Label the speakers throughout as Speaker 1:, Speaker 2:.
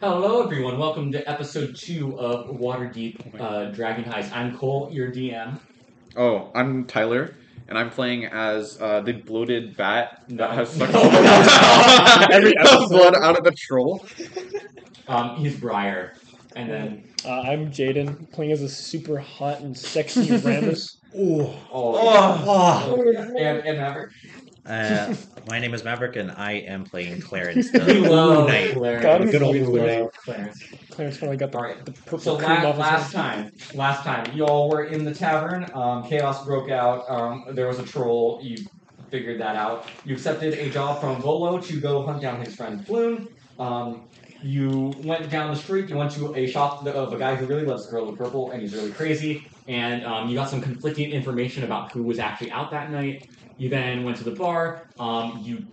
Speaker 1: Hello, everyone. Welcome to episode two of Waterdeep uh, Dragon Heist. I'm Cole, your DM.
Speaker 2: Oh, I'm Tyler, and I'm playing as uh, the bloated bat
Speaker 1: No.
Speaker 2: that has sucked
Speaker 1: No.
Speaker 2: all the
Speaker 3: Every episode.
Speaker 2: blood out of the troll.
Speaker 1: Um, he's Briar, and then
Speaker 3: Uh, I'm Jaden, playing as a super hot and sexy Ramus.
Speaker 1: oh,
Speaker 3: Oh.
Speaker 1: and, and Maverick.
Speaker 4: Uh, my name is Maverick, and I am playing Clarence. The
Speaker 1: We love
Speaker 4: Knight.
Speaker 1: Clarence.
Speaker 3: God,
Speaker 4: Good old
Speaker 1: We love
Speaker 4: Clarence.
Speaker 1: Clarence.
Speaker 3: Clarence finally got the,
Speaker 1: Alright,
Speaker 3: the purple
Speaker 1: So
Speaker 3: cream
Speaker 1: last,
Speaker 3: off his
Speaker 1: last time, last time, y'all were in the tavern. Um, chaos broke out. Um, there was a troll. You figured that out. You accepted a job from Volo to go hunt down his friend Plume. Um, you went down the street. You went to a shop uh, of a guy who really loves Girl in Purple, and he's really crazy. And um, you got some conflicting information about who was actually out that night. You then went to the bar. Um, you.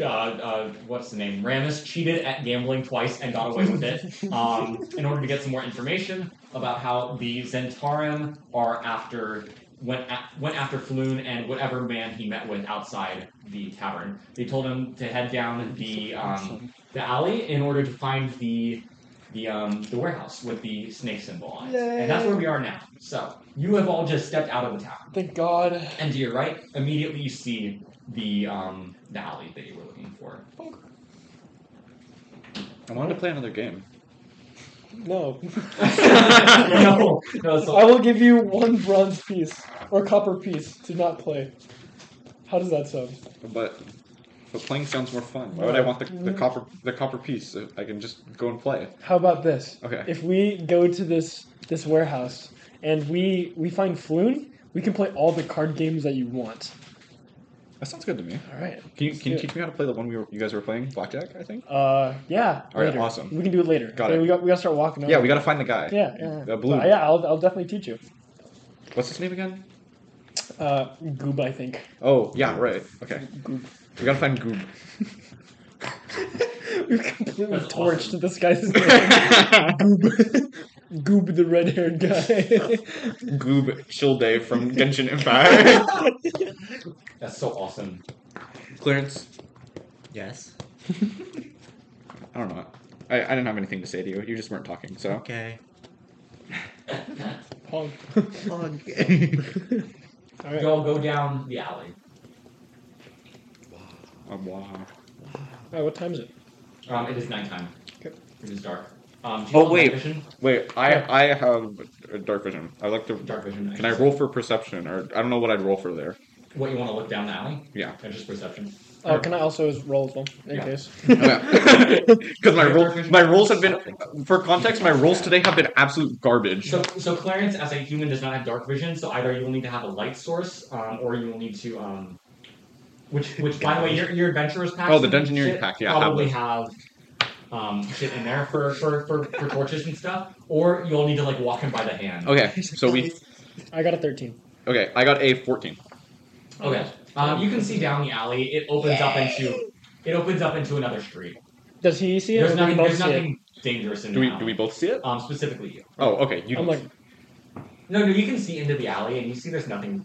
Speaker 1: Uh, uh, what's the name? Ramus cheated at gambling twice and got away with it um, in order to get some more information about how the Zentarim are after went a- went after Floon and whatever man he met with outside the tavern. They told him to head down the um, the alley in order to find the the um, the warehouse with the snake symbol on it, and that's where we are now. So you have all just stepped out of the town,
Speaker 3: Thank God.
Speaker 1: and to your right, immediately you see the um, the alley that you were looking for.
Speaker 2: I wanted to play another game.
Speaker 3: No.
Speaker 1: no, no, so
Speaker 3: I will give you one bronze piece or copper piece to not play. How does that sound?
Speaker 2: But but playing sounds more fun. Why would I want the, the
Speaker 3: Mm-hmm.
Speaker 2: copper the copper piece? if I can just go and play.
Speaker 3: How about this?
Speaker 2: Okay.
Speaker 3: If we go to this this warehouse and we we find Floon, we can play all the card games that you want.
Speaker 2: That sounds good to me.
Speaker 3: All right.
Speaker 2: Can you
Speaker 3: Let's
Speaker 2: can you
Speaker 3: do it.
Speaker 2: teach me how to play the one we were, you guys were playing? Blackjack, I think?
Speaker 3: Uh, yeah.
Speaker 2: All right,
Speaker 3: later.
Speaker 2: awesome.
Speaker 3: We can do it later.
Speaker 2: Got
Speaker 3: Okay,
Speaker 2: it.
Speaker 3: We got we gotta start walking.
Speaker 2: Yeah,
Speaker 3: over.
Speaker 2: we gotta find the guy.
Speaker 3: Yeah, yeah.
Speaker 2: The blue.
Speaker 3: Uh, yeah, I'll, I'll definitely teach you.
Speaker 2: What's his name again?
Speaker 3: Uh, Goob, I think.
Speaker 2: Oh, yeah, right. Okay. We gotta find Goob.
Speaker 3: We've completely
Speaker 1: That's
Speaker 3: torched
Speaker 1: awesome.
Speaker 3: this guy's name. Goob. Goob, the red-haired guy.
Speaker 2: Goob Childe from Genshin Empire.
Speaker 1: that's so awesome.
Speaker 2: Clarence,
Speaker 4: Yes.
Speaker 2: I don't know. I, I didn't have anything to say to you. You just weren't talking, so.
Speaker 4: Okay.
Speaker 3: Pong.
Speaker 4: Okay.
Speaker 3: All right. All
Speaker 1: Y'all go down the alley.
Speaker 2: Um, wow.
Speaker 3: right. What time is it?
Speaker 1: Um, it is nighttime.
Speaker 3: Okay.
Speaker 1: It is dark. Um, do you
Speaker 2: Oh,
Speaker 1: have
Speaker 2: wait.
Speaker 1: night vision?
Speaker 2: Wait,
Speaker 3: Yeah.
Speaker 2: I I have a dark vision. I like to.
Speaker 1: Dark vision.
Speaker 2: Can I
Speaker 1: guess.
Speaker 2: roll for perception, or I don't know what I'd roll for there.
Speaker 1: What you want to look down the alley?
Speaker 2: Yeah.
Speaker 1: Or just perception.
Speaker 3: Oh, can I also roll as well in
Speaker 1: Yeah.
Speaker 3: case?
Speaker 2: Because my
Speaker 1: Dark
Speaker 2: roll,
Speaker 1: vision.
Speaker 2: my rolls have been, for context, my rolls today have been absolute garbage.
Speaker 1: So, so Clarence, as a human, does not have dark vision. So either you will need to have a light source, um, or you will need to, um, which, which, by the way, your, your adventurers pack.
Speaker 2: Oh, the Dungeoneering
Speaker 1: shit
Speaker 2: pack, yeah, I have
Speaker 1: Probably
Speaker 2: those.
Speaker 1: have, um, shit in there for for, for for torches and stuff. Or you'll need to like walk him by the hand.
Speaker 2: Okay, so we.
Speaker 3: I got a thirteen.
Speaker 2: Okay, I got a fourteen.
Speaker 1: Okay. Um, you can see down the alley. It opens up into it opens up into another street.
Speaker 3: Does he see it?
Speaker 1: There's
Speaker 3: or do we
Speaker 1: nothing.
Speaker 3: both
Speaker 1: There's
Speaker 3: see it?
Speaker 1: nothing dangerous in the
Speaker 2: Do we
Speaker 1: alley.
Speaker 2: do we both see it?
Speaker 1: Um, specifically you.
Speaker 2: Oh, okay. You.
Speaker 3: I'm like,
Speaker 1: No, no, you can see into the alley, and you see there's nothing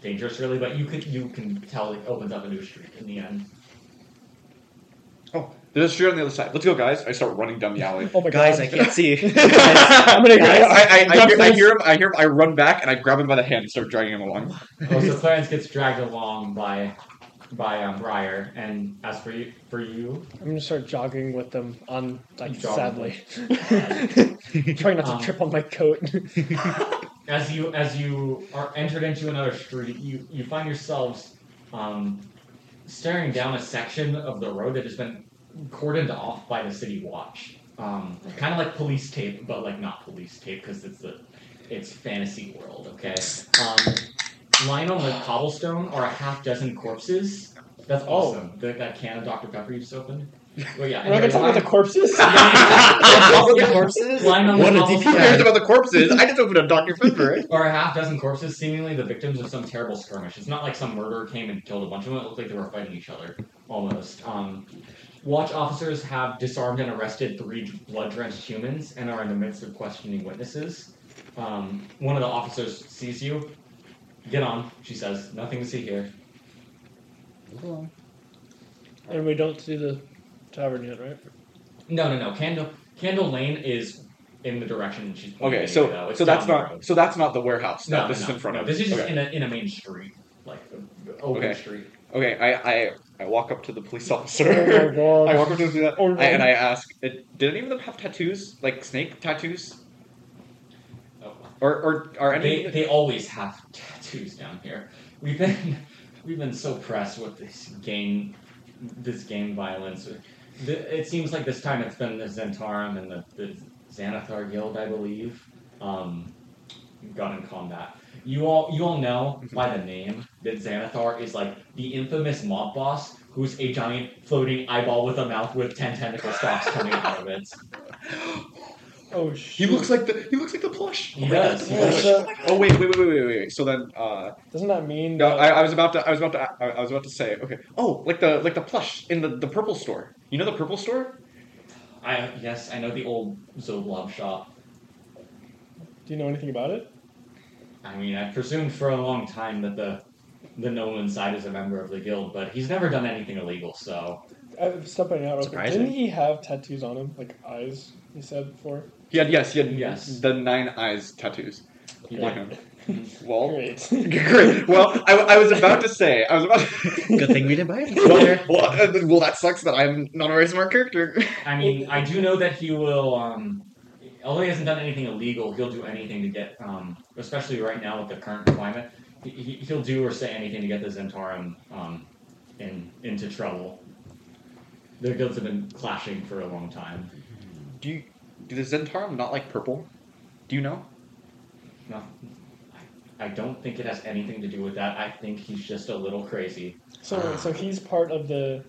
Speaker 1: dangerous really, but you could you can tell it opens up into a street in the end.
Speaker 2: Oh, there's a street on the other side. Let's go, guys! I start running down the alley.
Speaker 3: oh my
Speaker 4: Guys, I
Speaker 3: god.
Speaker 4: can't see.
Speaker 3: I'm gonna.
Speaker 2: I, I, I,
Speaker 3: Gun
Speaker 2: hear, I
Speaker 3: face.
Speaker 2: hear him. I hear him. I run back and I grab him by the hand and start dragging him along.
Speaker 1: Oh, so Clarence gets dragged along by by um, Briar, and as for you, for you,
Speaker 3: I'm gonna start jogging with them on like
Speaker 1: Jog.
Speaker 3: sadly, trying not to
Speaker 1: Um,
Speaker 3: trip on my coat.
Speaker 1: as you as you are entered into another street, you you find yourselves um, staring down a section of the road that has been cordoned off by the city watch. Um, kind of like police tape, but like not police tape because it's the it's fantasy world. Okay. Um, lying on the cobblestone are a half dozen corpses. That's
Speaker 3: Oh.
Speaker 1: awesome. The, that can of Dr Pepper you just opened. Well, yeah.
Speaker 3: We're not gonna
Speaker 1: anyway,
Speaker 3: talk about the corpses.
Speaker 4: corpses?
Speaker 1: Lying on the
Speaker 4: What a
Speaker 1: cobblestone-
Speaker 2: Who cares about the corpses? I just opened a Dr. Pepper.
Speaker 1: or a half dozen corpses, seemingly the victims of some terrible skirmish. It's not like some murderer came and killed a bunch of them. It looked like they were fighting each other, almost. Um, watch officers have disarmed and arrested three blood-drenched humans and are in the midst of questioning witnesses. Um, one of the officers sees you. Get on, she says. Nothing to see here.
Speaker 3: and we don't see the tavern yet, right?
Speaker 1: No, no, no. Candle. Candle Lane is in the direction she's pointing.
Speaker 2: Okay,
Speaker 1: you, though.
Speaker 2: so
Speaker 1: It's
Speaker 2: so that's
Speaker 1: down the
Speaker 2: not
Speaker 1: road.
Speaker 2: so that's not the warehouse.
Speaker 1: No,
Speaker 2: that this
Speaker 1: no,
Speaker 2: is in front
Speaker 1: no,
Speaker 2: of.
Speaker 1: This is just
Speaker 2: okay.
Speaker 1: in a in a main street, like a- a open
Speaker 2: Okay.
Speaker 1: street.
Speaker 2: Okay, I, I I walk up to the police
Speaker 3: Oh my
Speaker 2: officer.
Speaker 3: god.
Speaker 2: I walk up to the police
Speaker 3: Or
Speaker 2: officer and I ask, "Uh, "Did any of them have tattoos, like snake tattoos,
Speaker 1: Oh.
Speaker 2: or or are any?"
Speaker 1: They
Speaker 2: of
Speaker 1: they always have tattoos down here. We've been we've been so pressed with this gang this gang violence. The, it seems like this time it's been the Zentarum and the, the Xanathar Guild, I believe, um, got in combat. You all you all know by the name that Xanathar is like the infamous mob boss who's a giant floating eyeball with a mouth with ten tentacle stalks coming out of it.
Speaker 3: Oh
Speaker 2: He
Speaker 3: shit.
Speaker 2: looks like the he looks like the plush.
Speaker 1: He does. He
Speaker 3: Yeah,
Speaker 1: does.
Speaker 3: so-
Speaker 2: Oh wait, wait, wait, wait, wait, wait, wait. So then, uh,
Speaker 3: doesn't that mean
Speaker 2: no,
Speaker 3: that-
Speaker 2: I, I was about to, I was about to, I, I was about to say, okay. Oh, like the like the plush in the the purple store. You know the purple store?
Speaker 1: I yes, I know the old Zoblob shop.
Speaker 3: do you know anything about it?
Speaker 1: I mean, I've presumed for a long time that the the Nolan side is a member of the guild, but he's never done anything illegal, so
Speaker 3: I'm stepping out. real quick.
Speaker 4: Surprising.
Speaker 3: Didn't he have tattoos on him, like eyes? He said before.
Speaker 2: He had yes, he had
Speaker 1: Yes.
Speaker 2: the nine eyes tattoos.
Speaker 1: he
Speaker 2: Like
Speaker 1: did.
Speaker 2: him. Well,
Speaker 3: Great.
Speaker 2: great. Well, I, I was about to say, I was about. To...
Speaker 4: Good thing we didn't buy it from
Speaker 2: Well,
Speaker 4: there.
Speaker 2: well, uh, well, that sucks that I'm not a very smart character.
Speaker 1: I mean, I do know that he will. Um, although he hasn't done anything illegal, he'll do anything to get. Um, especially right now with the current climate, he, he- he'll do or say anything to get the Zentarum um, in into trouble. Their guilds have been clashing for a long time.
Speaker 2: Do you do the Zentarum not like purple? Do you know?
Speaker 1: No, I, I don't think it has anything to do with that. I think he's just a little crazy.
Speaker 3: so so he's part of the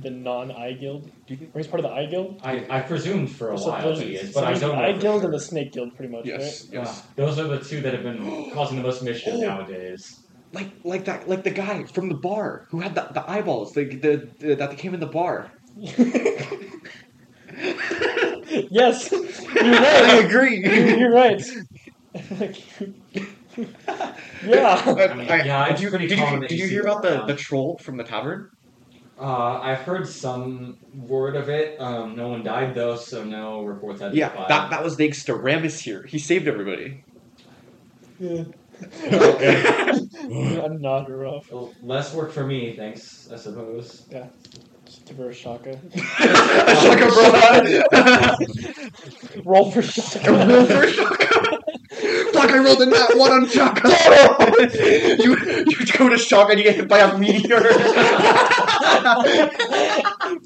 Speaker 3: the non I guild,
Speaker 2: Do you think?
Speaker 3: or he's part of the I guild.
Speaker 1: I, I presumed for a
Speaker 3: so
Speaker 1: while
Speaker 3: those-
Speaker 1: he is,
Speaker 3: so
Speaker 1: but I
Speaker 3: there's
Speaker 1: don't
Speaker 3: the
Speaker 1: know.
Speaker 3: I
Speaker 1: for
Speaker 3: guild
Speaker 1: sure.
Speaker 3: and the snake guild, pretty much.
Speaker 2: Yes,
Speaker 1: Yeah,
Speaker 2: yes.
Speaker 1: those are the two that have been causing the most mischief
Speaker 2: Oh.
Speaker 1: nowadays.
Speaker 2: Like, like that, like the guy from the bar who had the, the eyeballs, the, the, the that came in the bar.
Speaker 3: Right? yes, you're
Speaker 2: I
Speaker 3: right.
Speaker 2: agree.
Speaker 3: You're right. yeah.
Speaker 2: But
Speaker 1: I mean,
Speaker 2: I-
Speaker 1: yeah, it's
Speaker 2: did you,
Speaker 1: pretty
Speaker 2: did you,
Speaker 1: common that
Speaker 2: did
Speaker 1: you
Speaker 2: you
Speaker 1: see
Speaker 2: hear
Speaker 1: that
Speaker 2: about the,
Speaker 1: now.
Speaker 2: the troll from the tavern?
Speaker 1: Uh, I've heard some word of it. Um, no one died though, so no reports had to be
Speaker 2: Yeah,
Speaker 1: filed.
Speaker 2: that, that was the Igstoramus here. He saved everybody.
Speaker 3: Yeah. I'm not rough.
Speaker 1: Well, Oh, Less work for me, thanks. I suppose.
Speaker 3: Just give her a shaka.
Speaker 2: Shaka Brother!
Speaker 3: Roll for
Speaker 2: roll
Speaker 3: shaka.
Speaker 2: for Shaka. Fuck, I rolled a nat one on Shaka. you, you go to Shaka and you get hit by a meteor.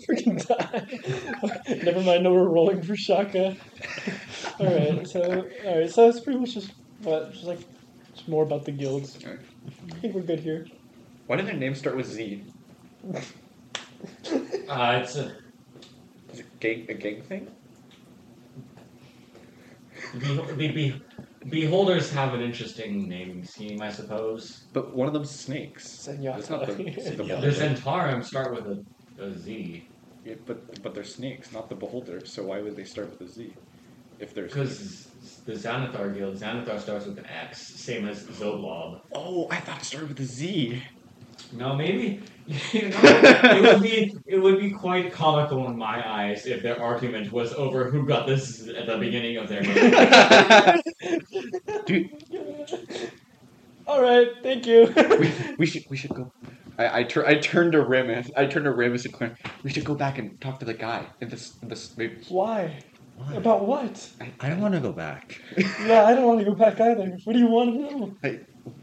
Speaker 3: Freaking die. Never mind. No, we're rolling for shaka. all right. So all right. So that's pretty much just what just like just more about the guilds.
Speaker 2: Alright.
Speaker 3: I think we're good here.
Speaker 2: Why did their name start with Z?
Speaker 1: Uh, it's a,
Speaker 2: Is it gang, a gang thing?
Speaker 1: the, the, be beholders have an interesting naming scheme, I suppose.
Speaker 2: But one of them's snakes.
Speaker 3: Zenyatta.
Speaker 2: That's not the, it's the
Speaker 4: Yeah.
Speaker 1: The
Speaker 2: beholder.
Speaker 1: Zentarum start with a, a Z
Speaker 2: Yeah, but but they're snakes, not the beholder. So why would they start with a Z? If they're
Speaker 1: because the Xanathar Guild Xanathar starts with an X, same as Zoblob.
Speaker 2: oh, I thought it started with a Z.
Speaker 1: No, maybe. You know, it would be it would be quite comical in my eyes if their argument was over who got this at the beginning of their name.
Speaker 2: Dude,
Speaker 3: All right. Thank you.
Speaker 2: we, we should we should go. I I, tur- I turned to Remus. I turned to Remus and Clarence. We should go back and talk to the guy in this in this. Maybe.
Speaker 3: Why?
Speaker 4: Why?
Speaker 3: About what?
Speaker 4: I don't want to go back.
Speaker 3: Yeah, I don't want to go back either. What do you want to know?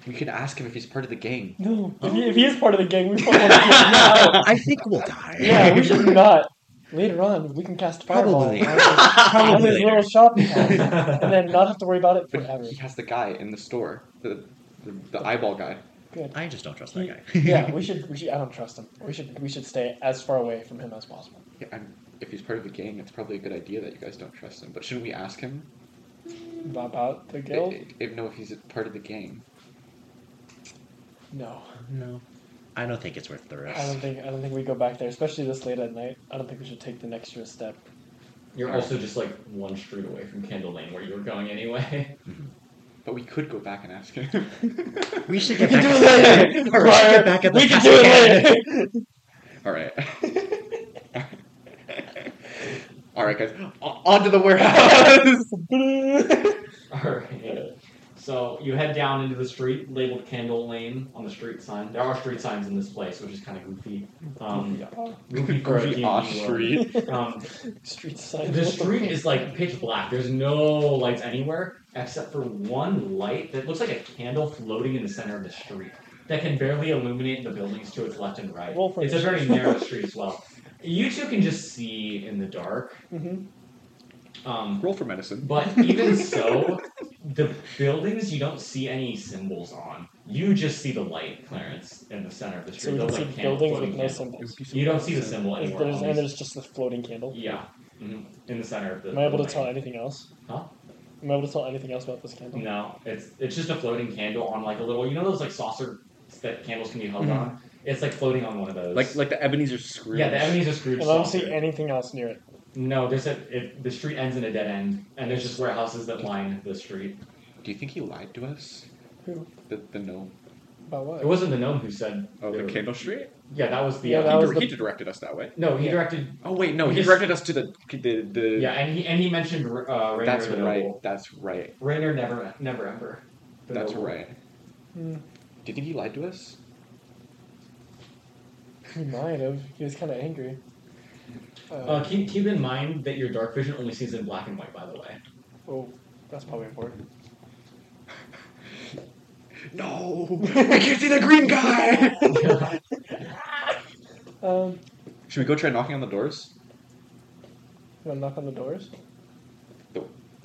Speaker 2: We could ask him if he's part of the gang.
Speaker 3: No. If he, if he is part of the gang, we don't want to get him out.
Speaker 4: I think we'll die.
Speaker 3: Yeah, we should not. Later on, we can cast fireball
Speaker 4: Probably.
Speaker 3: on his- on
Speaker 4: Probably
Speaker 3: his
Speaker 4: later.
Speaker 3: little shopping cart, and then not have to worry about it
Speaker 2: But
Speaker 3: forever.
Speaker 2: he has the guy in the store, the the, the eyeball guy.
Speaker 4: I just don't trust that guy.
Speaker 3: Yeah, we should. We should. I don't trust him. We should. We should stay as far away from him as possible.
Speaker 2: Yeah, I'm, if he's part of the gang, it's probably a good idea that you guys don't trust him. But shouldn't we ask him?
Speaker 3: About the
Speaker 2: I-
Speaker 4: Eh,
Speaker 3: guild?
Speaker 2: I- If, no, if he's a part of the gang.
Speaker 3: No,
Speaker 4: No, I don't think it's worth the risk.
Speaker 3: I don't think. I don't think we go back there, especially this late at night. I don't think we should take the extra step.
Speaker 1: You're also just like one street away from Candle Lane where you were going anyway.
Speaker 2: But we could go back and ask him.
Speaker 4: We should get back. at the- We should get back at the
Speaker 3: We can do it later.
Speaker 2: All right. All right, guys, o- on to the warehouse.
Speaker 1: Alright. So you head down into the street labeled Candle Lane on the street sign. There are street signs in this place, which is kind of goofy. Um, goofy for a D&D
Speaker 2: Goofy off
Speaker 1: world.
Speaker 2: street.
Speaker 1: Um,
Speaker 3: Street sign.
Speaker 1: the street is like pitch black. There's no lights anywhere except for one light that looks like a candle floating in the center of the street that can barely illuminate the buildings to its left and right.
Speaker 3: Roll for
Speaker 1: It's a very
Speaker 3: initiative.
Speaker 1: narrow street as well. You two can just see in the dark.
Speaker 3: Mhm.
Speaker 1: Um,
Speaker 2: Roll for medicine.
Speaker 1: But even so, the buildings you don't see any symbols on. You just see the light, Clarence, in the center of the
Speaker 3: So
Speaker 1: street.
Speaker 3: we
Speaker 1: the
Speaker 3: don't see
Speaker 1: like candle,
Speaker 3: buildings with
Speaker 1: floating
Speaker 3: no
Speaker 1: candle.
Speaker 3: symbols.
Speaker 1: You don't see the symbol
Speaker 3: If
Speaker 1: anywhere.
Speaker 3: there's,
Speaker 1: on
Speaker 3: and
Speaker 1: these-
Speaker 3: there's just the floating candle.
Speaker 1: Yeah, mhm, in the center of the.
Speaker 3: Am I able
Speaker 1: the
Speaker 3: to tell
Speaker 1: lane.
Speaker 3: anything else?
Speaker 1: Huh?
Speaker 3: Am I able to tell anything else about this candle?
Speaker 1: No, it's it's just a floating candle on like a little. You know those like saucer that candles can be held
Speaker 2: Mhm.
Speaker 3: Mm-hmm.
Speaker 1: on. It's like floating on one of those.
Speaker 2: Like like the Ebenezer Scrooge.
Speaker 1: yeah, the Ebenezer Scrooge.
Speaker 3: And I don't see
Speaker 1: saucer.
Speaker 3: anything else near it.
Speaker 1: No, there's a it, the street ends in a dead end, and there's just warehouses that line the street.
Speaker 2: Do you think he lied to us?
Speaker 3: Who?
Speaker 2: The the gnome.
Speaker 3: About what?
Speaker 1: It wasn't the gnome who said.
Speaker 2: Oh,
Speaker 1: there
Speaker 2: the
Speaker 1: were-
Speaker 2: Candle Street.
Speaker 1: Yeah, that was the.
Speaker 3: Yeah,
Speaker 1: uh,
Speaker 3: that
Speaker 2: he,
Speaker 3: was
Speaker 2: dir-
Speaker 3: the-
Speaker 2: he directed us that way.
Speaker 1: No, he
Speaker 3: Yeah.
Speaker 1: directed.
Speaker 2: Oh wait, no,
Speaker 1: We
Speaker 2: he
Speaker 1: just-
Speaker 2: directed us to the the the.
Speaker 1: Yeah, and he and he mentioned uh, Rainer
Speaker 2: That's
Speaker 1: the
Speaker 2: right.
Speaker 1: Noble.
Speaker 2: That's right.
Speaker 1: Rainer never never ember. the
Speaker 2: That's
Speaker 1: Noble.
Speaker 2: right.
Speaker 3: Hmm.
Speaker 2: Do you think he lied to us?
Speaker 3: He might have. He was kind of angry. Uh,
Speaker 1: Uh, keep keep in mind that your dark vision only sees in black and white. By the way,
Speaker 3: oh, that's probably important.
Speaker 2: No, I can't see the green guy.
Speaker 3: Um,
Speaker 2: Should we go try knocking on the doors?
Speaker 3: you want to knock on the doors?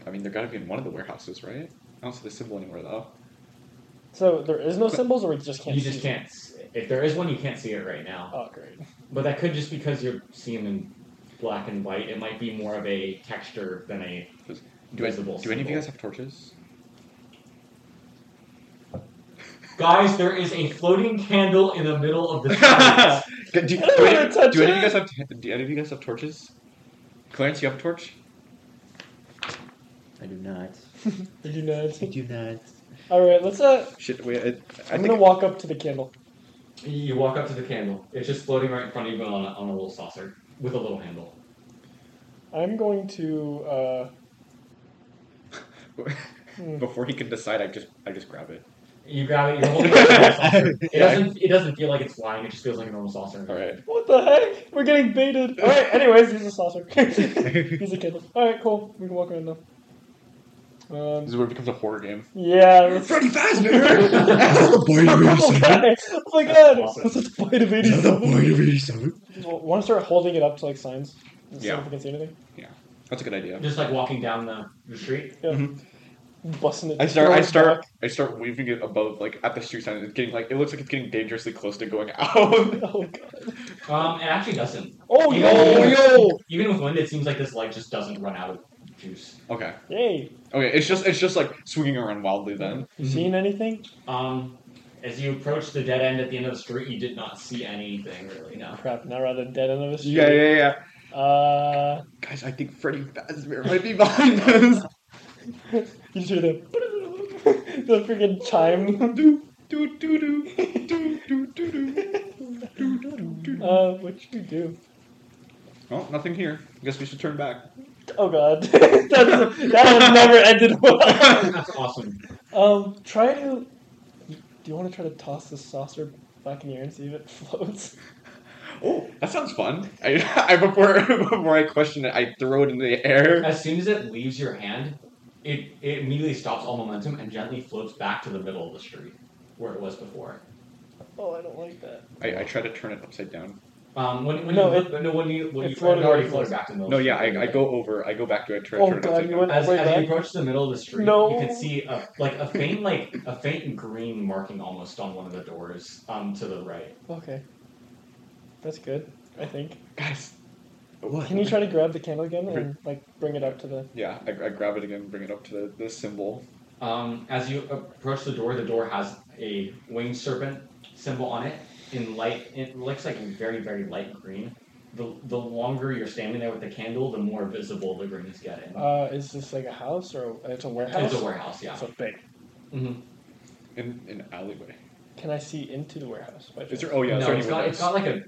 Speaker 2: I mean, they're gotta be in one of the warehouses, right? I don't see the symbol anywhere though.
Speaker 3: So there is no symbols, or we just can't.
Speaker 1: you
Speaker 3: see
Speaker 1: just
Speaker 3: them?
Speaker 1: can't. s- If there is one, you can't see it right now.
Speaker 3: Oh, great.
Speaker 1: But that could just because you're seeing them in black and white. It might be more of a texture than a
Speaker 2: Do, I,
Speaker 1: visible.
Speaker 2: do any of you guys
Speaker 1: symbol.
Speaker 2: have torches?
Speaker 1: Guys, there is a floating candle in the middle of the street.
Speaker 2: do, do,
Speaker 3: I don't
Speaker 2: do
Speaker 3: wanna
Speaker 2: any,
Speaker 3: touch
Speaker 2: do any of you guys
Speaker 3: it.
Speaker 2: have do any of you guys have torches? Clarence, you have a torch?
Speaker 4: I do not.
Speaker 3: Did you know?
Speaker 4: I do not.
Speaker 3: All right, let's. Uh,
Speaker 2: Shit, wait. I, I
Speaker 3: I'm
Speaker 2: think
Speaker 3: gonna walk up to the candle.
Speaker 1: you walk up to the candle. It's just floating right in front of you on a, on a little saucer with a little handle.
Speaker 3: I'm going to. Uh, hmm,
Speaker 2: before he can decide, I just I just grab it.
Speaker 1: You grab it. You're holding it like a normal saucer. It doesn't. It doesn't feel like it's flying. It just feels like a normal saucer.
Speaker 2: All right.
Speaker 3: what the heck? We're getting baited. All right. Anyways, he's a saucer. he's a candle. All right, cool. We can walk around now.
Speaker 2: This
Speaker 3: Um,
Speaker 2: is where it becomes a horror game.
Speaker 3: yeah. Let's...
Speaker 2: Freddy
Speaker 3: That's
Speaker 2: Fazbear.
Speaker 3: Okay. Oh my god!
Speaker 1: awesome.
Speaker 3: That's the point of 87.
Speaker 2: of eighty-seven.
Speaker 3: Want to start holding it up to like signs? and See
Speaker 2: Yeah.
Speaker 3: if we can see anything.
Speaker 2: That's a good idea.
Speaker 1: Just like walking down the, the street.
Speaker 3: Busting it.
Speaker 2: I start. I
Speaker 3: throwing it
Speaker 2: start.
Speaker 3: back.
Speaker 2: I start waving it above, like at the street sign. It's getting like it looks like it's getting dangerously close to going out.
Speaker 3: Oh god.
Speaker 1: Um, it actually doesn't.
Speaker 3: Oh
Speaker 1: Even-
Speaker 3: yo
Speaker 1: even-
Speaker 3: yo!
Speaker 1: Even with wind, it seems like this light just doesn't run out of juice.
Speaker 2: okay.
Speaker 3: Yay!
Speaker 2: Okay. It's just it's just like swinging around wildly. Then
Speaker 3: Seen anything?
Speaker 1: Um, as you approach the dead end at the end of the street, you did not see anything really. No.
Speaker 3: Crap! Now we're at the dead end of the street.
Speaker 2: yeah, yeah, yeah.
Speaker 3: Uh,
Speaker 2: Guys, I think Freddy Fazbear might be behind us.
Speaker 3: you just hear the the freaking chime.
Speaker 2: Do do do do do do do do do do.
Speaker 3: Uh, what should we do?
Speaker 2: Oh, nothing here. I guess we should turn back.
Speaker 3: Oh god, That's, that has never ended well.
Speaker 1: That's awesome.
Speaker 3: Um, try to. Do you want to try to toss this saucer back in the air and see if it floats?
Speaker 2: Oh, that sounds fun. I, I before before I question it, I throw it into the air.
Speaker 1: As soon as it leaves your hand, it, it immediately stops all momentum and gently floats back to the middle of the street where it was before.
Speaker 3: Oh, I don't like that.
Speaker 2: I, I try to turn it upside down.
Speaker 1: Um, when, when
Speaker 3: No,
Speaker 1: you,
Speaker 3: it-
Speaker 1: no, when you, when
Speaker 3: it
Speaker 1: you
Speaker 3: floated
Speaker 1: it already
Speaker 3: away.
Speaker 1: floated back to the middle.
Speaker 2: No,
Speaker 1: of the
Speaker 2: yeah,
Speaker 1: street.
Speaker 2: I, I go over. I go back to it. Try to
Speaker 3: Oh
Speaker 2: turn it
Speaker 3: god,
Speaker 2: upside
Speaker 3: you
Speaker 2: down.
Speaker 3: went
Speaker 1: As,
Speaker 3: way
Speaker 1: as you
Speaker 3: back.
Speaker 1: approach the middle of the street,
Speaker 3: No.
Speaker 1: you can see a, like a faint, like a faint green marking almost on one of the doors um, to the right.
Speaker 3: Okay, that's good. I think.
Speaker 2: Guys, what?
Speaker 3: Can you try to grab the candle again and like bring it up to the?
Speaker 2: Yeah, I, I grab it again, bring it up to the, the symbol.
Speaker 1: Um, as you approach the door, the door has a winged serpent symbol on it in light. It looks like very, very light green. The, the longer you're standing there with the candle, the more visible the green is getting.
Speaker 3: Uh, is this like a house or it's a warehouse?
Speaker 1: It's a warehouse, yeah.
Speaker 3: So big.
Speaker 1: Mhm.
Speaker 2: In an alleyway.
Speaker 3: Can I see into the warehouse? by
Speaker 2: Is
Speaker 3: chance?
Speaker 2: there? Oh yeah. is
Speaker 1: no,
Speaker 2: there
Speaker 1: it's
Speaker 2: any
Speaker 1: got, it's
Speaker 2: windows?
Speaker 1: got like a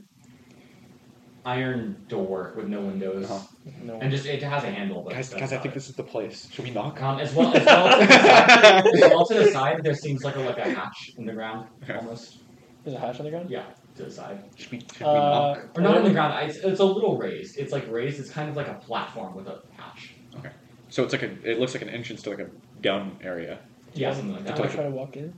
Speaker 1: iron door with no windows,
Speaker 2: Uh-huh.
Speaker 3: No.
Speaker 1: and just it has a handle. But
Speaker 2: Guys,
Speaker 1: that's
Speaker 2: guys, I
Speaker 1: about
Speaker 2: think
Speaker 1: it.
Speaker 2: this is the place. Should we knock?
Speaker 1: Um, as well as well, as well to the side, there seems like a like a hatch in the ground,
Speaker 2: Okay.
Speaker 1: almost.
Speaker 3: There's a hatch on the ground.
Speaker 1: Yeah, to the side,
Speaker 2: Should we, should we
Speaker 3: Uh,
Speaker 2: knock?
Speaker 1: or not in the ground. It's, it's a little raised. It's like raised. It's kind of like a platform with a hatch.
Speaker 2: So it's like a. It looks like an entrance to like a down area.
Speaker 1: Yeah, something like
Speaker 3: Do
Speaker 1: that.
Speaker 3: you want to try to walk in?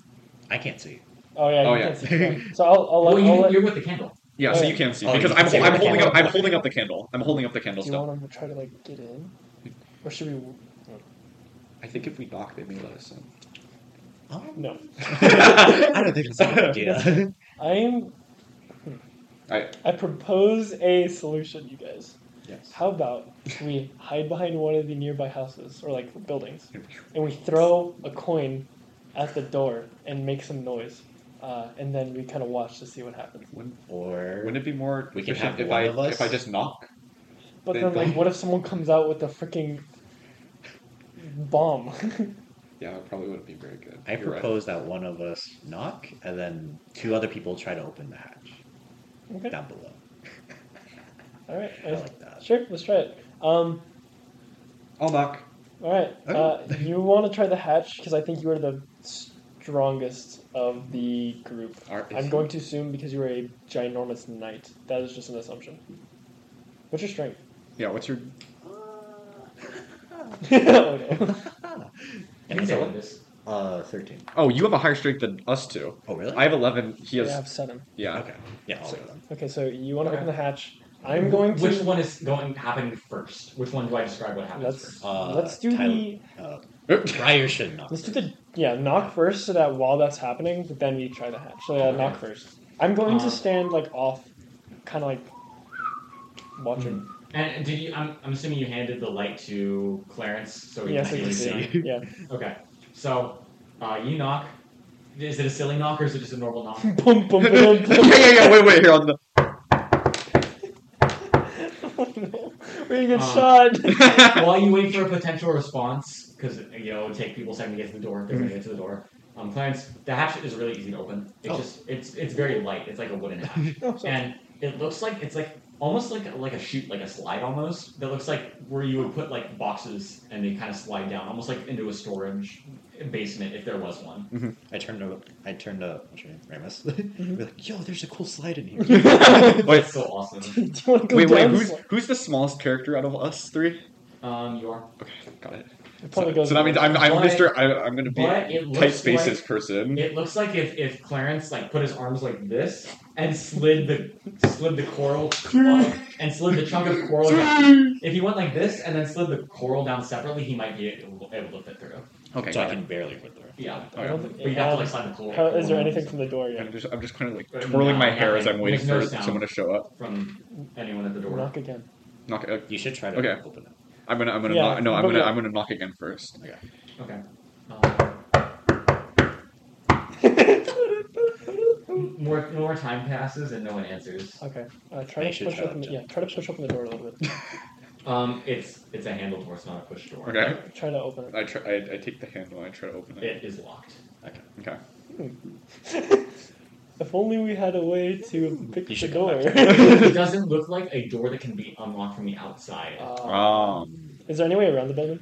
Speaker 4: I can't see.
Speaker 3: Oh yeah.
Speaker 2: Oh,
Speaker 3: you
Speaker 2: yeah.
Speaker 3: Can't see that. so I'll I'll let.
Speaker 1: well, you,
Speaker 3: I'll let
Speaker 1: you're with the candle.
Speaker 2: Yeah, so you can see
Speaker 4: Oh, you
Speaker 2: because
Speaker 4: can
Speaker 2: I'm,
Speaker 4: see
Speaker 2: I'm
Speaker 4: with the
Speaker 2: holding up.
Speaker 4: candle.
Speaker 2: I'm holding up the candle. I'm holding up the candle
Speaker 3: do you
Speaker 2: still.
Speaker 3: want him to try to like get in, or should we?
Speaker 2: I think if we knock, they may let us in.
Speaker 4: Oh,
Speaker 3: No.
Speaker 4: I don't think that's a good idea.
Speaker 3: I am.
Speaker 2: I-
Speaker 3: I propose a solution, you guys.
Speaker 2: Yes.
Speaker 3: How about we hide behind one of the nearby houses or like buildings, and we throw a coin at the door and make some noise, uh, and then we kind of watch to see what happens.
Speaker 2: Wouldn't,
Speaker 4: Or
Speaker 2: wouldn't it be more
Speaker 4: We can
Speaker 2: efficient
Speaker 4: have
Speaker 2: if
Speaker 4: one
Speaker 2: I
Speaker 4: of us.
Speaker 2: if I just knock?
Speaker 3: But
Speaker 2: They
Speaker 3: then, like,
Speaker 2: don't.
Speaker 3: what if someone comes out with a freaking bomb?
Speaker 2: Yeah, it probably wouldn't be very good.
Speaker 4: I
Speaker 2: You're right.
Speaker 4: propose that one of us knock, and then two other people try to open the hatch
Speaker 3: okay.
Speaker 4: down below.
Speaker 3: All right.
Speaker 4: I like that.
Speaker 3: Sure. Let's try it. Um.
Speaker 2: I'll knock.
Speaker 3: All right. Uh,
Speaker 4: Okay.
Speaker 3: you want to try the hatch because I think you are the strongest of the group.
Speaker 2: Are-
Speaker 3: I'm going to assume because you were a ginormous knight. That is just an assumption. What's your strength?
Speaker 2: Yeah. What's your?
Speaker 3: oh, no.
Speaker 1: You can say this.
Speaker 4: Uh, thirteen.
Speaker 2: Oh, you have a higher strength than us two.
Speaker 4: Oh, really?
Speaker 2: I have eleven. He
Speaker 3: You
Speaker 2: has.
Speaker 3: have seven.
Speaker 2: Yeah.
Speaker 4: Okay. Yeah, I'll go then.
Speaker 3: Okay, so you want to
Speaker 1: Okay.
Speaker 3: open the hatch. I'm going to.
Speaker 1: Which one is going happening first? Which one do I describe what happens
Speaker 3: Let's
Speaker 1: first?
Speaker 4: Uh,
Speaker 3: let's do
Speaker 4: Tyler-
Speaker 3: the
Speaker 4: Uh,
Speaker 2: Okay.
Speaker 4: Briar should knock.
Speaker 3: Let's do the yeah knock first, so that while that's happening, but then we try the hatch. So yeah, knock first. I'm going
Speaker 1: Uh,
Speaker 3: to stand like off, kind of like watching.
Speaker 1: Mm-hmm. And did you? I'm, I'm assuming you handed the light to Clarence, so he
Speaker 3: Yeah,
Speaker 1: can
Speaker 3: so you can
Speaker 1: actually
Speaker 3: see.
Speaker 1: it.
Speaker 3: Yeah,
Speaker 1: Okay, so uh, you knock. Is it a silly knock or is it just a normal knock?
Speaker 3: boom, boom,
Speaker 2: yeah,
Speaker 3: boom, boom.
Speaker 2: yeah, yeah. Wait, wait. Here on the.
Speaker 3: Oh, no. We get
Speaker 4: Uh,
Speaker 1: Um,
Speaker 3: shot.
Speaker 1: While you wait for a potential response, because you know it would take people a second to get to the door, if they're gonna get to the door. Um, Clarence, the hatch is really easy to open. It's
Speaker 4: Oh.
Speaker 1: just it's it's very light. It's like a wooden hatch.
Speaker 3: Oh, sorry.
Speaker 1: and it looks like it's like almost like like a chute, like a slide almost. That looks like where you would put like boxes and they kind of slide down, almost like into a storage basement if there was one.
Speaker 4: I turned to I turned to what's your name, Ramus.
Speaker 2: Mm-hmm.
Speaker 4: We're like, yo, there's a cool slide in here.
Speaker 2: Wait,
Speaker 1: That's so awesome.
Speaker 3: Do you want to go
Speaker 2: wait, wait.
Speaker 3: down?
Speaker 2: Who's who's the smallest character out of us three?
Speaker 1: Um, you are,
Speaker 2: Okay, got it.
Speaker 3: It probably
Speaker 2: So,
Speaker 3: goes
Speaker 2: so that means I'm I'm
Speaker 1: But-
Speaker 2: Mr. I, I'm gonna be
Speaker 1: but it
Speaker 2: a
Speaker 1: looks
Speaker 2: tight spaces
Speaker 1: like-
Speaker 2: person.
Speaker 1: it looks like if if Clarence like put his arms like this and slid the slid the coral uh, and slid the chunk of coral. down- If he went like this and then slid the coral down separately, he might be able able to fit through.
Speaker 2: okay,
Speaker 4: so I
Speaker 2: got it.
Speaker 4: can barely fit through.
Speaker 1: Yeah,
Speaker 3: I don't
Speaker 1: but
Speaker 3: think
Speaker 1: you have to like slide the coral.
Speaker 3: how, is there anything from the door
Speaker 2: I'm
Speaker 3: yet?
Speaker 2: just I'm just kind of like
Speaker 1: But
Speaker 2: twirling
Speaker 1: no,
Speaker 2: my hair as
Speaker 1: nothing.
Speaker 2: I'm waiting
Speaker 1: There's no
Speaker 2: for
Speaker 1: sound.
Speaker 2: someone to show up.
Speaker 1: from anyone at the door?
Speaker 3: Knock again.
Speaker 2: Knock. Uh,
Speaker 4: You should try to
Speaker 2: Okay.
Speaker 4: open it.
Speaker 2: I'm gonna I'm gonna
Speaker 3: Yeah,
Speaker 2: knock, no I'm
Speaker 3: but
Speaker 2: gonna
Speaker 3: yeah.
Speaker 2: I'm gonna knock again first.
Speaker 1: Okay. Um, more more time passes and no one answers.
Speaker 3: okay. Uh, try
Speaker 4: They
Speaker 3: to
Speaker 4: should
Speaker 3: push
Speaker 4: try
Speaker 3: open.
Speaker 4: that
Speaker 3: The, yeah, try to push open the door a little bit.
Speaker 1: Um, it's it's a handle door, it's not a push door.
Speaker 2: Okay.
Speaker 3: Try to open it.
Speaker 2: I try I, I take the handle and I try to open it.
Speaker 1: It is locked.
Speaker 2: Okay.
Speaker 3: If only we had a way to pick
Speaker 4: You
Speaker 3: the
Speaker 4: should go
Speaker 3: door.
Speaker 4: back
Speaker 1: it doesn't look like a door that can be unlocked from the outside.
Speaker 3: Uh,
Speaker 2: Um.
Speaker 3: is there any way around the building?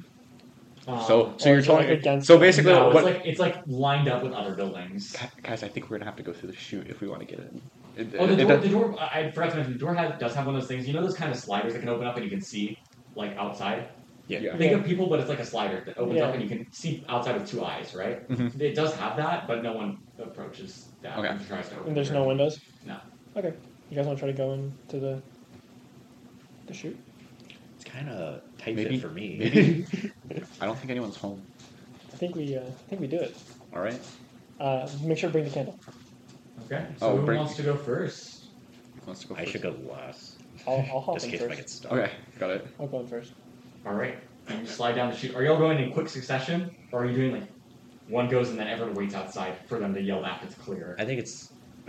Speaker 1: Um,
Speaker 2: So so
Speaker 3: or
Speaker 2: you're
Speaker 3: is it, like,
Speaker 2: telling me
Speaker 3: against
Speaker 2: so
Speaker 3: the-
Speaker 2: basically
Speaker 1: no,
Speaker 2: what
Speaker 1: it's like it's like lined up with other buildings.
Speaker 2: Gu- guys I think we're gonna have to go through the chute if we want to get in. It-
Speaker 1: Oh, the
Speaker 2: it- it
Speaker 1: door,
Speaker 2: does-
Speaker 1: the door I I forgot to mention the door has, does have one of those things. You know those kind of sliders that can open up and you can see like outside.
Speaker 2: yeah.
Speaker 1: Think
Speaker 3: Yeah.
Speaker 1: of people, but it's like a slider that opens
Speaker 3: Yeah.
Speaker 1: up and you can see outside with two eyes, right?
Speaker 2: Mhm.
Speaker 1: It does have that, but no one approaches that.
Speaker 2: Okay.
Speaker 1: and tries to open
Speaker 3: And there's
Speaker 1: it.
Speaker 3: no windows?
Speaker 1: No.
Speaker 3: Okay. You guys want to try to go into the the shoot?
Speaker 4: It's kind of tight
Speaker 2: Maybe-
Speaker 4: fit for me.
Speaker 2: maybe. I don't think anyone's home.
Speaker 3: I think we uh, I think we do it.
Speaker 2: All right.
Speaker 3: Uh, make sure to bring the candle.
Speaker 1: Okay. So
Speaker 2: Oh,
Speaker 1: who
Speaker 2: break.
Speaker 1: wants to go first?
Speaker 2: Who wants to go
Speaker 4: I
Speaker 2: first?
Speaker 4: should go last,
Speaker 3: I'll, I'll hop
Speaker 4: just in
Speaker 3: in
Speaker 4: case
Speaker 3: first.
Speaker 4: I get stuck.
Speaker 2: Okay. Got it.
Speaker 3: I'll go in first.
Speaker 1: All right. You slide down the chute. Are y'all going in quick succession, or are you doing like one goes and then everyone waits outside for them to yell back? It's clear.
Speaker 4: I think it's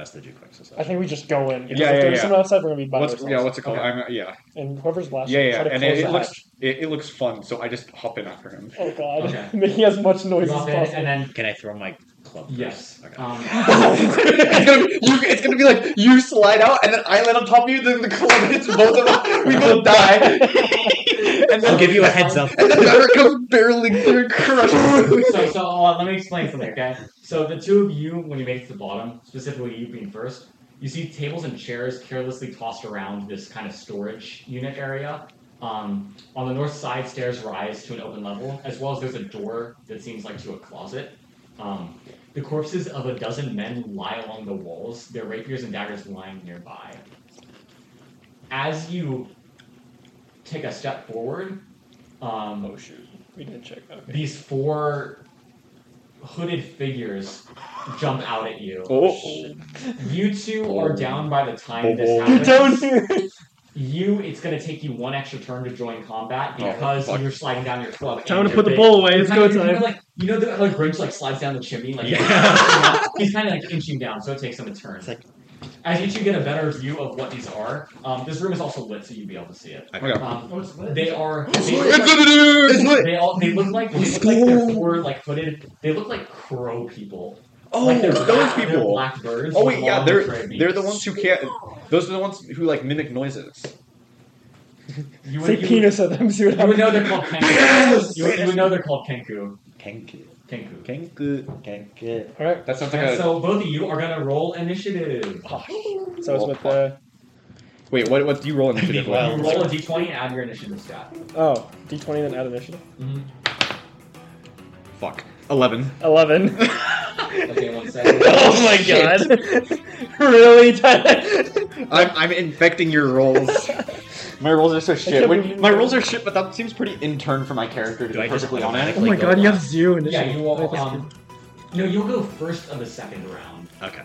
Speaker 4: best to do quick succession.
Speaker 3: I think we just go in. because
Speaker 2: Yeah,
Speaker 3: if
Speaker 2: yeah,
Speaker 3: there's
Speaker 2: yeah.
Speaker 3: someone outside, we're gonna be by
Speaker 2: What's,
Speaker 3: ourselves.
Speaker 2: yeah. What's it called?
Speaker 1: Okay.
Speaker 2: I'm, yeah.
Speaker 3: And whoever's last,
Speaker 2: Yeah.
Speaker 3: try
Speaker 2: Yeah.
Speaker 3: to
Speaker 2: And it,
Speaker 3: close
Speaker 2: it
Speaker 3: the
Speaker 2: looks
Speaker 3: hatch.
Speaker 2: it, it looks fun. So I just hop in after him.
Speaker 3: Oh god,
Speaker 1: Okay.
Speaker 3: making as much noise
Speaker 1: Drop
Speaker 3: as
Speaker 1: in,
Speaker 3: possible.
Speaker 1: and then
Speaker 4: Can I throw my club.
Speaker 1: Yes.
Speaker 4: first. Okay.
Speaker 1: Um,
Speaker 2: it's, gonna be, you, it's gonna be like you slide out, and then I land on top of you, then the club hits both of us. We both die. and
Speaker 4: I'll
Speaker 2: then,
Speaker 4: give you a heads up.
Speaker 2: and then Maverick comes barreling through and crushes.
Speaker 1: so, so uh, let me explain something, okay? So the two of you, when you make it to the bottom, specifically you being first, you see tables and chairs carelessly tossed around this kind of storage unit area. Um, on the north side, stairs rise to an open level, as well as there's a door that seems like to a closet. Um, the corpses of a dozen men lie along the walls, their rapiers and daggers lying nearby. As you take a step forward, um,
Speaker 3: Oh shoot, we didn't check. Okay.
Speaker 1: these four hooded figures jump out at you.
Speaker 2: Oh.
Speaker 1: You two are down by the time
Speaker 2: Oh.
Speaker 1: this
Speaker 2: You
Speaker 3: You're
Speaker 1: happens.
Speaker 3: down here.
Speaker 1: You, it's gonna take you one extra turn to join combat
Speaker 2: Oh,
Speaker 1: because
Speaker 2: fuck.
Speaker 1: you're sliding down your club.
Speaker 3: Time
Speaker 1: and
Speaker 3: to
Speaker 1: your
Speaker 3: put the
Speaker 1: big-
Speaker 3: bowl away. It's
Speaker 1: Kinda-
Speaker 3: go
Speaker 1: you're kinda
Speaker 3: time.
Speaker 1: Like, you know, the, like Grinch like slides down the chimney. Like
Speaker 4: Yeah.
Speaker 1: he's kind of like inching down, so it takes him a turn.
Speaker 4: It's like-
Speaker 1: As you two get a better view of what these are, um, this room is also lit, so you'll be able to see it.
Speaker 2: oh. Okay.
Speaker 1: Um, they are.
Speaker 2: It's
Speaker 1: they-
Speaker 2: lit. It's lit.
Speaker 1: They all they look like they look like they're four like hooded. They look like crow people.
Speaker 2: Oh,
Speaker 1: like they're
Speaker 2: those
Speaker 1: black, they're
Speaker 2: people.
Speaker 1: Black birds.
Speaker 2: Oh
Speaker 1: with
Speaker 2: wait, yeah,
Speaker 1: long
Speaker 2: they're
Speaker 1: straight
Speaker 2: they're the
Speaker 1: beaks.
Speaker 2: ones who can't. Those are the ones who like mimic noises.
Speaker 1: You
Speaker 3: Say
Speaker 1: would, you, would,
Speaker 3: penis at them. See what
Speaker 1: you would
Speaker 3: happens.
Speaker 1: know they're called Kenku. you, would, you would know they're called Kenku.
Speaker 4: Kenku.
Speaker 1: Kenku.
Speaker 4: Kenku. Kenku.
Speaker 3: All right.
Speaker 2: That sounds like
Speaker 1: And
Speaker 2: a
Speaker 1: so both of you are gonna roll initiative.
Speaker 2: Oh,
Speaker 3: So it's with the
Speaker 2: wait. What what do you roll initiative?
Speaker 1: You
Speaker 4: Meanwhile-
Speaker 2: with?
Speaker 1: roll a d20 and add your initiative stat.
Speaker 3: oh d20 then add initiative.
Speaker 2: Mm-hmm.
Speaker 1: Mhm.
Speaker 2: Fuck. Eleven.
Speaker 3: Eleven.
Speaker 1: Okay, one second.
Speaker 3: oh my
Speaker 2: Shit.
Speaker 3: god. really?
Speaker 2: I'm, I'm infecting your rolls. my rolls are so shit.
Speaker 3: can't
Speaker 2: Wait,
Speaker 3: believe
Speaker 2: my
Speaker 3: that.
Speaker 2: rolls are shit, but that seems pretty intern for my character. To
Speaker 4: Do
Speaker 2: be
Speaker 4: I just
Speaker 2: perfectly honest.
Speaker 3: oh my
Speaker 4: Like,
Speaker 3: god,
Speaker 4: uh,
Speaker 3: you have zero
Speaker 1: yeah,
Speaker 3: initiative.
Speaker 1: you will. Um, no, you'll go first of the second round
Speaker 4: Okay.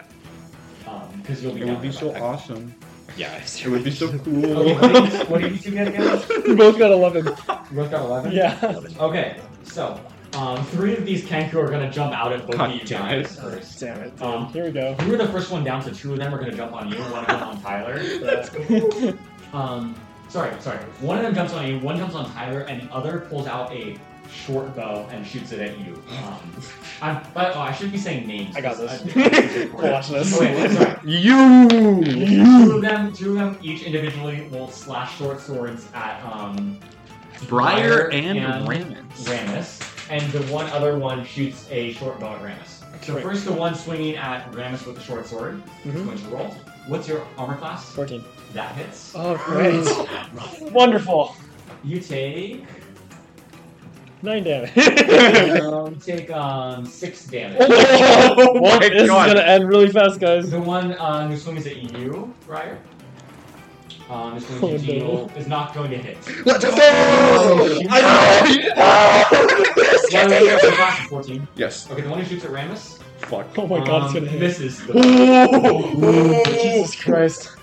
Speaker 1: because you'll be. down there by then.
Speaker 2: awesome.
Speaker 4: Yeah. it's-
Speaker 2: It would be so
Speaker 1: Okay,
Speaker 2: cool.
Speaker 1: what did you- what did you two get again?
Speaker 3: we both got eleven.
Speaker 1: You both got 11?
Speaker 3: Yeah.
Speaker 4: Love it.
Speaker 1: Okay, so um, three of these Kenku are gonna jump out at both
Speaker 2: God
Speaker 1: of you
Speaker 2: damn it.
Speaker 1: guys first.
Speaker 3: Damn it.
Speaker 1: Um,
Speaker 3: Here we go.
Speaker 1: you were the first one down, so two of them are gonna jump on you, one of them on Tyler. Um, sorry, sorry. One of them jumps on you, one jumps on Tyler, and the other pulls out a short bow and shoots it at you. Um, I'm, but, oh, I should be saying names.
Speaker 3: I got
Speaker 1: because
Speaker 3: this.
Speaker 1: I-
Speaker 3: Watch this.
Speaker 1: Okay, sorry.
Speaker 2: you.
Speaker 1: Two of them, two of them, each individually will slash short swords at um, Briar and
Speaker 2: Ramens.
Speaker 1: Ramus, and the one other one shoots a short bow at Ramus. Um, So
Speaker 3: Right.
Speaker 1: first, the one swinging at Ramus with the short sword is
Speaker 3: Mhm.
Speaker 1: going to roll. What's your armor class?
Speaker 3: Fourteen.
Speaker 1: That hits.
Speaker 3: Oh great. Wonderful.
Speaker 1: You take
Speaker 3: Nine damage.
Speaker 1: um, take um six damage.
Speaker 3: Oh
Speaker 2: Oh
Speaker 3: Well,
Speaker 2: my
Speaker 3: this is
Speaker 2: god.
Speaker 3: gonna end really fast, guys.
Speaker 1: The one uh, who swings at you, Briar, um, is
Speaker 3: Oh,
Speaker 1: going to
Speaker 3: no.
Speaker 1: deal is not going to hit.
Speaker 2: Let's go!
Speaker 1: Oh, The
Speaker 2: I
Speaker 1: other
Speaker 2: know.
Speaker 1: one who class is fourteen.
Speaker 2: yes.
Speaker 1: Okay, the one who shoots at Ramus.
Speaker 2: Fuck.
Speaker 3: Oh my god, it's
Speaker 1: um,
Speaker 3: gonna hit.
Speaker 1: misses.
Speaker 3: Ooh,
Speaker 2: Ooh.
Speaker 3: Jesus Christ.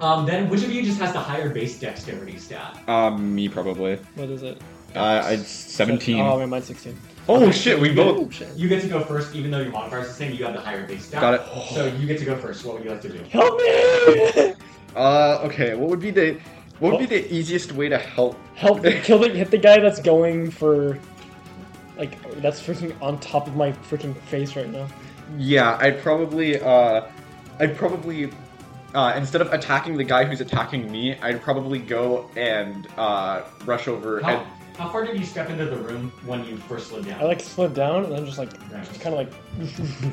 Speaker 1: Um, then which of you just has the higher base dexterity stat?
Speaker 2: Um, me probably.
Speaker 3: What is it?
Speaker 2: Uh, I seventeen.
Speaker 3: Oh, man, mine's 16.
Speaker 2: oh shit, we both
Speaker 1: You get to go first, even though your modifier's the same. You have the higher base stat.
Speaker 2: got it.
Speaker 1: So you get to go first. What would you like to do?
Speaker 3: Help me!
Speaker 2: Uh, okay. What would be the what would be the easiest way to help?
Speaker 3: Help me kill the hit the guy that's going for like that's freaking on top of my freaking face right now.
Speaker 2: Yeah, I'd probably uh, I'd probably uh, instead of attacking the guy who's attacking me, I'd probably go and uh, rush over
Speaker 1: How,
Speaker 2: and
Speaker 1: how far did you step into the room when you first slid down?
Speaker 3: I like slid down and then just like just kind of like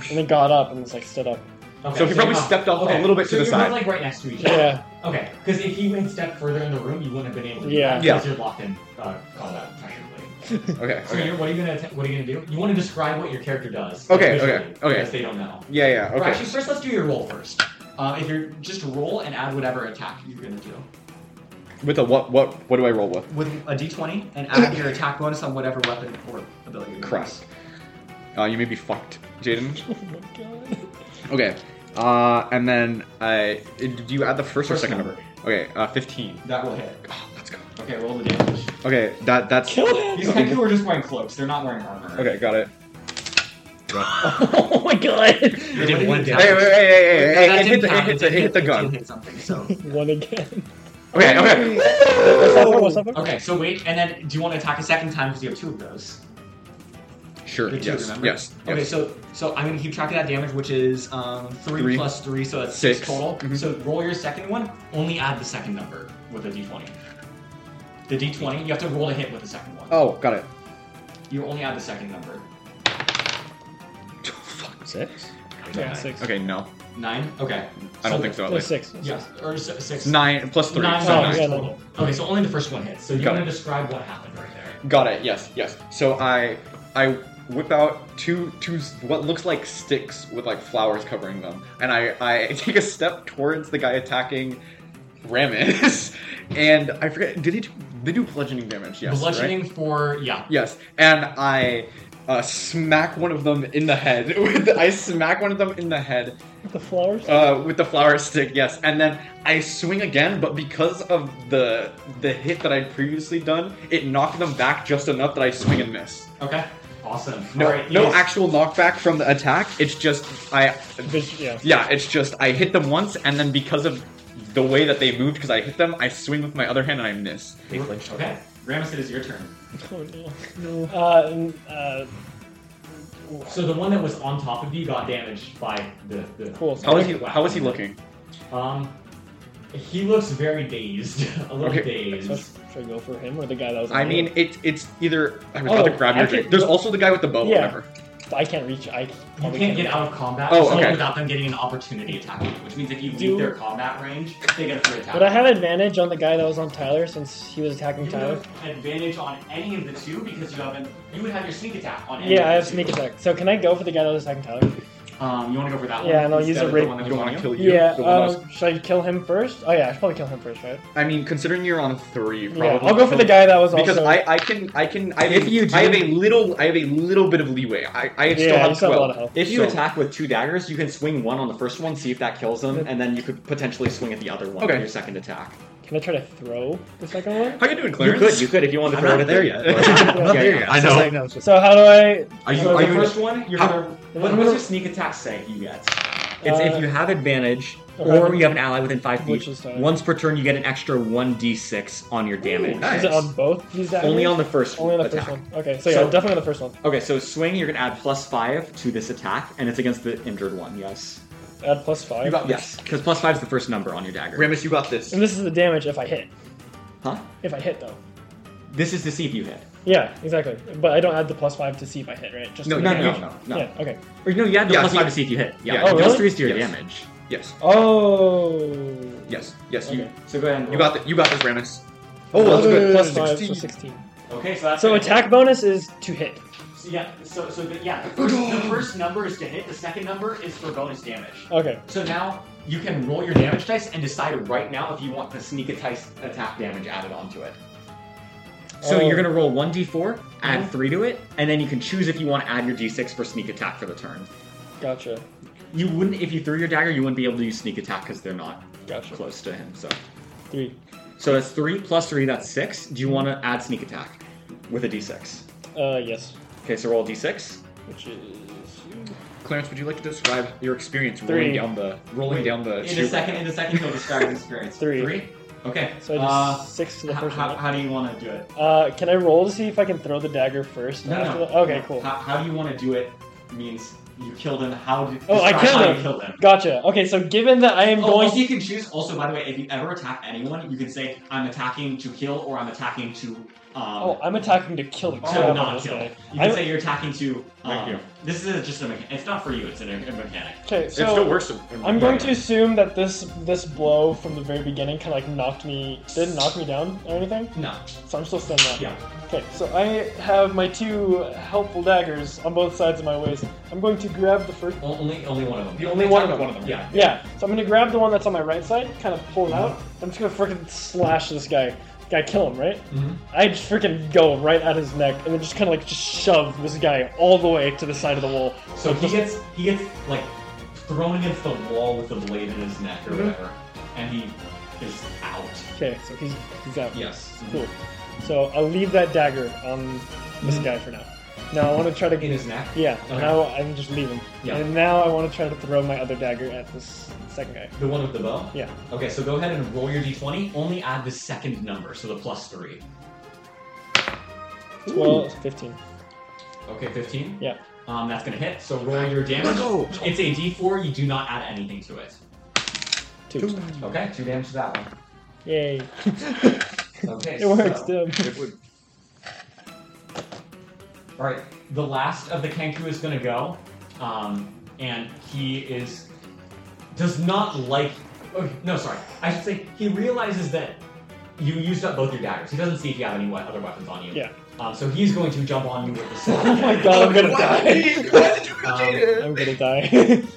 Speaker 3: and then got up and just like stood up.
Speaker 1: Okay,
Speaker 2: so he probably
Speaker 1: you're not-
Speaker 2: stepped off a
Speaker 1: okay,
Speaker 2: little bit
Speaker 1: so
Speaker 2: to the
Speaker 1: you're not,
Speaker 2: side.
Speaker 1: like right next to each other.
Speaker 3: Yeah.
Speaker 1: Okay, because if you had stepped further in the room, you wouldn't have been able to. do
Speaker 3: Yeah.
Speaker 1: that
Speaker 2: Yeah.
Speaker 1: Because you're locked in uh, combat technically.
Speaker 2: okay.
Speaker 1: So
Speaker 2: Okay.
Speaker 1: you're, what are you gonna atta- What are you gonna do? You want to describe what your character does?
Speaker 2: Okay,
Speaker 1: visually,
Speaker 2: okay, okay.
Speaker 1: Because they don't know.
Speaker 2: Yeah. Yeah.
Speaker 1: Or
Speaker 2: Okay.
Speaker 1: actually, first let's do your roll first. Uh, if you're just roll and add whatever attack you're gonna do.
Speaker 2: With a what? What? What do I roll with?
Speaker 1: with a d20 and add your attack bonus on whatever weapon or ability. you
Speaker 2: Crap.
Speaker 1: use.
Speaker 2: Uh, you may be fucked, Jaden.
Speaker 3: Oh my god.
Speaker 2: Okay. Uh, and then I do you add the first, or
Speaker 1: First
Speaker 2: second
Speaker 1: number.
Speaker 2: number? Okay. Uh, fifteen.
Speaker 1: That will hit.
Speaker 2: Oh, let's go.
Speaker 1: Okay, roll the damage.
Speaker 2: Okay. That that's
Speaker 3: Kill him!
Speaker 1: These Kenku are just wearing cloaks. They're not wearing armor.
Speaker 2: okay. Got it.
Speaker 3: oh my god.
Speaker 4: You did one
Speaker 1: Hey,
Speaker 4: down.
Speaker 2: Hey, wait, wait, hey, hey,
Speaker 1: That
Speaker 2: hey, it,
Speaker 1: didn't
Speaker 2: hit the, it,
Speaker 1: count.
Speaker 2: hit the, it hit the gun.
Speaker 1: Hit something. So
Speaker 3: One again.
Speaker 2: Okay, okay. Oh.
Speaker 3: What's up? What's up?
Speaker 1: okay, so wait, and then do you want to attack a second time because you have two of those?
Speaker 2: Sure.
Speaker 1: The two,
Speaker 2: Yes.
Speaker 1: remember?
Speaker 2: Yes.
Speaker 1: Okay,
Speaker 2: yes.
Speaker 1: so so I'm gonna keep track of that damage, which is um, three,
Speaker 2: Three.
Speaker 1: plus three, so that's
Speaker 2: Six.
Speaker 1: total.
Speaker 2: Mhm.
Speaker 1: So roll your second one. Only add the second number with a d20. The d20, you have to roll to hit with the second one.
Speaker 2: Oh, got it.
Speaker 1: You only add the second number.
Speaker 2: Fuck.
Speaker 4: Six?
Speaker 3: Yeah, six.
Speaker 2: Okay, no.
Speaker 1: Nine. Okay.
Speaker 2: I don't think so. At
Speaker 3: No,
Speaker 2: least.
Speaker 3: six. no,
Speaker 1: Yeah.
Speaker 3: six.
Speaker 1: Or s- six.
Speaker 2: Nine plus three.
Speaker 1: Nine,
Speaker 2: so
Speaker 3: Oh,
Speaker 2: nine.
Speaker 3: yeah, no,
Speaker 1: total. Okay, so only the first one hits. So you
Speaker 2: Got
Speaker 1: want to
Speaker 2: it.
Speaker 1: describe what happened right there?
Speaker 2: Got it. Yes, yes. So I I whip out two two s- what looks like sticks with like flowers covering them, and I I take a step towards the guy attacking Ramus, and I forget did he do, they do bludgeoning damage? Yes, right?
Speaker 1: Bludgeoning for yeah.
Speaker 2: Yes, and I. Uh, smack one of them in the head. With I smack one of them in the head
Speaker 3: The flowers.
Speaker 2: uh, with the flower stick. Yes, and then I swing again, but because of the the hit that I'd previously done, it knocked them back just enough that I swing and miss.
Speaker 1: Okay. Awesome.
Speaker 2: No,
Speaker 1: All right,
Speaker 2: no
Speaker 1: yes.
Speaker 2: actual knockback from the attack. It's just I,
Speaker 3: Vis- yeah.
Speaker 2: yeah, it's just I hit them once, and then because of the way that they moved, because I hit them, I swing with my other hand and I miss.
Speaker 4: They flinched.
Speaker 1: Okay. Ramus, it is your turn.
Speaker 3: Oh no. No. Uh, and, uh,
Speaker 1: So the one that was on top of you got damaged by the. the
Speaker 3: Cool.
Speaker 2: How is he? How is he looking?
Speaker 1: Um, he looks very dazed, a little
Speaker 2: Okay.
Speaker 3: so
Speaker 1: dazed.
Speaker 3: should I go for him or the guy that was?
Speaker 2: I
Speaker 3: on me?
Speaker 2: mean, it, it's either I was about
Speaker 3: Oh,
Speaker 2: to grab your
Speaker 3: I can-
Speaker 2: drink. There's also the guy with the bow.
Speaker 3: Yeah.
Speaker 2: Whatever.
Speaker 3: I can't reach. I
Speaker 1: You
Speaker 3: probably
Speaker 1: can't get out of combat
Speaker 2: Oh,
Speaker 1: so
Speaker 2: okay.
Speaker 1: without them getting an opportunity attack, you, which means if you leave
Speaker 3: Do-
Speaker 1: their combat range, they get a free attack.
Speaker 3: Would I have advantage on the guy that was on Tyler since he was attacking
Speaker 1: you would
Speaker 3: Tyler?
Speaker 1: have advantage on any of the two because you have an, you would have your sneak attack on any.
Speaker 3: Yeah, I
Speaker 1: of
Speaker 3: have
Speaker 1: the
Speaker 3: sneak
Speaker 1: two.
Speaker 3: attack. So can I go for the guy that was attacking Tyler?
Speaker 1: Um, you want to go for that one?
Speaker 3: Yeah, and I'll use
Speaker 1: instead
Speaker 3: a
Speaker 1: of
Speaker 3: rig-
Speaker 1: The one that
Speaker 2: I
Speaker 1: was
Speaker 2: don't
Speaker 1: on
Speaker 2: want
Speaker 1: you?
Speaker 2: to kill you.
Speaker 3: Yeah.
Speaker 2: the one that was-
Speaker 3: Um, should I kill him first? Oh yeah, I should probably kill him first, right?
Speaker 2: I mean, considering you're on three, probably.
Speaker 3: Yeah. I'll go for the guy that was
Speaker 2: because
Speaker 3: also.
Speaker 2: I, I can I can I have,
Speaker 5: If
Speaker 2: a-
Speaker 5: you do-
Speaker 2: I have a little I have a little bit of leeway. I, I still
Speaker 3: Yeah,
Speaker 2: have
Speaker 3: you still have a lot
Speaker 2: twelve.
Speaker 3: of health.
Speaker 5: If you
Speaker 2: So-
Speaker 5: attack with two daggers, you can swing one on the first one, see if that kills him, and then you could potentially swing at the other one
Speaker 2: Okay.
Speaker 5: with your second attack.
Speaker 3: Can I try to throw the second one?
Speaker 2: How you doing,
Speaker 5: You
Speaker 2: Clarence?
Speaker 5: could, you could, if you wanted to
Speaker 2: I'm
Speaker 5: throw
Speaker 2: not
Speaker 5: it in there
Speaker 2: good.
Speaker 5: yet.
Speaker 2: I'm not there yet. I know.
Speaker 3: So how do I?
Speaker 5: Are you?
Speaker 1: So
Speaker 5: Are you?
Speaker 1: the first one? You're
Speaker 5: How-
Speaker 1: gonna,
Speaker 5: What was your sneak attack say he gets? It's
Speaker 3: Uh,
Speaker 5: if you have advantage
Speaker 3: okay.
Speaker 5: or you have an ally within five
Speaker 3: Which
Speaker 5: feet.
Speaker 3: is fine.
Speaker 5: Once per turn, you get an extra one d6 on your damage.
Speaker 3: Is it on both these daggers?
Speaker 5: Only on the first.
Speaker 3: Only on the
Speaker 5: attack.
Speaker 3: first one. Okay, so yeah,
Speaker 5: So-
Speaker 3: definitely on the first one.
Speaker 5: Okay, so swing. You're gonna add plus five to this attack, and it's against the injured one. Yes.
Speaker 3: Add plus five.
Speaker 2: You got
Speaker 5: Yes,
Speaker 2: this.
Speaker 5: because plus five is the first number on your dagger.
Speaker 2: Ramus, you got this.
Speaker 3: and this is the damage if I hit.
Speaker 5: Huh?
Speaker 3: If I hit though.
Speaker 5: This is to see if you hit.
Speaker 3: Yeah, exactly. But I don't add the plus five to see if I hit, right? Just
Speaker 2: No,
Speaker 3: to
Speaker 5: No,
Speaker 3: hit.
Speaker 5: no, no, no.
Speaker 3: Yeah. Okay.
Speaker 5: Or no, you add the
Speaker 2: Yeah,
Speaker 5: plus
Speaker 2: he-
Speaker 5: five to see if you hit. Yeah,
Speaker 2: yeah.
Speaker 5: it
Speaker 3: Oh,
Speaker 5: goes
Speaker 3: really?
Speaker 5: through to your
Speaker 2: Yes.
Speaker 5: damage.
Speaker 2: Yes.
Speaker 3: Oh.
Speaker 2: Yes. Yes. You
Speaker 3: Okay.
Speaker 1: So go ahead. And
Speaker 2: you
Speaker 1: roll.
Speaker 2: got this. You got this, Ramus. Oh, that's good.
Speaker 3: Plus
Speaker 2: Plus
Speaker 3: five, so
Speaker 2: 16.
Speaker 3: sixteen.
Speaker 1: Okay, so that's
Speaker 3: So
Speaker 1: gonna
Speaker 3: attack bonus is to hit.
Speaker 1: So, yeah, so so the, yeah, the first, the first number is to hit. The second number is for bonus damage.
Speaker 3: Okay.
Speaker 1: So now you can roll your damage dice and decide right now if you want the sneak attack attack damage added onto it.
Speaker 5: So
Speaker 3: Oh.
Speaker 5: you're gonna roll one d4, add
Speaker 3: Mhm.
Speaker 5: three to it, and then you can choose if you want to add your d6 for sneak attack for the turn.
Speaker 3: Gotcha.
Speaker 5: You wouldn't, if you threw your dagger, you wouldn't be able to use sneak attack because they're not
Speaker 3: Gotcha.
Speaker 5: close to him. So,
Speaker 3: Three.
Speaker 5: so that's three plus three, that's six. Do you want to add sneak attack with a d6?
Speaker 3: Uh, yes.
Speaker 5: Okay, so roll a d6.
Speaker 3: Which is.
Speaker 2: Clarence, would you like to describe your experience
Speaker 3: Three.
Speaker 2: rolling down the rolling
Speaker 1: Wait,
Speaker 2: down the?
Speaker 1: In a
Speaker 2: chute?
Speaker 1: second, in a second, he'll describe his experience.
Speaker 3: Three.
Speaker 1: Three. Okay.
Speaker 3: So I just
Speaker 1: uh,
Speaker 3: six to the
Speaker 1: h-
Speaker 3: first
Speaker 1: how,
Speaker 3: one.
Speaker 1: how do you want to do it?
Speaker 3: Uh, can I roll to see if I can throw the dagger first? after that? Okay,
Speaker 1: no.
Speaker 3: cool.
Speaker 1: How, how do you want to do it? Means you killed him. How did?
Speaker 3: Oh, I
Speaker 1: describe
Speaker 3: killed
Speaker 1: how
Speaker 3: him.
Speaker 1: You killed him.
Speaker 3: Gotcha. Okay, so given that I am
Speaker 1: Oh,
Speaker 3: going,
Speaker 1: also you can choose. Also, by the way, if you ever attack anyone, you can say I'm attacking to kill or I'm attacking to. Um,
Speaker 3: oh, I'm attacking to kill the
Speaker 1: to
Speaker 3: crap out of
Speaker 1: Oh, not
Speaker 3: this
Speaker 1: kill. You
Speaker 3: guy.
Speaker 1: can
Speaker 3: I'm-
Speaker 1: say you're attacking to.
Speaker 2: Thank
Speaker 1: Um,
Speaker 2: you.
Speaker 1: this is just a mechanic. It's not for you. It's a, a mechanic.
Speaker 3: Okay,
Speaker 2: It still
Speaker 3: so
Speaker 2: works. in-
Speaker 3: I'm going to assume that this this blow from the very beginning kind of like knocked me, didn't knock me down or anything.
Speaker 1: No.
Speaker 3: So I'm still standing up.
Speaker 1: Yeah.
Speaker 3: Okay, so I have my two helpful daggers on both sides of my waist. I'm going to grab the first.
Speaker 1: O- Only, only one of them.
Speaker 3: You only one of them.
Speaker 1: Yeah.
Speaker 3: Yeah, so I'm gonna grab the one that's on my right side, kind of pull it out.
Speaker 1: Uh-huh.
Speaker 3: I'm just gonna freaking slash this guy. Guy, kill him, right?
Speaker 1: Mhm.
Speaker 3: I just freaking go right at his neck and then just kind of like just shove this guy all the way to the side of the wall.
Speaker 1: So he gets he gets like thrown against the wall with the blade in his neck or
Speaker 3: Mhm.
Speaker 1: whatever, and he is out.
Speaker 3: Okay, so he's he's out.
Speaker 1: Yes.
Speaker 3: Cool. So I'll leave that dagger on this
Speaker 1: Mhm.
Speaker 3: guy for now. Now I want to try to
Speaker 1: In his neck.
Speaker 3: Yeah.
Speaker 1: Okay.
Speaker 3: Now I can just leave him.
Speaker 1: Yeah.
Speaker 3: And now I want to try to throw my other dagger at this second guy.
Speaker 1: The one with the bow.
Speaker 3: Yeah.
Speaker 1: Okay, so go ahead and roll your d20. Only add the second number, so the plus three.
Speaker 3: Twelve, fifteen.
Speaker 1: Okay, 15?
Speaker 3: Yeah.
Speaker 1: Um, that's gonna hit, so roll your damage.
Speaker 2: go.
Speaker 1: It's a d4, you do not add anything to it.
Speaker 3: Two.
Speaker 1: Okay, two damage to that one.
Speaker 3: Yay.
Speaker 1: Okay,
Speaker 3: It works,
Speaker 1: so-
Speaker 3: Tim.
Speaker 2: It would.
Speaker 1: All right, the last of the Kenku is gonna go, um, and he is does not like. oh, no, sorry, I should say he realizes that you used up both your daggers. He doesn't see if you have any we- other weapons on you.
Speaker 3: Yeah.
Speaker 1: Um, so he's going to jump on you with the sword.
Speaker 3: Oh my god, I'm gonna
Speaker 2: Why
Speaker 3: die.
Speaker 2: did you- why did you
Speaker 1: Um,
Speaker 2: do that?
Speaker 3: I'm gonna die.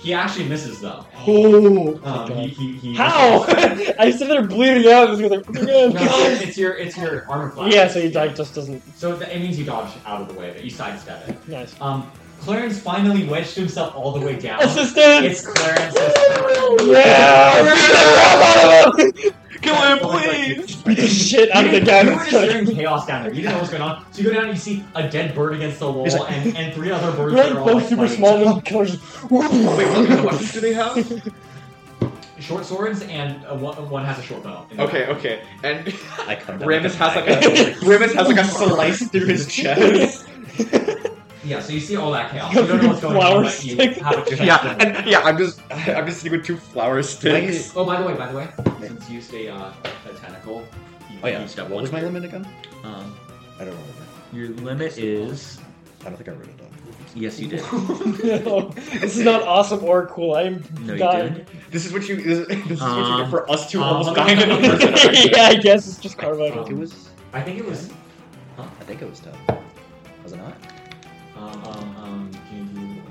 Speaker 1: He actually misses though.
Speaker 2: Oh.
Speaker 1: Um, he, he, he
Speaker 3: How? I sit there bleeding out. and Just go there,
Speaker 1: No, it's your it's your armor class.
Speaker 3: yeah, so your dike just doesn't.
Speaker 1: So that, it means you dodge out of the way, but you sidestep it.
Speaker 3: Nice.
Speaker 1: Um, Clarence finally wedged himself all the way down.
Speaker 3: Assistance!
Speaker 1: It's Clarence's.
Speaker 3: Yeah!
Speaker 1: Kill him, please!
Speaker 3: Beat the shit out of the guy
Speaker 1: You were
Speaker 3: that's
Speaker 1: just
Speaker 3: trying
Speaker 1: hearing
Speaker 3: to.
Speaker 1: chaos down there. You didn't know what was going on. So you go down and you see a dead bird against the wall and, and three other birds
Speaker 3: We're
Speaker 1: that are
Speaker 3: like
Speaker 1: all like,
Speaker 3: both super
Speaker 1: fighting.
Speaker 3: small little killers.
Speaker 2: Wait, what kind of weapons do they have?
Speaker 1: Short swords and uh, one, one has a short bow.
Speaker 2: Okay, okay. And
Speaker 4: I come down.
Speaker 2: Ramus
Speaker 4: with
Speaker 2: has like a
Speaker 4: knife.
Speaker 2: Ramus has like a slice through his chest.
Speaker 1: Yeah, so you see all that chaos. You don't know what's going
Speaker 3: Flower
Speaker 1: on, but you
Speaker 3: stick.
Speaker 1: have a chance
Speaker 2: yeah,
Speaker 1: to-
Speaker 2: and yeah, I'm just I'm just sitting with two flower sticks.
Speaker 1: Oh, by the way, by the way, since you stay uh, a tentacle, you
Speaker 4: Oh yeah.
Speaker 1: used up
Speaker 4: What
Speaker 1: one
Speaker 4: was
Speaker 1: of
Speaker 4: my
Speaker 1: your-
Speaker 4: limit again?
Speaker 5: Um,
Speaker 4: I don't remember.
Speaker 5: your limit is.
Speaker 4: I don't think I wrote it down.
Speaker 5: Yes, you did.
Speaker 3: No, this is not awesome or cool. I'm
Speaker 5: No, you
Speaker 3: dying.
Speaker 5: didn't.
Speaker 2: This is what you this, this is what you
Speaker 5: Um,
Speaker 4: Uh-huh.
Speaker 2: get for us two
Speaker 1: um,
Speaker 2: almost dying in the first
Speaker 3: yeah, I guess it's just
Speaker 1: Um,
Speaker 3: Carmine.
Speaker 4: It was.
Speaker 1: I think it was.
Speaker 4: I think it was tough. Was it not?
Speaker 1: Um, um, um, can you.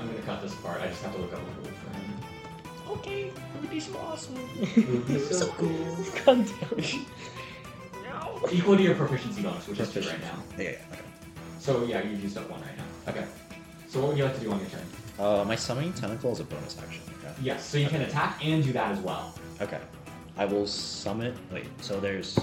Speaker 1: I'm gonna cut this part. I just have to look up a rule for him.
Speaker 4: Okay, it would be so awesome.
Speaker 1: It would be so cool.
Speaker 3: God damn it.
Speaker 1: Equal to your proficiency bonus, which is two right now.
Speaker 4: Yeah, yeah, yeah,
Speaker 1: So yeah, you've used up one right now. Okay. So what would you like to do on your turn?
Speaker 4: okay. Uh, my summoning tentacle is a bonus action. Okay.
Speaker 1: Yes. So you can attack and do that as well.
Speaker 4: okay. I will summon. Wait, so there's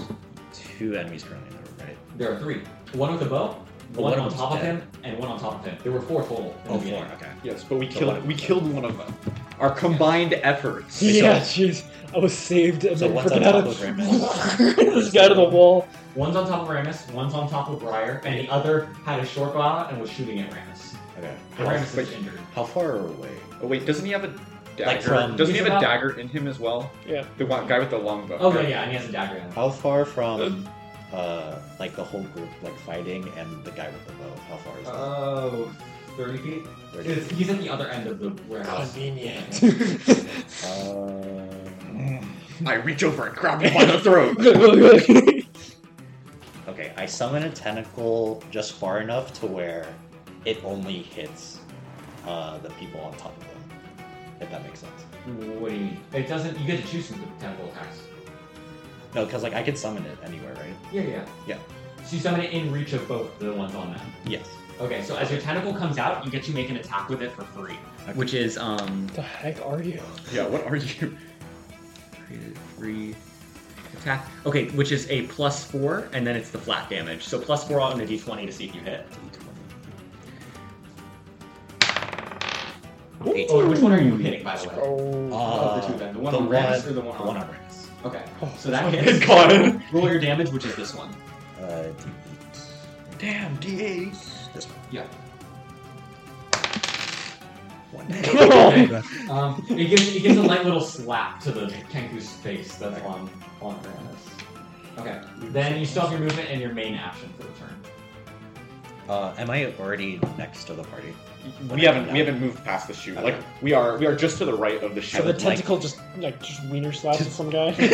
Speaker 4: two enemies currently in the room, right?
Speaker 1: There are three. One with a bow,
Speaker 4: But
Speaker 1: one
Speaker 4: one of
Speaker 1: on
Speaker 4: them's
Speaker 1: top of
Speaker 4: dead.
Speaker 1: him, and one on top of him. There were four total. in the
Speaker 4: Oh,
Speaker 1: beginning.
Speaker 4: four. Okay.
Speaker 2: Yes, but we
Speaker 4: So
Speaker 2: killed
Speaker 4: what-
Speaker 2: we killed one of them. Our combined efforts.
Speaker 3: Yeah, jeez. I was saved and
Speaker 4: So
Speaker 3: then
Speaker 4: what's
Speaker 3: freaking
Speaker 4: on
Speaker 3: out
Speaker 4: top
Speaker 3: of
Speaker 4: of Ramus?
Speaker 3: this guy to the wall.
Speaker 1: One's on top of Ramus, one's on top of Briar, and the other had a short bow out and was shooting at Ramus.
Speaker 4: Okay.
Speaker 1: And Ramus is
Speaker 2: Wait.
Speaker 1: injured.
Speaker 4: How far away?
Speaker 2: Oh wait, doesn't he have a dagger?
Speaker 4: Like from-
Speaker 2: doesn't
Speaker 1: He's
Speaker 2: he have a
Speaker 1: about-
Speaker 2: dagger in him as well?
Speaker 3: Yeah.
Speaker 2: The one, guy with the longbow.
Speaker 1: Oh yeah, yeah, and he has a dagger in him.
Speaker 4: How far from, uh, like the whole group like fighting and the guy with the bow? How far is that?
Speaker 1: Oh, 30 feet?
Speaker 4: Thirty
Speaker 1: It's, he's at the other end of the warehouse.
Speaker 3: Convenient.
Speaker 4: Um,
Speaker 2: I reach over and grab him by the throat.
Speaker 4: okay, I summon a tentacle just far enough to where it only hits uh, the people on top of them. If that makes sense.
Speaker 1: What do you mean? It doesn't, you get to choose from the temple attacks.
Speaker 4: No, because like I could summon it anywhere, right?
Speaker 1: Yeah, yeah.
Speaker 4: Yeah.
Speaker 1: So you summon it in reach of both the ones on them.
Speaker 4: Yes.
Speaker 1: Okay, so as your tentacle comes out, you get to make an attack with it for free.
Speaker 5: Which is um,
Speaker 3: the heck are you?
Speaker 2: yeah, what are you?
Speaker 5: created free attack. Okay, which is a plus four, and then it's the flat damage. So plus four on the d20 to see if you hit. Eight.
Speaker 1: Oh, which one are you hitting, by the way?
Speaker 3: Oh.
Speaker 1: Of the two of them, the one on Ramus or the one
Speaker 4: Uh, the
Speaker 1: on-
Speaker 4: one on Ramus.
Speaker 1: Okay,
Speaker 3: Oh,
Speaker 1: so that
Speaker 3: fucking
Speaker 1: hits.
Speaker 3: God.
Speaker 5: Roll your damage, which is this one.
Speaker 4: Uh, D8. Damn, D8. This one.
Speaker 1: Yeah.
Speaker 4: One.
Speaker 1: Okay. um, it gives it gives a light little slap to the Kenku's face that's on on Uranus. Okay. Then you still have your movement and your main action for the turn.
Speaker 4: Uh, am I already next to the party?
Speaker 2: We haven't we haven't moved past the chute. Like we are we are just to the right of the
Speaker 3: So
Speaker 2: chute.
Speaker 3: the
Speaker 4: would like-
Speaker 3: tentacle just like just wiener slaps some guy.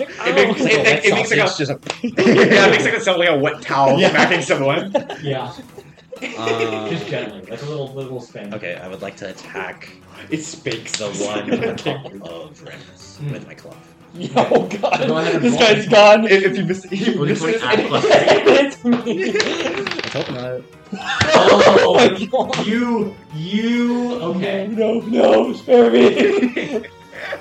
Speaker 3: Oh,
Speaker 2: It makes, it, it- it makes like a,
Speaker 4: Sausage
Speaker 2: yeah, it makes like it sound like a wet towel
Speaker 4: Yeah.
Speaker 2: smacking someone.
Speaker 1: Yeah.
Speaker 4: just a-
Speaker 1: Just
Speaker 4: Um,
Speaker 1: gently, like a little little spin.
Speaker 4: okay, I would like to attack
Speaker 2: It spakes
Speaker 4: the one on top of Remus
Speaker 1: Hmm.
Speaker 4: with my club.
Speaker 3: Oh god,
Speaker 1: Go ahead and
Speaker 3: this
Speaker 1: roll.
Speaker 3: guy's gone.
Speaker 2: if, if you miss, he
Speaker 5: Roll
Speaker 2: misses
Speaker 5: d20 add
Speaker 2: and-
Speaker 5: plus three.
Speaker 3: it's me.
Speaker 4: I hope not.
Speaker 3: Oh my
Speaker 1: Oh,
Speaker 3: god.
Speaker 1: you you okay.
Speaker 3: No, no, no, spare me.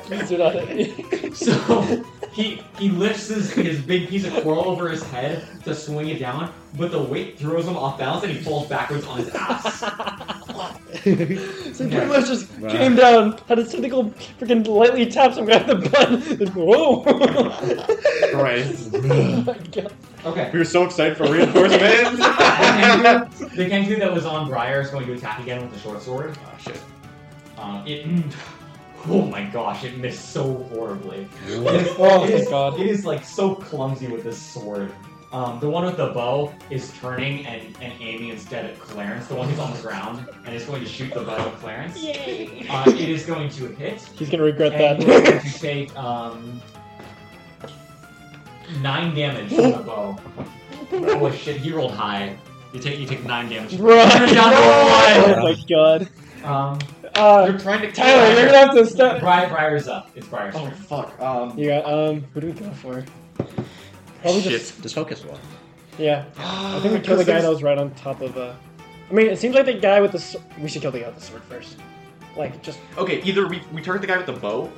Speaker 3: Please do not hit me.
Speaker 1: So he he lifts his, his big piece of coral over his head to swing it down, but the weight throws him off balance and he falls backwards on his ass.
Speaker 3: So he pretty much just
Speaker 4: Wow.
Speaker 3: came down, had a tentacle freaking lightly tap some guy in the butt. and Whoa!
Speaker 2: Christ.
Speaker 3: Oh my God.
Speaker 1: Okay.
Speaker 2: We were so excited for reinforcements.
Speaker 1: The Genku- the Genku that was on Briar is going to attack again with the short sword.
Speaker 2: oh, shit.
Speaker 1: Um, it. Oh my gosh, it missed so horribly. It is-
Speaker 3: Oh,
Speaker 1: it
Speaker 3: thank
Speaker 1: is-
Speaker 3: God.
Speaker 1: It is like so clumsy with this sword. Um, the one with the bow is turning and, and aiming instead at Clarence. The one who's on the ground and is going to shoot the bow at Clarence. Uh, it is going to hit.
Speaker 3: He's gonna regret
Speaker 1: and
Speaker 3: that.
Speaker 1: you're going to take um, nine damage from the bow. Oh shit, he rolled high. You take you take nine damage.
Speaker 3: Run!
Speaker 1: down to
Speaker 3: Oh
Speaker 1: one.
Speaker 3: my god.
Speaker 1: Um,
Speaker 3: Uh,
Speaker 2: You're trying to
Speaker 3: Tyler, you're gonna have to stop.
Speaker 1: Briar, Briar's up. It's Briar's
Speaker 2: uh, Oh
Speaker 1: turn.
Speaker 2: fuck. Um.
Speaker 3: Yeah. Um. Who do we go for? Probably just.
Speaker 4: Just focus one.
Speaker 3: Yeah. I think we kill the guy that was right on top of. Uh, I mean, it seems like the guy with the. s we should kill the guy with the sword first. Like, just
Speaker 2: Okay, either we, we target the guy with the bow,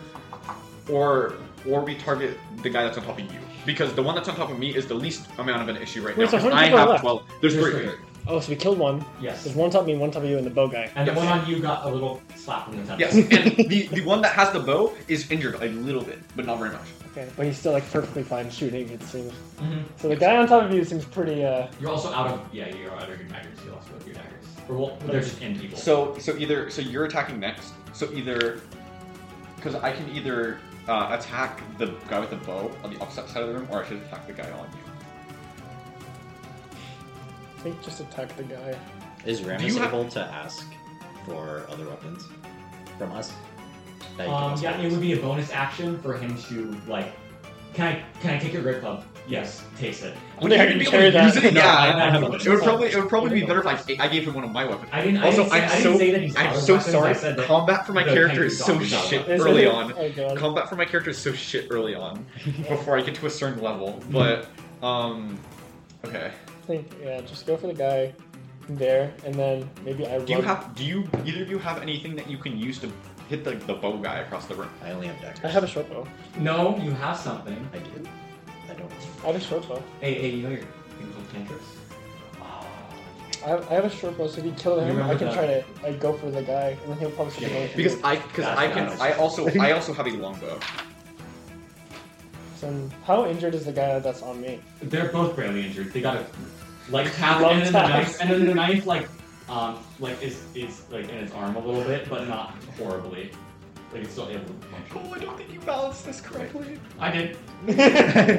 Speaker 2: or or we target the guy that's on top of you. Because the one that's on top of me is the least amount of an issue right
Speaker 3: Wait,
Speaker 2: now.
Speaker 3: so
Speaker 2: 'cause
Speaker 3: how many
Speaker 2: I
Speaker 3: people are
Speaker 2: have
Speaker 3: left?
Speaker 2: twelve. There's
Speaker 1: There's
Speaker 2: three.
Speaker 1: three.
Speaker 3: oh, so we killed one.
Speaker 1: Yes.
Speaker 3: There's one on top of me, one on top of you, and the bow guy.
Speaker 1: And the
Speaker 2: Yes.
Speaker 1: one on you got a little slap from the Mm-hmm. temple.
Speaker 2: Yes, and the, the one that has the bow is injured a little bit, but not very much.
Speaker 3: Okay, but he's still like perfectly fine shooting. It seems.
Speaker 1: Mhm.
Speaker 3: So the guy on top of you seems pretty. uh...
Speaker 1: You're also out of yeah. You're out of your daggers. You lost both your daggers. Or well, they're just in people.
Speaker 2: So so either so you're attacking next. So either because I can either uh, attack the guy with the bow on the opposite side of the room, or I should attack the guy on you.
Speaker 3: I think just attack the guy.
Speaker 4: Is Ramus
Speaker 2: you have-
Speaker 4: able to ask for other weapons from us? That you
Speaker 1: um,
Speaker 4: give us
Speaker 1: yeah, it
Speaker 4: weapons?
Speaker 1: would be a bonus action for him to like. Can I can I take your grip club? Yes, taste it.
Speaker 3: Would you
Speaker 2: be able
Speaker 3: carry
Speaker 2: to
Speaker 3: that?
Speaker 2: use it?
Speaker 1: No,
Speaker 2: yeah,
Speaker 1: I- I
Speaker 2: I-
Speaker 1: have a
Speaker 2: I- it would
Speaker 1: bunch.
Speaker 2: probably it would probably be better if I, I gave him one of my weapons.
Speaker 1: I didn't.
Speaker 2: Also,
Speaker 1: I didn't say,
Speaker 2: I'm
Speaker 1: I didn't
Speaker 2: so-
Speaker 1: say that he's out
Speaker 2: I'm
Speaker 1: of
Speaker 2: so
Speaker 1: weapons, I
Speaker 2: sorry.
Speaker 1: said that-
Speaker 2: Combat for my
Speaker 1: the
Speaker 2: character
Speaker 1: tank
Speaker 2: is
Speaker 1: is
Speaker 2: so
Speaker 1: off, he's out.
Speaker 2: shit
Speaker 3: Is
Speaker 2: early
Speaker 3: it-
Speaker 2: on.
Speaker 3: Oh god.
Speaker 2: Combat for my character is so shit early on. Before I get to a certain level, but um, okay.
Speaker 3: I think yeah, just go for the guy there, and then maybe I.
Speaker 2: Do you
Speaker 3: run-
Speaker 2: have? Do you either of you have anything that you can use to hit the, the bow guy across the room?
Speaker 4: I only have daggers.
Speaker 3: I have a short bow.
Speaker 1: No, you have something.
Speaker 4: I do. I don't.
Speaker 3: I have a short bow.
Speaker 1: Hey, hey, you know your things with cantrips.
Speaker 3: I have, I have a short bow, so if you kill
Speaker 1: You
Speaker 3: him, I
Speaker 1: remember
Speaker 3: can
Speaker 1: that.
Speaker 3: try to I go for the guy, and then he'll probably shoot
Speaker 1: Yeah,
Speaker 3: me.
Speaker 2: Because I because
Speaker 1: That's
Speaker 2: I can
Speaker 1: nice.
Speaker 2: I also I also have a longbow.
Speaker 3: So, how injured is the guy that's on me?
Speaker 1: They're both barely injured. They got a like tap
Speaker 3: Love
Speaker 1: and then the
Speaker 3: taps.
Speaker 1: knife and then the knife like um like is is like in its arm a little bit, but not horribly. Like it's still able to function.
Speaker 2: Oh, I don't think you balanced this correctly.
Speaker 1: I did.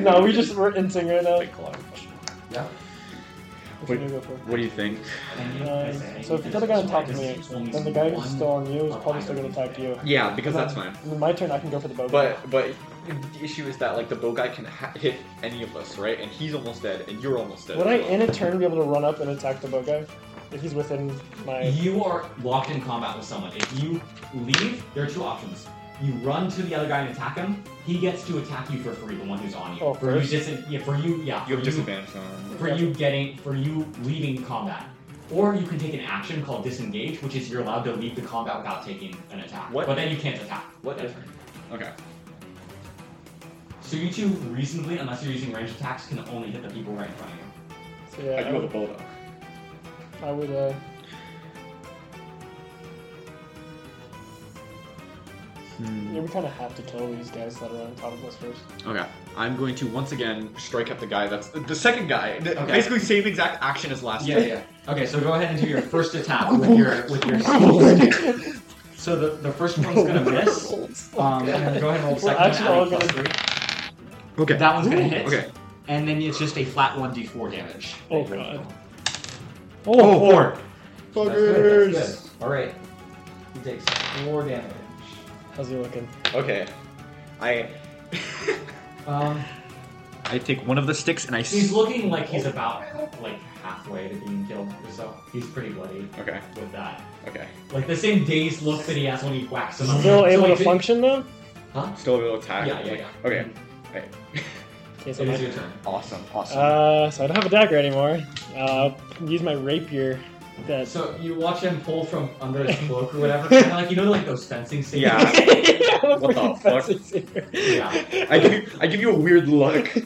Speaker 3: no, we just we're in sync right now.
Speaker 4: Big claw.
Speaker 3: Which
Speaker 2: Wait.
Speaker 3: one do we go for?
Speaker 2: What do you think?
Speaker 1: And you- I said,
Speaker 3: Um,
Speaker 1: hey,
Speaker 3: so if you
Speaker 1: this
Speaker 3: kill the guy
Speaker 1: is
Speaker 3: on top
Speaker 1: why
Speaker 3: of
Speaker 1: this
Speaker 3: me,
Speaker 1: is only
Speaker 3: then the guy
Speaker 1: one
Speaker 3: who's still on you is
Speaker 1: of
Speaker 3: probably still
Speaker 1: either
Speaker 3: gonna
Speaker 1: of
Speaker 3: attack
Speaker 1: these
Speaker 3: you.
Speaker 2: Yeah, because that's fine.
Speaker 3: In my turn, I can go for the bow.
Speaker 2: But but the issue is that like the bow guy can ha- hit any of us, right? And he's almost dead, and you're almost dead.
Speaker 3: would I,
Speaker 2: as well.
Speaker 3: in a turn, be able to run up and attack the bow guy if he's within my?
Speaker 1: You are locked in combat with someone. If you leave, there are two options. You run to the other guy and attack him. He gets to attack you for free, the one who's on you.
Speaker 3: Oh,
Speaker 1: for you,
Speaker 3: first?
Speaker 1: dis- yeah, for you, yeah,
Speaker 2: You have
Speaker 1: for you,
Speaker 2: disadvantage on.
Speaker 1: for you getting for you leaving combat. Or you can take an action called disengage, which is you're allowed to leave the combat without taking an attack.
Speaker 2: What-
Speaker 1: But then you can't attack.
Speaker 2: what
Speaker 1: that
Speaker 2: if-
Speaker 1: turn.
Speaker 2: Okay.
Speaker 1: So you two reasonably, unless you're using ranged attacks, can only hit the people right in front of you.
Speaker 3: So yeah,
Speaker 2: I
Speaker 3: I
Speaker 2: do have a
Speaker 3: would.
Speaker 2: bow though.
Speaker 3: I would uh,
Speaker 2: Hmm.
Speaker 3: yeah, we kind of have to kill these guys that are on top of us first.
Speaker 2: Okay. I'm going to once again strike at the guy that's the second guy. The-
Speaker 1: Okay.
Speaker 2: Basically, same exact action as last
Speaker 1: Yeah,
Speaker 2: time.
Speaker 1: yeah. Okay, so go ahead and do your first attack with your with your. speed. so the, the first one's gonna miss. Um, and then go ahead and roll the
Speaker 3: We're
Speaker 1: second one.
Speaker 3: actually
Speaker 1: adding
Speaker 3: all
Speaker 1: plus
Speaker 3: gonna-
Speaker 1: three.
Speaker 2: Okay.
Speaker 1: That one's gonna
Speaker 3: Ooh.
Speaker 1: hit.
Speaker 2: Okay.
Speaker 1: And then it's just a flat one d four damage.
Speaker 3: Oh, God.
Speaker 2: Oh, four.
Speaker 3: Fuckers!
Speaker 1: All right. He takes four damage.
Speaker 3: How's he looking?
Speaker 2: Okay. I
Speaker 1: Um,
Speaker 2: I take one of the sticks and I. s-
Speaker 1: he's looking like he's about like halfway to being killed or so. He's pretty bloody
Speaker 2: okay.
Speaker 1: with that.
Speaker 2: Okay.
Speaker 1: Like the same dazed look that he has when he whacks him.
Speaker 3: Still able to
Speaker 1: function.
Speaker 3: function though.
Speaker 2: Still a little attack.
Speaker 1: Yeah, yeah, yeah.
Speaker 2: Okay.
Speaker 3: Okay, so
Speaker 1: It
Speaker 3: my-
Speaker 1: is your turn.
Speaker 2: Awesome. Awesome.
Speaker 3: Uh, so I don't have a dagger anymore. Uh, use my rapier. That
Speaker 1: So you watch him pull from under his cloak or whatever, kind of like you know, like those fencing scenes.
Speaker 2: Yeah.
Speaker 3: what
Speaker 2: What the fuck?
Speaker 1: Yeah.
Speaker 2: I give I give you a weird look.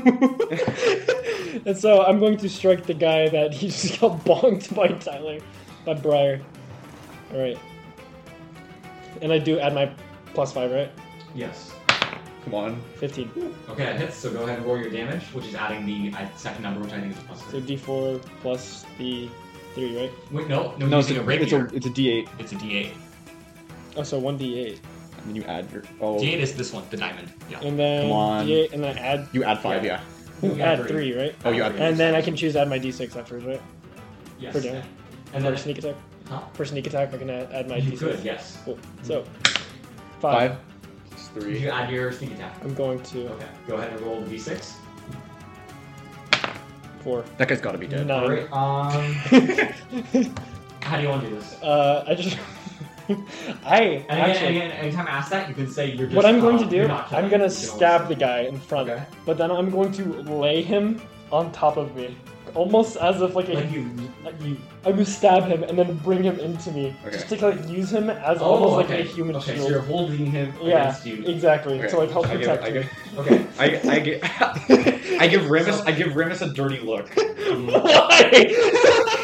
Speaker 3: and so I'm going to strike the guy that he just got bonked by Tyler, by Briar. All right. And I do add my plus five, right?
Speaker 1: Yes.
Speaker 2: Come on.
Speaker 3: 15.
Speaker 1: Okay, that hits. So go ahead and roll your damage, which is adding the uh, second number, which I think is a plus
Speaker 3: So
Speaker 1: three.
Speaker 3: d4 plus the 3, right?
Speaker 1: Wait, no, no, using a
Speaker 2: it's a
Speaker 1: rapier.
Speaker 2: it's a D8,
Speaker 1: It's a D8.
Speaker 3: Oh, so 1d8.
Speaker 2: and then you add your oh
Speaker 1: D8 is this one, the diamond. Yeah.
Speaker 3: And then
Speaker 2: Come on.
Speaker 3: d8, and then add,
Speaker 2: you add five,
Speaker 1: Yeah.
Speaker 2: yeah.
Speaker 1: You
Speaker 3: add 3, right?
Speaker 2: Oh, you add
Speaker 3: And then I can choose add my d6 afterwards, right?
Speaker 1: yes.
Speaker 3: for damage.
Speaker 1: And
Speaker 3: For
Speaker 1: then
Speaker 3: sneak attack.
Speaker 1: Huh?
Speaker 3: For sneak attack, I can add, add my
Speaker 1: You
Speaker 3: d6.
Speaker 1: could, Mm-hmm. yes.
Speaker 3: Cool. So, 5.
Speaker 2: five. It's
Speaker 1: You
Speaker 2: three.
Speaker 1: add your sneak attack.
Speaker 3: I'm going to
Speaker 1: Okay, go ahead and roll the d6.
Speaker 3: 4.
Speaker 2: That guy's got to be dead.
Speaker 3: 9.
Speaker 1: Alright, um, how do you want to do this?
Speaker 3: Uh, I just.
Speaker 1: And
Speaker 3: I
Speaker 1: again,
Speaker 3: actually.
Speaker 1: again, anytime I ask that, you can say you're just.
Speaker 3: what I'm going
Speaker 1: uh,
Speaker 3: to do,
Speaker 1: you're not killing,
Speaker 3: I'm gonna
Speaker 1: you can always-
Speaker 3: stab the guy in front,
Speaker 1: Okay.
Speaker 3: but then I'm going to lay him on top of me, almost as if like, a,
Speaker 1: Like you.
Speaker 3: like you. I'm gonna stab him and then bring him into me,
Speaker 2: Okay.
Speaker 3: just to like use him as
Speaker 1: Oh,
Speaker 3: almost
Speaker 1: okay.
Speaker 3: like a human
Speaker 1: okay,
Speaker 3: shield.
Speaker 1: so you're holding him
Speaker 3: Yeah,
Speaker 1: against you.
Speaker 3: Exactly.
Speaker 2: Okay,
Speaker 3: To like help
Speaker 2: I give,
Speaker 3: protect
Speaker 2: I
Speaker 3: him.
Speaker 2: give,
Speaker 1: Okay.
Speaker 2: I, I give, I give Remus, I give Remus a dirty look.
Speaker 3: Why?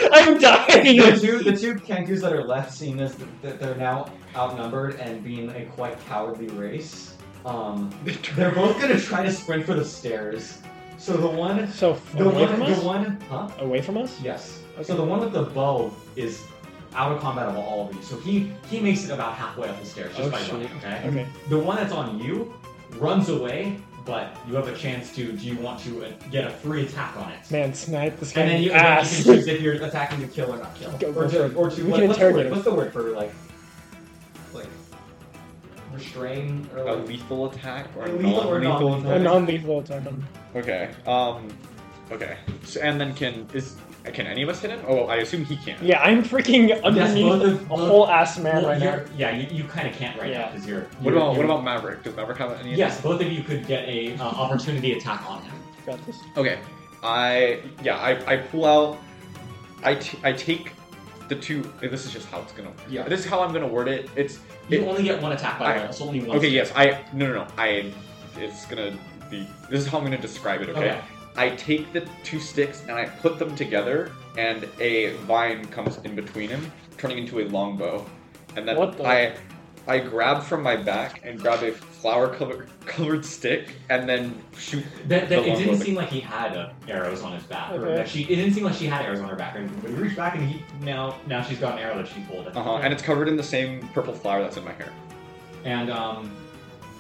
Speaker 3: I'm dying.
Speaker 1: the two the two Kankus that are left, seeing this, that they're now outnumbered and being a quite cowardly race, um, they're both gonna try to sprint for the stairs. So the one,
Speaker 3: So
Speaker 1: the
Speaker 3: away
Speaker 1: one,
Speaker 3: from
Speaker 1: the
Speaker 3: us.
Speaker 1: one, huh?
Speaker 3: Away from us.
Speaker 1: Yes.
Speaker 3: Okay.
Speaker 1: So the one with the bow is out of combat of all of you. So he he makes it about halfway up the stairs just
Speaker 3: Oh,
Speaker 1: by
Speaker 3: shoot.
Speaker 1: running. Okay.
Speaker 3: Okay.
Speaker 1: The one that's on you runs away, but you have a chance to. Do you want to uh, get a free attack on it?
Speaker 3: Man, snipe this guy
Speaker 1: And then
Speaker 3: in
Speaker 1: you,
Speaker 3: the
Speaker 1: and then
Speaker 3: ass.
Speaker 1: you can choose if you're attacking to kill or not kill.
Speaker 3: Go- go
Speaker 1: or
Speaker 3: for
Speaker 1: to,
Speaker 3: it.
Speaker 1: or to
Speaker 3: We
Speaker 1: what-
Speaker 3: can
Speaker 1: what's the word-
Speaker 3: interrogate him.
Speaker 1: What's the word for like, like restrain or
Speaker 2: A
Speaker 1: like?
Speaker 2: lethal attack or
Speaker 1: A lethal or
Speaker 2: non-lethal
Speaker 1: non-lethal.
Speaker 3: A non-lethal attack on him.
Speaker 2: Okay. Um. Okay. So, and then can is can any of us hit him? Oh, I assume he can.
Speaker 3: Yeah, I'm freaking
Speaker 1: both
Speaker 3: underneath
Speaker 1: of-
Speaker 3: a
Speaker 1: both-
Speaker 3: whole ass man
Speaker 1: Well,
Speaker 3: right now.
Speaker 1: you're- Yeah, you, you kind of can't right now
Speaker 3: Yeah.
Speaker 1: because you're.
Speaker 2: What
Speaker 1: you're-
Speaker 2: about what
Speaker 1: you're-
Speaker 2: about Maverick? Does Maverick have any?
Speaker 1: Yes, both of you could get a uh, opportunity attack on him.
Speaker 3: Got this.
Speaker 2: Okay. I yeah. I, I pull out. I, t- I take the two. This is just how it's gonna.
Speaker 1: Yeah.
Speaker 2: This is how I'm gonna word it. It's.
Speaker 1: You
Speaker 2: it-
Speaker 1: only get one attack by
Speaker 2: I-
Speaker 1: roll, so only one.
Speaker 2: okay. Yes. I no no no. I. It's gonna be. This is how I'm gonna describe it.
Speaker 1: Okay.
Speaker 2: I take the two sticks and I put them together, and a vine comes in between them, turning into a longbow. And then
Speaker 3: What the-
Speaker 2: I, I grab from my back and grab a flower-colored colored stick, and then shoot.
Speaker 1: That, that,
Speaker 2: the
Speaker 1: it
Speaker 2: longbow.
Speaker 1: didn't seem like he had uh, arrows on his back. Or
Speaker 3: Okay.
Speaker 1: that she, it didn't seem like she had arrows on her back. And when you reach back, and he now now she's got an arrow that she pulled.
Speaker 2: Uh huh. And it's covered in the same purple flower that's in my hair.
Speaker 1: And um,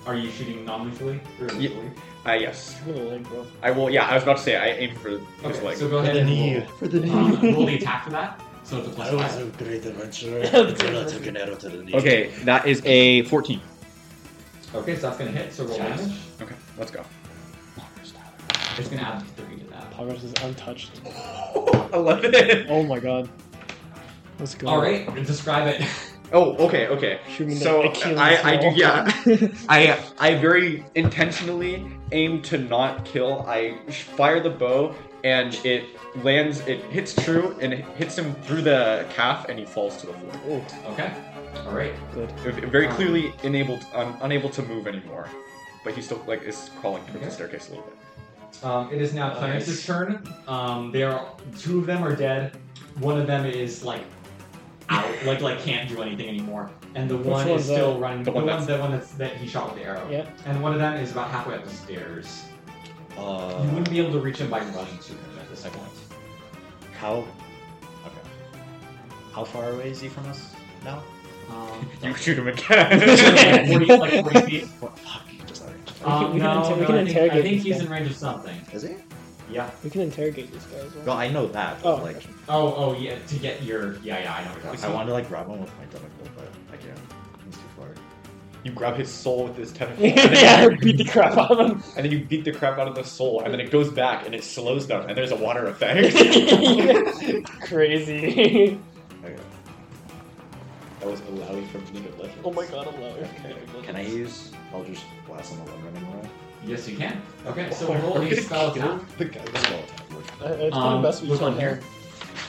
Speaker 1: are you shooting non-lethally or
Speaker 2: Ye-
Speaker 1: lethally?
Speaker 2: I Ah, yes.
Speaker 3: I'm gonna leg bro.
Speaker 2: I will. Yeah. I was about to say I aim for his
Speaker 1: Okay,
Speaker 2: leg.
Speaker 1: so go
Speaker 4: For
Speaker 1: ahead
Speaker 4: the
Speaker 1: and
Speaker 4: knee.
Speaker 1: roll,
Speaker 4: For the
Speaker 1: um, roll the attack for that. So it's a plus
Speaker 4: I was
Speaker 1: five.
Speaker 4: a great adventurer until I took an arrow to the knee.
Speaker 2: okay, that is a fourteen.
Speaker 1: Okay, so that's gonna hit. So roll
Speaker 4: Yes.
Speaker 1: damage.
Speaker 2: Okay, let's go.
Speaker 1: It's gonna add three to that.
Speaker 3: Progress is untouched.
Speaker 2: Eleven.
Speaker 3: Oh my god. Let's go.
Speaker 1: All right, describe it.
Speaker 2: Oh, okay, okay.
Speaker 3: Shoot me in the
Speaker 2: So
Speaker 3: Achilles
Speaker 2: I, I do,
Speaker 3: heel.
Speaker 2: yeah. I I very intentionally aim to not kill. I sh- fire the bow and it lands. It hits true and it hits him through the calf and he falls to the floor.
Speaker 3: oh,
Speaker 1: Okay. All right.
Speaker 3: good.
Speaker 2: V- Very clearly enabled, um, unable to move anymore, but he still like is crawling towards the
Speaker 1: Okay.
Speaker 2: staircase a little bit.
Speaker 1: Um, it is now Clarence's turn. Um, they are two of them are dead. One of them is like out, like like can't do anything anymore, and the one
Speaker 3: one's
Speaker 1: is still running.
Speaker 2: The
Speaker 1: The,
Speaker 2: one
Speaker 1: one's the one that's, that he shot with the arrow.
Speaker 3: Yeah.
Speaker 1: And one of them is about halfway up the stairs.
Speaker 4: Uh,
Speaker 1: You wouldn't be able to reach him by running to him at this point.
Speaker 4: How? Okay. How far away is he from us now?
Speaker 1: Um,
Speaker 2: You
Speaker 1: like,
Speaker 2: shoot him
Speaker 1: like
Speaker 2: again.
Speaker 1: 40, like 40 feet.
Speaker 4: What? Fuck. Sorry.
Speaker 1: Um,
Speaker 3: we can
Speaker 1: no,
Speaker 3: inter- we
Speaker 1: no, I think,
Speaker 3: can
Speaker 1: I
Speaker 3: interrogate
Speaker 1: think
Speaker 3: this
Speaker 1: he's
Speaker 3: guy.
Speaker 1: in range of something.
Speaker 4: Is he?
Speaker 1: Yeah.
Speaker 3: We can interrogate this guy as
Speaker 4: No,
Speaker 3: well.
Speaker 4: I know that.
Speaker 3: Oh,
Speaker 4: But, like,
Speaker 1: Oh, oh, yeah. To get your, yeah, yeah, I know. what you're
Speaker 4: I
Speaker 1: talking about.
Speaker 4: want to like grab him with my tentacle, but I can't. He's too far.
Speaker 2: you grab his soul with his tentacle. and
Speaker 3: yeah,
Speaker 2: then you-
Speaker 3: beat the crap out of him.
Speaker 2: And then you beat the crap out of the soul, and then it goes back and it slows down, and there's a water effect.
Speaker 3: Crazy.
Speaker 2: Okay. That was Alawi from League of Legends.
Speaker 3: oh my god, I'm low.
Speaker 4: Can I use Eldritch Blast on the one running away?
Speaker 1: Yes, you can. Okay, so roll a spell attack.
Speaker 2: The guy
Speaker 4: Spell attack works.
Speaker 3: Uh, Oh, it's
Speaker 1: Um,
Speaker 3: the best we
Speaker 1: which
Speaker 3: can
Speaker 1: one here?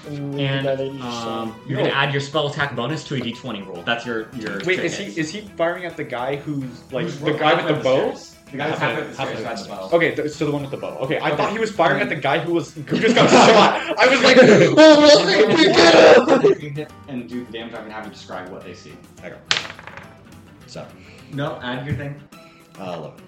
Speaker 3: And,
Speaker 5: And
Speaker 3: that you
Speaker 1: uh,
Speaker 5: um,
Speaker 3: saw.
Speaker 5: you're gonna add your spell attack bonus to a d20 roll. That's your your.
Speaker 2: Wait,
Speaker 5: to
Speaker 2: is he
Speaker 5: hit.
Speaker 2: is he firing at the guy who's like
Speaker 1: Who's
Speaker 2: the guy with
Speaker 1: halfway
Speaker 2: the
Speaker 1: up
Speaker 2: bow?
Speaker 1: stairs? The guy that's halfway up the stairs got the bow.
Speaker 2: Okay, th- so the one with the bow. Okay, I
Speaker 1: Okay.
Speaker 2: thought he was firing at the guy who was who just got shot. I was like, oh, we did it!
Speaker 1: You hit and do the damage. I can have you describe what they see.
Speaker 4: Sorry.
Speaker 1: No, add your thing.
Speaker 4: Uh, look.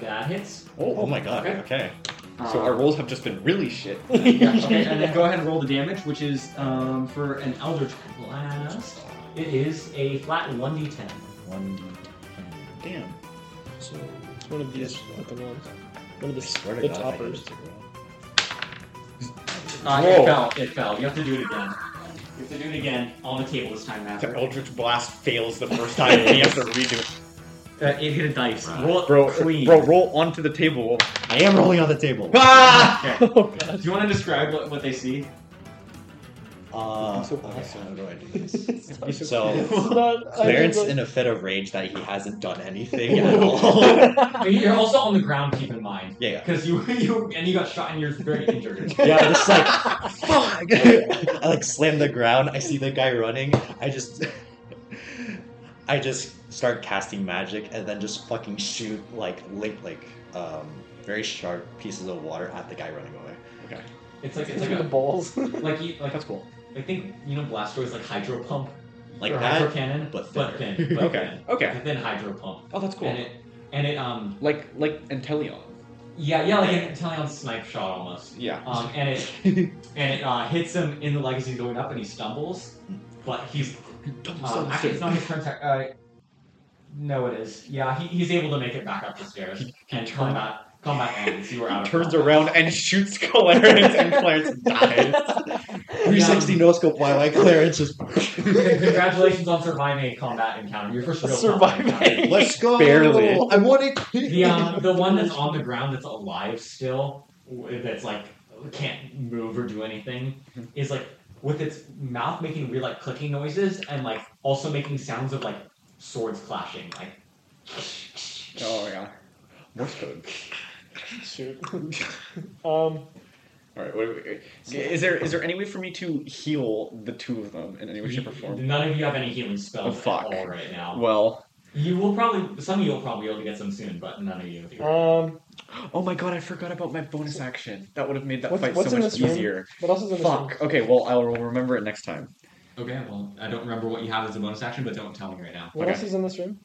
Speaker 1: That hits.
Speaker 4: Oh, oh my god.
Speaker 1: Okay.
Speaker 4: Okay.
Speaker 2: oh. So
Speaker 1: Um,
Speaker 2: our rolls have just been really shit.
Speaker 1: yeah, okay, and then go ahead and roll the damage, which is um, for an Eldritch Blast. It is a flat 1d10.
Speaker 4: One. Damn. So.
Speaker 3: It's one of these fucking ones. One of the,
Speaker 4: I swear to
Speaker 3: the
Speaker 4: god. I hit
Speaker 3: toppers.
Speaker 4: it to roll.
Speaker 1: Uh,
Speaker 2: Whoa.
Speaker 1: it fell. It fell. You have to do it again. You have to do it again on the table this time,
Speaker 2: The
Speaker 1: Maverick.
Speaker 2: Eldritch Blast fails the first time and he has to redo it.
Speaker 5: Uh, it hit a dice. Roll it
Speaker 2: Bro,
Speaker 5: clean.
Speaker 2: bro, roll onto the table.
Speaker 4: I am rolling on the table.
Speaker 2: Ah!
Speaker 1: Okay.
Speaker 3: Oh god.
Speaker 1: Do you want to describe what, what they see?
Speaker 4: Uh,
Speaker 2: so
Speaker 4: okay, so how do I do this?
Speaker 3: It's not-
Speaker 4: So
Speaker 3: it's not- I
Speaker 4: Clarence
Speaker 3: don't
Speaker 4: in a fit of rage that he hasn't done anything at
Speaker 3: know.
Speaker 4: all.
Speaker 1: I mean, You're also on the ground. Keep in mind,
Speaker 4: yeah.
Speaker 1: because you you and you got shot and you're very injured.
Speaker 4: Yeah, I'm just like fuck. I like slam the ground. I see the guy running. I just, I just start casting magic and then just fucking shoot like lick like um very sharp pieces of water at the guy running away.
Speaker 1: It's like it's like
Speaker 3: the
Speaker 1: a
Speaker 3: balls.
Speaker 1: like you, like
Speaker 2: That's cool.
Speaker 1: I think you know Blastoise like hydro pump
Speaker 4: Like
Speaker 1: or hydro
Speaker 4: that.
Speaker 1: cannon,
Speaker 4: but
Speaker 1: but
Speaker 4: thinner.
Speaker 1: thin, but
Speaker 2: Okay,
Speaker 1: thin.
Speaker 2: okay.
Speaker 1: Like a thin hydro pump.
Speaker 2: Oh, that's
Speaker 1: And it and it um
Speaker 2: Like, like Inteleon.
Speaker 1: yeah yeah like an Italian snipe shot almost.
Speaker 2: Yeah.
Speaker 1: Um and it and it uh, hits him in the legacy going up and he stumbles, but he's um, actually it's not his turn. To, uh, no, it is. Yeah, he, he's able to make it back up the stairs and combat combat ends. You were out.
Speaker 2: He
Speaker 1: of
Speaker 2: turns
Speaker 1: combat.
Speaker 2: around and shoots Clarence, and Clarence dies.
Speaker 4: 360 no scope YY Clarence just
Speaker 1: Congratulations on surviving a combat encounter. Your first real
Speaker 3: Surviving.
Speaker 1: combat encounter.
Speaker 4: Let's go!
Speaker 2: Barely.
Speaker 4: I want it.
Speaker 1: The um, the one that's on the ground that's alive still, w- that's like can't move or do anything,
Speaker 2: Mm-hmm.
Speaker 1: is like with its mouth making weird like clicking noises and like also making sounds of like swords clashing. Like
Speaker 2: Oh, yeah. Morse code.
Speaker 3: Shoot. Um,
Speaker 2: All right. Wait, wait, wait. Is there is there any way for me to heal the two of them in any way, shape, or form?
Speaker 1: none of you have any healing spells
Speaker 2: Oh, fuck.
Speaker 1: at all right now.
Speaker 2: Well,
Speaker 1: You will probably some of you will probably be able to get some soon, but none of you.
Speaker 3: um,
Speaker 2: oh my god, I forgot about my bonus action. That would have made that
Speaker 3: What's-
Speaker 2: fight
Speaker 3: what's
Speaker 2: so
Speaker 3: in
Speaker 2: much
Speaker 3: this room?
Speaker 2: easier.
Speaker 3: what else is in this room?
Speaker 2: Fuck. Okay. Well, I will remember it next time.
Speaker 1: Okay, well I don't remember what you have as a bonus action, but don't tell me right now.
Speaker 3: What
Speaker 2: Okay.
Speaker 3: else is in this room?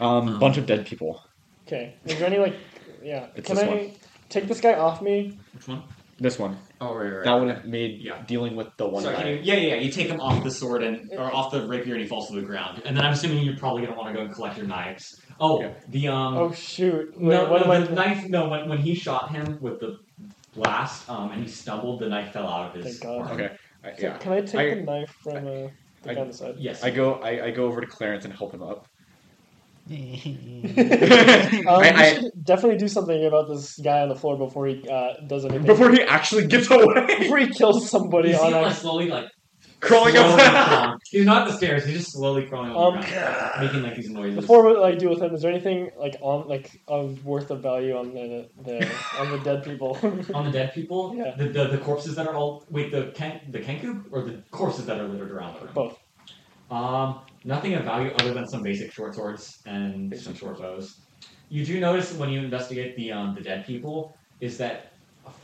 Speaker 2: Um, bunch of dead people.
Speaker 3: Okay. Is there any like, yeah?
Speaker 2: It's
Speaker 3: Can
Speaker 2: this
Speaker 3: I
Speaker 2: one.
Speaker 3: take this guy off me?
Speaker 1: Which one?
Speaker 2: This one.
Speaker 1: Oh right, right.
Speaker 2: That would have made
Speaker 1: Yeah.
Speaker 2: dealing with the one
Speaker 1: Sorry,
Speaker 2: guy.
Speaker 1: can you- yeah, yeah, yeah. You take him off the sword and or off the rapier, and he falls to the ground. And then I'm assuming you're probably gonna want to go and collect your knives. Oh,
Speaker 2: Yeah.
Speaker 1: the um.
Speaker 3: Oh shoot! Wait,
Speaker 1: no,
Speaker 3: what
Speaker 1: no,
Speaker 3: am
Speaker 1: the
Speaker 3: I?
Speaker 1: knife. No, when, when he shot him with the blast, um, and he stumbled, the knife fell out of his.
Speaker 3: Thank God.
Speaker 1: arm.
Speaker 2: Okay. I,
Speaker 3: So
Speaker 2: yeah.
Speaker 3: Can I take
Speaker 2: I-
Speaker 3: the knife from uh, the
Speaker 2: I-
Speaker 3: guy on the side?
Speaker 1: Yes.
Speaker 2: I go. I, I go over to Clarence and help him up.
Speaker 3: Um,
Speaker 2: I-
Speaker 3: we
Speaker 2: I-
Speaker 3: should definitely do something about this guy on the floor before he uh, does anything.
Speaker 2: before he actually gets away,
Speaker 3: Before he kills somebody
Speaker 1: you see
Speaker 3: on
Speaker 1: him like,
Speaker 3: accident.
Speaker 1: slowly like
Speaker 2: crawling
Speaker 1: slowly
Speaker 2: up.
Speaker 1: crawling. He's not at the stairs. He's just slowly crawling on
Speaker 3: Um,
Speaker 1: the ground, making like these noises.
Speaker 3: Before we like deal with him, is there anything like on like of worth of value on the, the on the dead people?
Speaker 1: on the dead people,
Speaker 3: Yeah.
Speaker 1: the, the the corpses that are all wait the ken, the kenku or the corpses that are littered around the room.
Speaker 3: Both.
Speaker 1: Um, nothing of value other than some basic short swords and some short bows. You do notice when you investigate the um, the dead people is that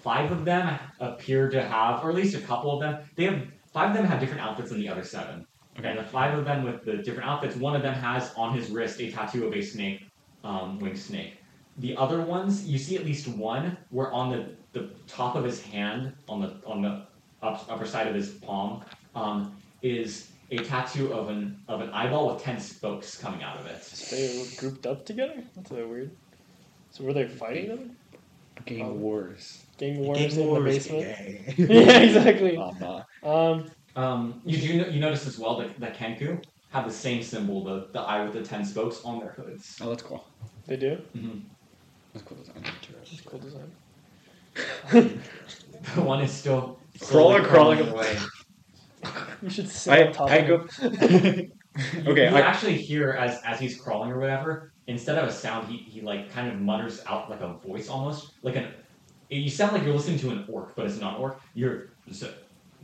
Speaker 1: five of them appear to have, or at least a couple of them, they have five of them have different outfits than the other seven.
Speaker 2: Okay.
Speaker 1: And the five of them with the different outfits, one of them has on his wrist a tattoo of a snake, um, winged snake. The other ones, you see at least one where on the, the top of his hand, on the on the up, upper side of his palm, um, is a tattoo of an of an eyeball with ten spokes coming out of it.
Speaker 3: They were grouped up together. That's so weird. So were they fighting them?
Speaker 2: Game wars.
Speaker 3: Gang wars in the basement.
Speaker 4: basement.
Speaker 3: yeah, exactly.
Speaker 2: Oh, nah.
Speaker 3: Um,
Speaker 1: Um, you do no- you notice as well that, that Kenku have the same symbol, the, the eye with the ten spokes on their hoods.
Speaker 2: Oh, that's cool.
Speaker 3: they do.
Speaker 1: Mhm.
Speaker 2: That's cool design.
Speaker 3: It's cool design.
Speaker 1: The one is still
Speaker 2: Crawler
Speaker 1: slowly
Speaker 2: crawling
Speaker 1: away.
Speaker 3: You should sit
Speaker 2: I,
Speaker 3: on top
Speaker 2: I
Speaker 3: of him.
Speaker 2: go. okay,
Speaker 1: You, you
Speaker 2: I,
Speaker 1: actually hear as as he's crawling or whatever. Instead of a sound, he, he like kind of mutters out like a voice almost like an. You sound like you're listening to an orc, but it's not orc. You're Z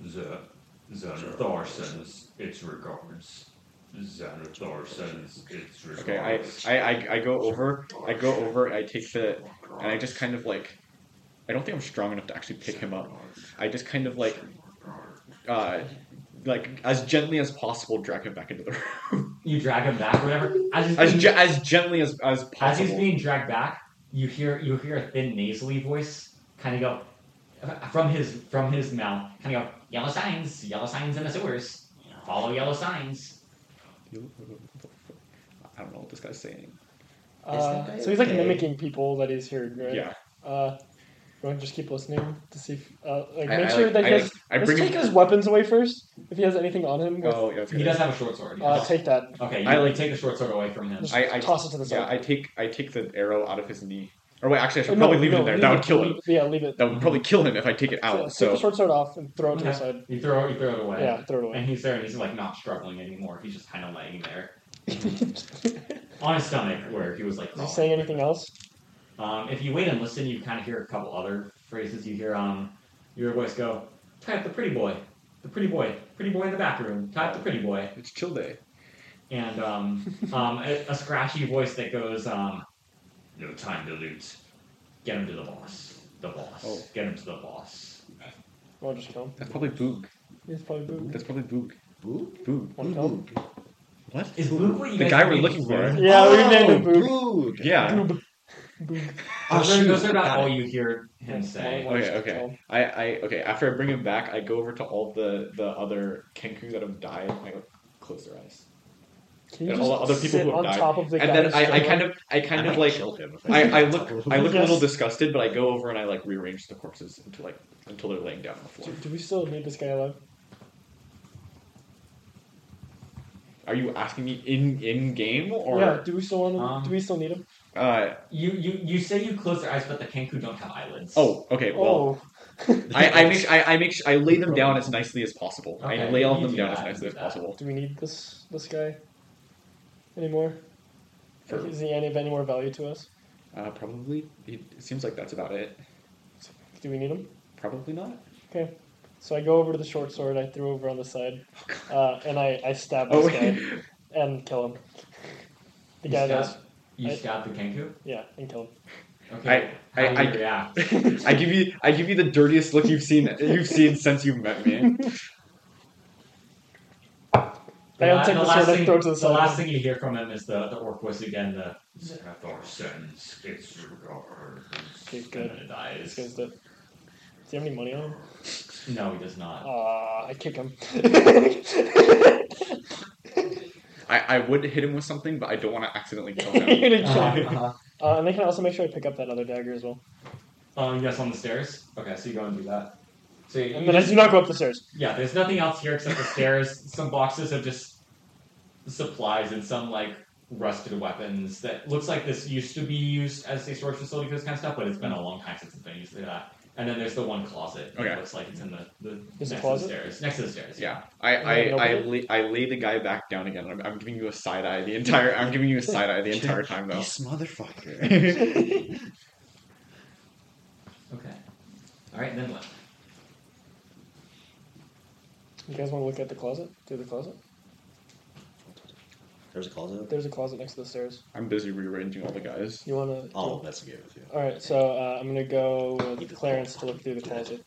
Speaker 1: Z Xanathar sends its regards. Xanathar sends its regards.
Speaker 2: okay, I, I, I, I go over. I go over. I take the, and I just kind of like. I don't think I'm strong enough to actually pick him up. I just kind of like, uh, like as gently as possible drag him back into the room.
Speaker 1: you drag him back or whatever. As he's
Speaker 2: as
Speaker 1: being-
Speaker 2: ge- as gently as
Speaker 1: as
Speaker 2: as
Speaker 1: he's
Speaker 2: possible.
Speaker 1: being dragged back, you hear you hear a thin nasally voice kind of go from his from his mouth, kind of go yellow signs, yellow signs in the sewers. Follow yellow signs.
Speaker 2: I don't know what this guy's saying.
Speaker 3: Uh, so he's like mimicking people that he's hearing, right?
Speaker 2: Yeah,
Speaker 3: Uh, you want to just keep listening to see if, uh, like,
Speaker 2: I-
Speaker 3: make
Speaker 2: I
Speaker 3: sure
Speaker 2: like-
Speaker 3: that
Speaker 2: I
Speaker 3: he has.
Speaker 2: like- I
Speaker 3: let's
Speaker 2: bring him-
Speaker 3: take his weapons away first. If he has anything on him, with-
Speaker 2: Oh, yeah, that's
Speaker 1: He
Speaker 2: good.
Speaker 1: does have a short sword.
Speaker 3: uh,
Speaker 1: yes.
Speaker 3: take that.
Speaker 1: okay, you
Speaker 2: I-
Speaker 1: like take the short sword away from him.
Speaker 3: Just
Speaker 2: I- I-
Speaker 3: toss it to the side.
Speaker 2: Yeah, I take I take the arrow out of his knee. Or wait, actually, I
Speaker 3: Uh,
Speaker 2: should
Speaker 3: no,
Speaker 2: probably leave
Speaker 3: no,
Speaker 2: it in there. That would kill
Speaker 3: leave
Speaker 2: him.
Speaker 3: it- Yeah, leave it.
Speaker 2: That would probably kill him if I take it
Speaker 3: Yeah,
Speaker 2: out.
Speaker 3: take the
Speaker 2: So
Speaker 3: short sword off and throw it to the
Speaker 1: Okay.
Speaker 3: side.
Speaker 1: You throw you throw it away.
Speaker 3: Yeah, throw it away.
Speaker 1: And he's there and he's like not struggling anymore. He's just kind of laying there on his stomach where he was like.
Speaker 3: Is he
Speaker 1: crawling.
Speaker 3: saying anything else?
Speaker 1: Um, if you wait and listen, you kind of hear a couple other phrases. You hear um, you hear a voice go, "Tie up the pretty boy, the pretty boy, pretty boy in the back room. Tie up the pretty boy."
Speaker 2: it's chill day.
Speaker 1: and um, um, a, a scratchy voice that goes, um, "No time to lose. Get him to the boss. The boss.
Speaker 2: Oh.
Speaker 1: Get him to the boss."
Speaker 3: Well, just kill him.
Speaker 2: That's probably Boog.
Speaker 3: He's probably booed.
Speaker 2: That's probably Boog.
Speaker 4: Boog?
Speaker 2: Boog.
Speaker 3: Want to kill him?
Speaker 4: What?
Speaker 1: Is Luke what you
Speaker 2: The
Speaker 1: guys
Speaker 2: guy
Speaker 1: are
Speaker 2: we're
Speaker 1: named
Speaker 2: looking for.
Speaker 1: Luke?
Speaker 3: Yeah, we
Speaker 4: Oh,
Speaker 3: named him Boog.
Speaker 4: Boog.
Speaker 2: Yeah.
Speaker 3: Boob. Boob.
Speaker 4: Oh,
Speaker 1: Those are-
Speaker 4: shoot.
Speaker 1: those are about
Speaker 4: Got
Speaker 1: all
Speaker 4: it.
Speaker 1: you hear him
Speaker 3: Yeah,
Speaker 1: say.
Speaker 3: well,
Speaker 2: Okay,
Speaker 3: just
Speaker 2: okay.
Speaker 3: kill him.
Speaker 2: I, I okay. After I bring him back, I go over to all the the other Kenku that have died, and I go, close their eyes.
Speaker 3: Can you
Speaker 2: And
Speaker 3: just
Speaker 2: all the other people
Speaker 3: sit
Speaker 2: who have
Speaker 3: on
Speaker 2: died.
Speaker 3: top of the
Speaker 2: and
Speaker 3: guy's
Speaker 2: then I, I
Speaker 3: shoulder?
Speaker 2: kind of I kind
Speaker 4: I
Speaker 2: of
Speaker 4: might
Speaker 2: like
Speaker 4: kill him if
Speaker 2: I, I
Speaker 4: can
Speaker 2: look
Speaker 4: topple him.
Speaker 2: I look a
Speaker 3: Yes.
Speaker 2: little disgusted, but I go over and I like rearrange the corpses into like until they're laying down on the
Speaker 3: Do,
Speaker 2: floor.
Speaker 3: do we still need this guy alive?
Speaker 2: Are you asking me in in game or
Speaker 3: yeah. Do we still want him?
Speaker 1: Um,
Speaker 3: do we still need him?
Speaker 2: uh
Speaker 1: You, you you say you close their eyes, but the Kenku don't have eyelids.
Speaker 2: oh okay well
Speaker 3: Oh,
Speaker 2: I, I make I, I make I lay them down as nicely as possible. I
Speaker 1: Okay,
Speaker 2: lay all
Speaker 1: you
Speaker 2: of
Speaker 1: do
Speaker 2: them down as
Speaker 1: that,
Speaker 2: nicely
Speaker 1: you do
Speaker 2: as
Speaker 1: that.
Speaker 2: possible.
Speaker 3: do we need this this guy anymore?
Speaker 2: For-
Speaker 3: Like, is he any of any more value to us?
Speaker 2: Uh, probably it seems like that's about it.
Speaker 3: Do we need him?
Speaker 2: Probably not.
Speaker 3: Okay. So I go over to the short sword I threw over on the side, uh, and I, I stab
Speaker 2: Oh,
Speaker 3: this guy and kill him. The
Speaker 1: you
Speaker 3: guy
Speaker 1: stab,
Speaker 3: does.
Speaker 1: you
Speaker 3: I-
Speaker 1: stab the Kenku.
Speaker 3: Yeah, and kill him.
Speaker 1: Okay,
Speaker 2: I-
Speaker 1: how do you
Speaker 2: I-
Speaker 1: react?
Speaker 2: I give you I give you the dirtiest look you've seen you've seen since you met me.
Speaker 3: I
Speaker 1: la-
Speaker 3: don't take the,
Speaker 1: last
Speaker 3: sword and
Speaker 1: thing-
Speaker 3: throw it to the
Speaker 1: the
Speaker 3: side.
Speaker 1: last thing you hear from him is the, the orc voice again. The "Set our sentence, it's your guard."
Speaker 3: Okay,
Speaker 1: And
Speaker 3: good.
Speaker 1: then it
Speaker 3: This
Speaker 1: dies.
Speaker 3: guy's dead. Does he have any money on him?
Speaker 1: No, he does not.
Speaker 3: Uh, I kick him.
Speaker 2: I, I would hit him with something, but I don't want to accidentally kill
Speaker 3: You're
Speaker 2: him.
Speaker 3: gonna kill
Speaker 1: Uh-huh,
Speaker 3: him.
Speaker 1: uh-huh.
Speaker 3: Uh, and they can also make sure I pick up that other dagger as well.
Speaker 1: Um, yes, on the stairs. Okay, so you go and do that. So you,
Speaker 3: And then I do not go up the stairs.
Speaker 1: yeah, there's nothing else here except the stairs. Some boxes of just supplies and some like rusted weapons that looks like this used to be used as a storage facility for this kind of stuff, but it's been a long time since it's been used for that. And then there's the one closet.
Speaker 2: Okay.
Speaker 1: It looks like it's in the, the next
Speaker 3: There's a
Speaker 1: to the
Speaker 3: closet?
Speaker 1: stairs. Next to the stairs.
Speaker 2: Yeah, I I, I, lay, I lay the guy back down again. I'm, I'm giving you a side eye the entire. I'm giving you a side eye the entire time though.
Speaker 4: This motherfucker.
Speaker 2: I
Speaker 1: Okay. All right, then what?
Speaker 3: You guys want to look at the closet? Through the closet?
Speaker 4: There's a closet. up there.
Speaker 3: There's a closet next to the stairs.
Speaker 2: am busy rearranging all the guys.
Speaker 3: You want to?
Speaker 4: I'll investigate with you.
Speaker 3: All right, so uh, I'm gonna go with Clarence to look through the closet.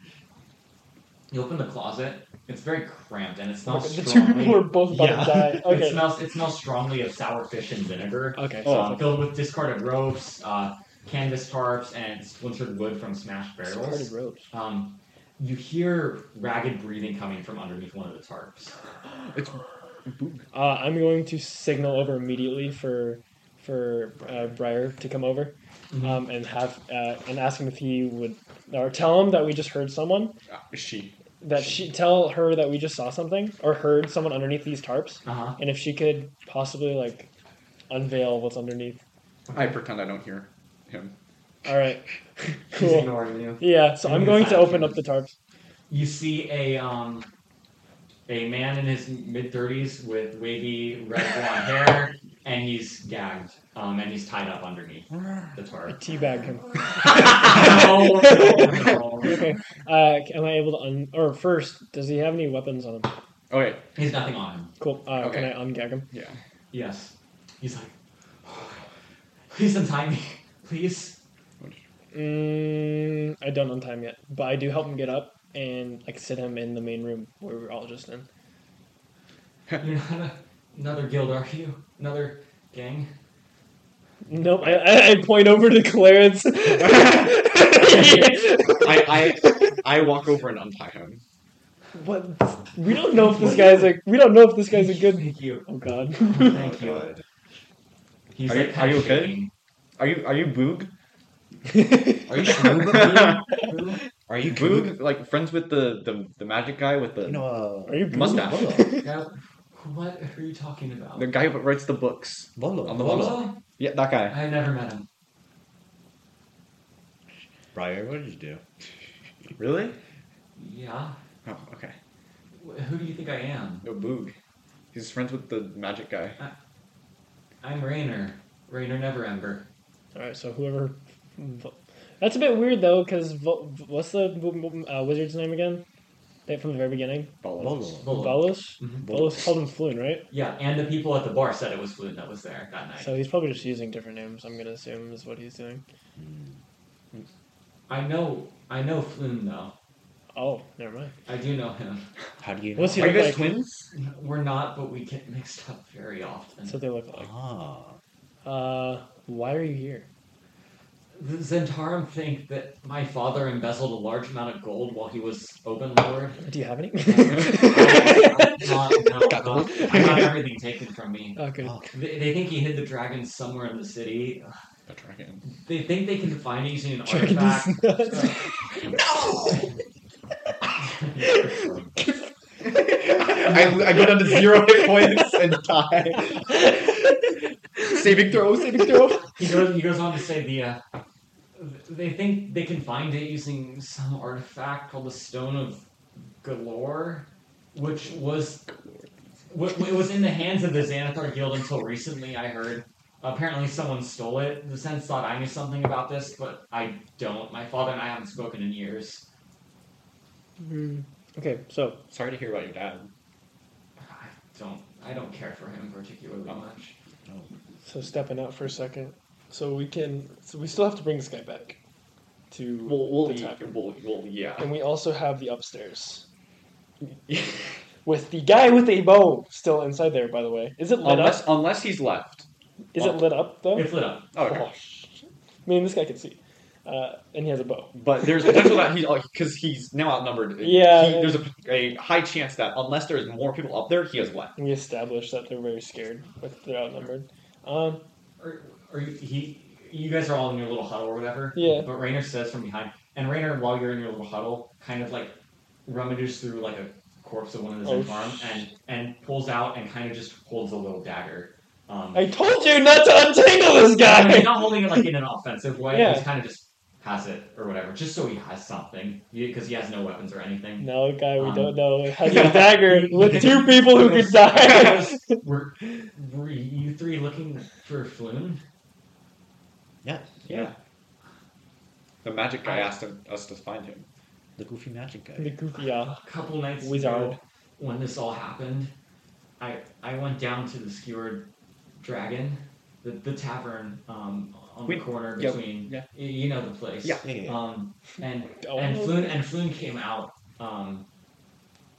Speaker 1: You open the closet. It's very cramped and it smells
Speaker 3: the two
Speaker 1: strongly.
Speaker 3: people are both about
Speaker 4: Yeah.
Speaker 3: to die.
Speaker 1: It
Speaker 3: Okay.
Speaker 1: smells. It smells strongly of sour fish and vinegar.
Speaker 3: Okay.
Speaker 2: Oh.
Speaker 1: um, filled with discarded ropes, uh, canvas tarps, and splintered wood from smashed
Speaker 3: so it's
Speaker 1: barrels.
Speaker 3: Parted ropes.
Speaker 1: Um, you hear ragged breathing coming from underneath one of the tarps.
Speaker 2: It's
Speaker 3: Uh, I'm going to signal over immediately for for uh, Briar to come over um, and have uh, and ask him if he would or tell him that we just heard someone
Speaker 2: uh, she.
Speaker 3: that she tell her that we just saw something or heard someone underneath these tarps
Speaker 1: Uh huh.
Speaker 3: and if she could possibly like unveil what's underneath.
Speaker 2: I pretend I don't hear him.
Speaker 3: All right.
Speaker 1: He's
Speaker 3: cool.
Speaker 1: ignoring you.
Speaker 3: Yeah. So I'm going to open up the tarps.
Speaker 1: You see a um, a man in his mid thirties with wavy red blonde hair, and he's gagged. Um, and he's tied up underneath the
Speaker 3: I
Speaker 1: tarp.
Speaker 3: teabag him.
Speaker 1: No, no, no.
Speaker 3: Okay. Uh, am I able to un? Or first, does he have any weapons on him?
Speaker 2: Okay,
Speaker 1: He's nothing on him.
Speaker 3: Cool. Uh, Can
Speaker 2: Okay.
Speaker 3: I ungag him?
Speaker 2: yeah.
Speaker 1: Yes. He's like, please untie me, please.
Speaker 3: Mm, I don't untie him yet, but I do help him get up and like sit him in the main room where we're all just in.
Speaker 1: You're not a, Another guild, are you? Another gang?
Speaker 3: Nope. I, I, I point over to Clarence.
Speaker 2: I, I I walk over and untie him.
Speaker 3: but we don't know if this guy's a. We don't know if this guy's a good.
Speaker 1: Thank you.
Speaker 3: Oh God.
Speaker 1: Thank you. He's
Speaker 2: Are you-
Speaker 1: like
Speaker 2: are you okay?
Speaker 1: shaking.
Speaker 2: Are you are you boog?
Speaker 4: Are you Shroob? Are you Goob?
Speaker 2: Boog like friends with the the, the magic guy with the
Speaker 4: You know, uh,
Speaker 3: Are you
Speaker 2: Mustache.
Speaker 4: Volo.
Speaker 1: Now, what are you talking about?
Speaker 2: the guy who writes the books.
Speaker 4: Volo.
Speaker 2: On the Volo. Yeah, that guy.
Speaker 1: I never met him.
Speaker 4: Briar, what did you do?
Speaker 2: Really?
Speaker 1: Yeah.
Speaker 2: Oh, okay.
Speaker 1: Wh- Who do you think I am?
Speaker 2: No boog. He's friends with the magic guy.
Speaker 1: I'm Rainer. Rainer Never Ember.
Speaker 3: All right. So whoever. That's a bit weird though, because what's the uh, wizard's name again? They- From the very beginning,
Speaker 2: Bolos.
Speaker 1: Volo.
Speaker 3: Bolus.
Speaker 1: Mhm.
Speaker 3: Bolus called him Floon, right?
Speaker 1: Yeah, and the people at the bar said it was Flynn that was there that night.
Speaker 3: So he's probably just using different names. I'm gonna assume is what he's doing.
Speaker 1: I know, I know Flynn though.
Speaker 3: Oh, never mind.
Speaker 1: I do know him.
Speaker 4: How do you know?
Speaker 3: What's he
Speaker 2: Are you
Speaker 3: look
Speaker 2: guys
Speaker 3: like?
Speaker 2: twins?
Speaker 1: We're not, but we get mixed up very often.
Speaker 3: That's what they look like.
Speaker 4: Ah.
Speaker 3: Uh, why are you here?
Speaker 1: the Zentarum think that my father embezzled a large amount of gold while he was open lord.
Speaker 3: Do you have any?
Speaker 1: I'm not, not- not- I got everything taken from me.
Speaker 3: oh, good.
Speaker 4: Oh.
Speaker 1: They, they think he hid the dragon somewhere in the city.
Speaker 2: The dragon.
Speaker 1: They think they can find it using an
Speaker 3: Dragon
Speaker 1: artifact.
Speaker 3: is nuts.
Speaker 2: I, I go down to zero hit points and die. saving throw, saving throw.
Speaker 1: he goes. He goes on to say the. Uh, they think they can find it using some artifact called the Stone of Galore, which was, wa- wa- it was in the hands of the Xanathar Guild until recently. I heard. Apparently, someone stole it. The sense thought I knew something about this, but I don't. My father and I haven't spoken in years.
Speaker 3: Hmm. okay, so
Speaker 2: Sorry to hear about your dad.
Speaker 1: I don't. I don't care for him particularly much.
Speaker 3: so stepping out for a second, so we can, so we still have to bring this guy back to
Speaker 2: Well, we'll,
Speaker 3: the tavern,
Speaker 2: well, well yeah.
Speaker 3: and we also have the upstairs with the guy with a bow still inside there. By the way, is it lit
Speaker 2: unless
Speaker 3: up?
Speaker 2: unless he's left.
Speaker 3: Is it lit up though?
Speaker 1: It's lit up.
Speaker 2: Oh,
Speaker 3: Oh, sh- I mean, this guy can see, uh, and he has a bow.
Speaker 2: But there's potential that he's because he's now outnumbered.
Speaker 3: Yeah.
Speaker 2: He- there's a, a high chance that unless there's more people up there, he has left.
Speaker 3: We established that they're very scared, but they're outnumbered. Um,
Speaker 1: Are, are you, he? You guys are all in your little huddle or whatever.
Speaker 3: Yeah.
Speaker 1: But Rainer says from behind, and Rainer, while you're in your little huddle, kind of like rummages through like a corpse of one of the
Speaker 3: Oh,
Speaker 1: Zenfarm and and pulls out and kind of just holds a little dagger. Um,
Speaker 3: I told you not to untangle this
Speaker 1: I mean,
Speaker 3: guy.
Speaker 1: not holding it like in an offensive way.
Speaker 3: Yeah.
Speaker 1: He's kind of just has it or whatever, just so he has something, because he has no weapons or anything.
Speaker 3: No, guy we
Speaker 1: Um,
Speaker 3: don't know has a dagger with two people who could die.
Speaker 1: Were, were you three looking for Floon?
Speaker 4: Yeah,
Speaker 2: Yeah. The magic guy asked him, us to find him.
Speaker 4: the goofy magic
Speaker 3: the
Speaker 4: guy.
Speaker 3: goofy, yeah.
Speaker 1: a couple nights
Speaker 3: Wizard.
Speaker 1: ago when this all happened, I I went down to the skewered dragon, the, the tavern um, on
Speaker 2: We-
Speaker 1: the corner
Speaker 2: yeah,
Speaker 1: between
Speaker 2: yeah.
Speaker 1: y- you know the place.
Speaker 2: Yeah.
Speaker 4: Yeah, yeah, yeah.
Speaker 1: Um and
Speaker 3: Oh.
Speaker 1: and Floon and Floon came out. Um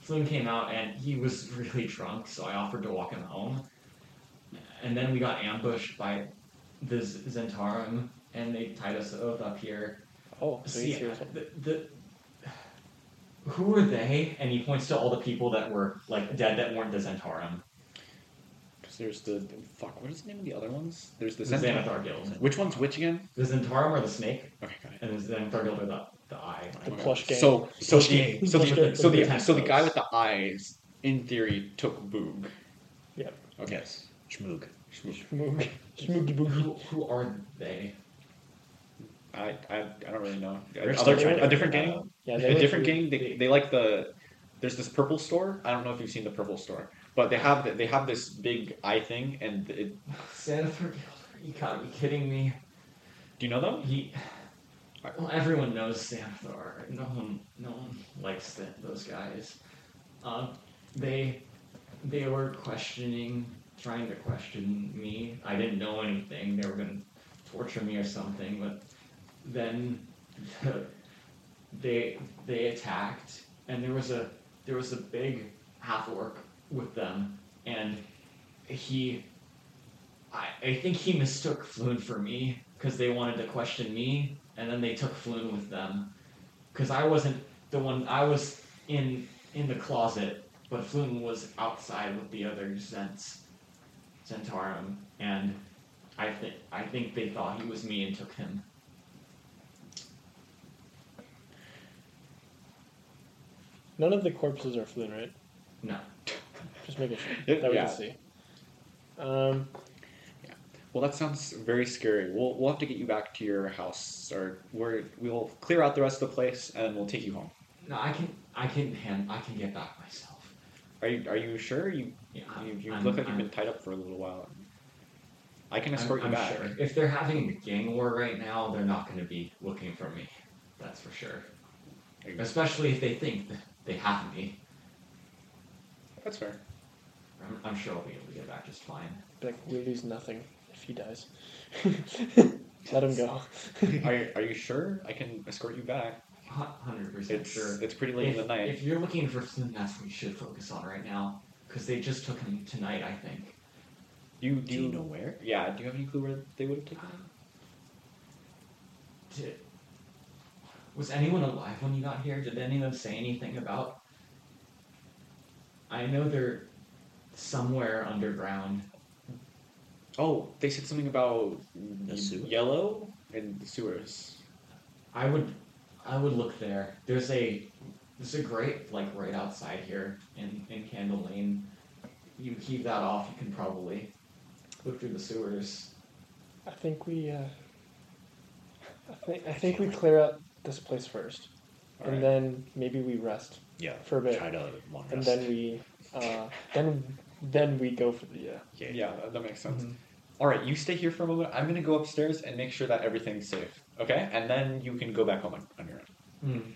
Speaker 1: Floon came out and he was really drunk, so I offered to walk him home. And then we got ambushed by the Z- Zentarum and they tied us both up here.
Speaker 3: Oh, so he's
Speaker 1: See,
Speaker 3: here.
Speaker 1: the, the, who are they? And he points to all the people that were like dead that weren't the Zentarum,
Speaker 2: Because there's the fuck. What is the name of the other ones? There's the
Speaker 1: the
Speaker 2: Zen-
Speaker 1: Xanathar Guild.
Speaker 2: Which one's which again?
Speaker 1: The Zentarum are the snake,
Speaker 2: Okay, got it.
Speaker 1: and the Xanathar Guild are the, the eye.
Speaker 3: The
Speaker 2: Okay.
Speaker 3: plush gang.
Speaker 2: So so
Speaker 4: Plush
Speaker 2: the,
Speaker 4: gang.
Speaker 2: so
Speaker 3: Plush
Speaker 2: the
Speaker 3: gang.
Speaker 2: so the
Speaker 1: Plush
Speaker 2: so the guy
Speaker 1: gang.
Speaker 2: with the eyes in theory took Boog.
Speaker 3: Yep.
Speaker 2: Okay.
Speaker 4: Yes. Schmoog.
Speaker 3: Shmoog. Shmoogie boogie.
Speaker 1: Who, who are they?
Speaker 2: I, I, I don't really know.
Speaker 4: We're
Speaker 2: A-
Speaker 4: still
Speaker 2: other-
Speaker 4: trying to
Speaker 2: a different
Speaker 4: figure that
Speaker 2: gang.
Speaker 3: Yeah, they
Speaker 2: A
Speaker 3: look
Speaker 2: different
Speaker 3: really-
Speaker 2: gang. They, they like the. There's this purple store. I don't know if you've seen the purple store, but they have the, they have this big eye thing. And it,
Speaker 1: Xanathar Guild? You gotta be kidding me.
Speaker 2: do you know them?
Speaker 1: He, well, everyone knows Xanathar. No one, no one likes th those guys. Uh, they, they were questioning, trying to question me. I didn't know anything. They were gonna torture me or something. But then, they they attacked, and there was a there was a big half orc with them, and he, I, I think he mistook Floon for me because they wanted to question me, and then they took Floon with them, because I wasn't the one. I was in in the closet, but Floon was outside with the other Zents, Zentarum, and I think I think they thought he was me and took him.
Speaker 3: None of the corpses are floon, right?
Speaker 1: No.
Speaker 3: Just making sure
Speaker 2: It-
Speaker 3: that we
Speaker 2: yeah.
Speaker 3: can see. Um,
Speaker 2: Well, that sounds very scary. We'll, we'll have to get you back to your house, or we're, we'll clear out the rest of the place and we'll take you home.
Speaker 1: No, I can I can hand, I can get back myself.
Speaker 2: Are you are you sure? You
Speaker 1: Yeah,
Speaker 2: you, you
Speaker 1: I'm-
Speaker 2: look like
Speaker 1: I'm-
Speaker 2: you've been tied up for a little while. I can
Speaker 1: I'm-
Speaker 2: escort
Speaker 1: I'm
Speaker 2: you back.
Speaker 1: sure. If they're having a gang war right now, they're not going to be looking for me. That's for sure.
Speaker 2: There you go.
Speaker 1: Especially if they think that they have me.
Speaker 2: That's fair.
Speaker 1: I'm, I'm sure I'll be able to get back just fine.
Speaker 3: like we lose nothing if he dies. Let him go.
Speaker 2: Are you, are you sure? I can escort you back.
Speaker 1: Hu- 100%
Speaker 2: It's
Speaker 1: sure.
Speaker 2: it's pretty late
Speaker 1: If,
Speaker 2: in the night.
Speaker 1: if you're looking for Flynn, that's what we should focus on right now. Because they just took him tonight, I think.
Speaker 2: you do.
Speaker 4: Do you know where?
Speaker 2: Yeah. Do you have any clue where they would have taken? him?
Speaker 1: Did, was anyone alive when you got here? Did any of them say anything about. I know they're somewhere underground.
Speaker 2: Oh, they said something about y-
Speaker 4: sewer?
Speaker 2: yellow and the sewers.
Speaker 1: I would, I would look there. There's a, there's a grate like right outside here in in Candle Lane. You heave that off, you can probably look through the sewers.
Speaker 3: I think we. Uh, I think I think we clear out this place first, and
Speaker 2: Alright.
Speaker 3: then maybe we rest
Speaker 4: Yeah.
Speaker 3: for a bit,
Speaker 4: Try to long
Speaker 3: and
Speaker 4: rest.
Speaker 3: then we, uh, then then we go for the uh, yeah.
Speaker 4: yeah.
Speaker 2: Yeah, that, that makes sense. All right, you stay here for a moment. I'm gonna go upstairs and make sure that everything's safe. Okay, and then you can go back home on, on your own. Mm-hmm.
Speaker 1: Hmm.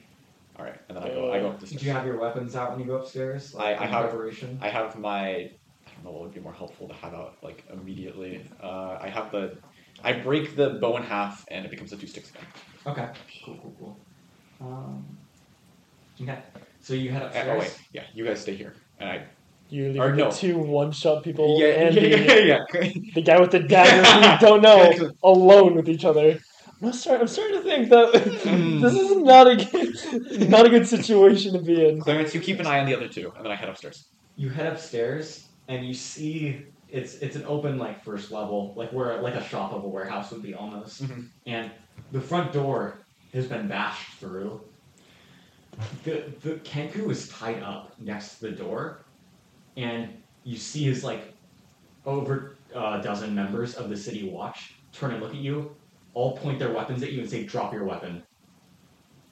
Speaker 2: All right, and then I go. I go up
Speaker 3: Uh,
Speaker 2: the
Speaker 6: Did
Speaker 2: stairs.
Speaker 6: you have your weapons out when you go upstairs? Like,
Speaker 2: I- I
Speaker 6: in
Speaker 2: have-
Speaker 6: preparation.
Speaker 2: I have my. I don't know what would be more helpful to have out like immediately. Uh, I have the. I break the bow in half and it becomes a two sticks Uh, oh, gun.
Speaker 6: Okay.
Speaker 1: Cool, cool, cool. Um. Okay. So you head
Speaker 2: Uh, oh
Speaker 1: upstairs.
Speaker 2: wait, yeah, you guys stay here. And I.
Speaker 3: You leave
Speaker 2: Or
Speaker 3: the
Speaker 2: no.
Speaker 3: two one shot people
Speaker 2: yeah,
Speaker 3: and
Speaker 2: yeah,
Speaker 3: the,
Speaker 2: yeah, yeah, yeah.
Speaker 3: the guy with the dagger who you don't know
Speaker 2: Exactly.
Speaker 3: alone with each other. I'm starting, I'm starting to think that
Speaker 2: Hmm.
Speaker 3: this is not a good, not a good situation to be in.
Speaker 2: Clarence, you keep an eye on the other two, and then I head upstairs.
Speaker 6: You head upstairs and you see it's it's an open like first level, like where like a shop of a warehouse would be almost.
Speaker 2: Mhm.
Speaker 6: And the front door has been bashed through.
Speaker 1: The the Kenku is tied up next to the door, and you see his like over a dozen members of the city watch turn and look at you, all point their weapons at you and say, "Drop your weapon."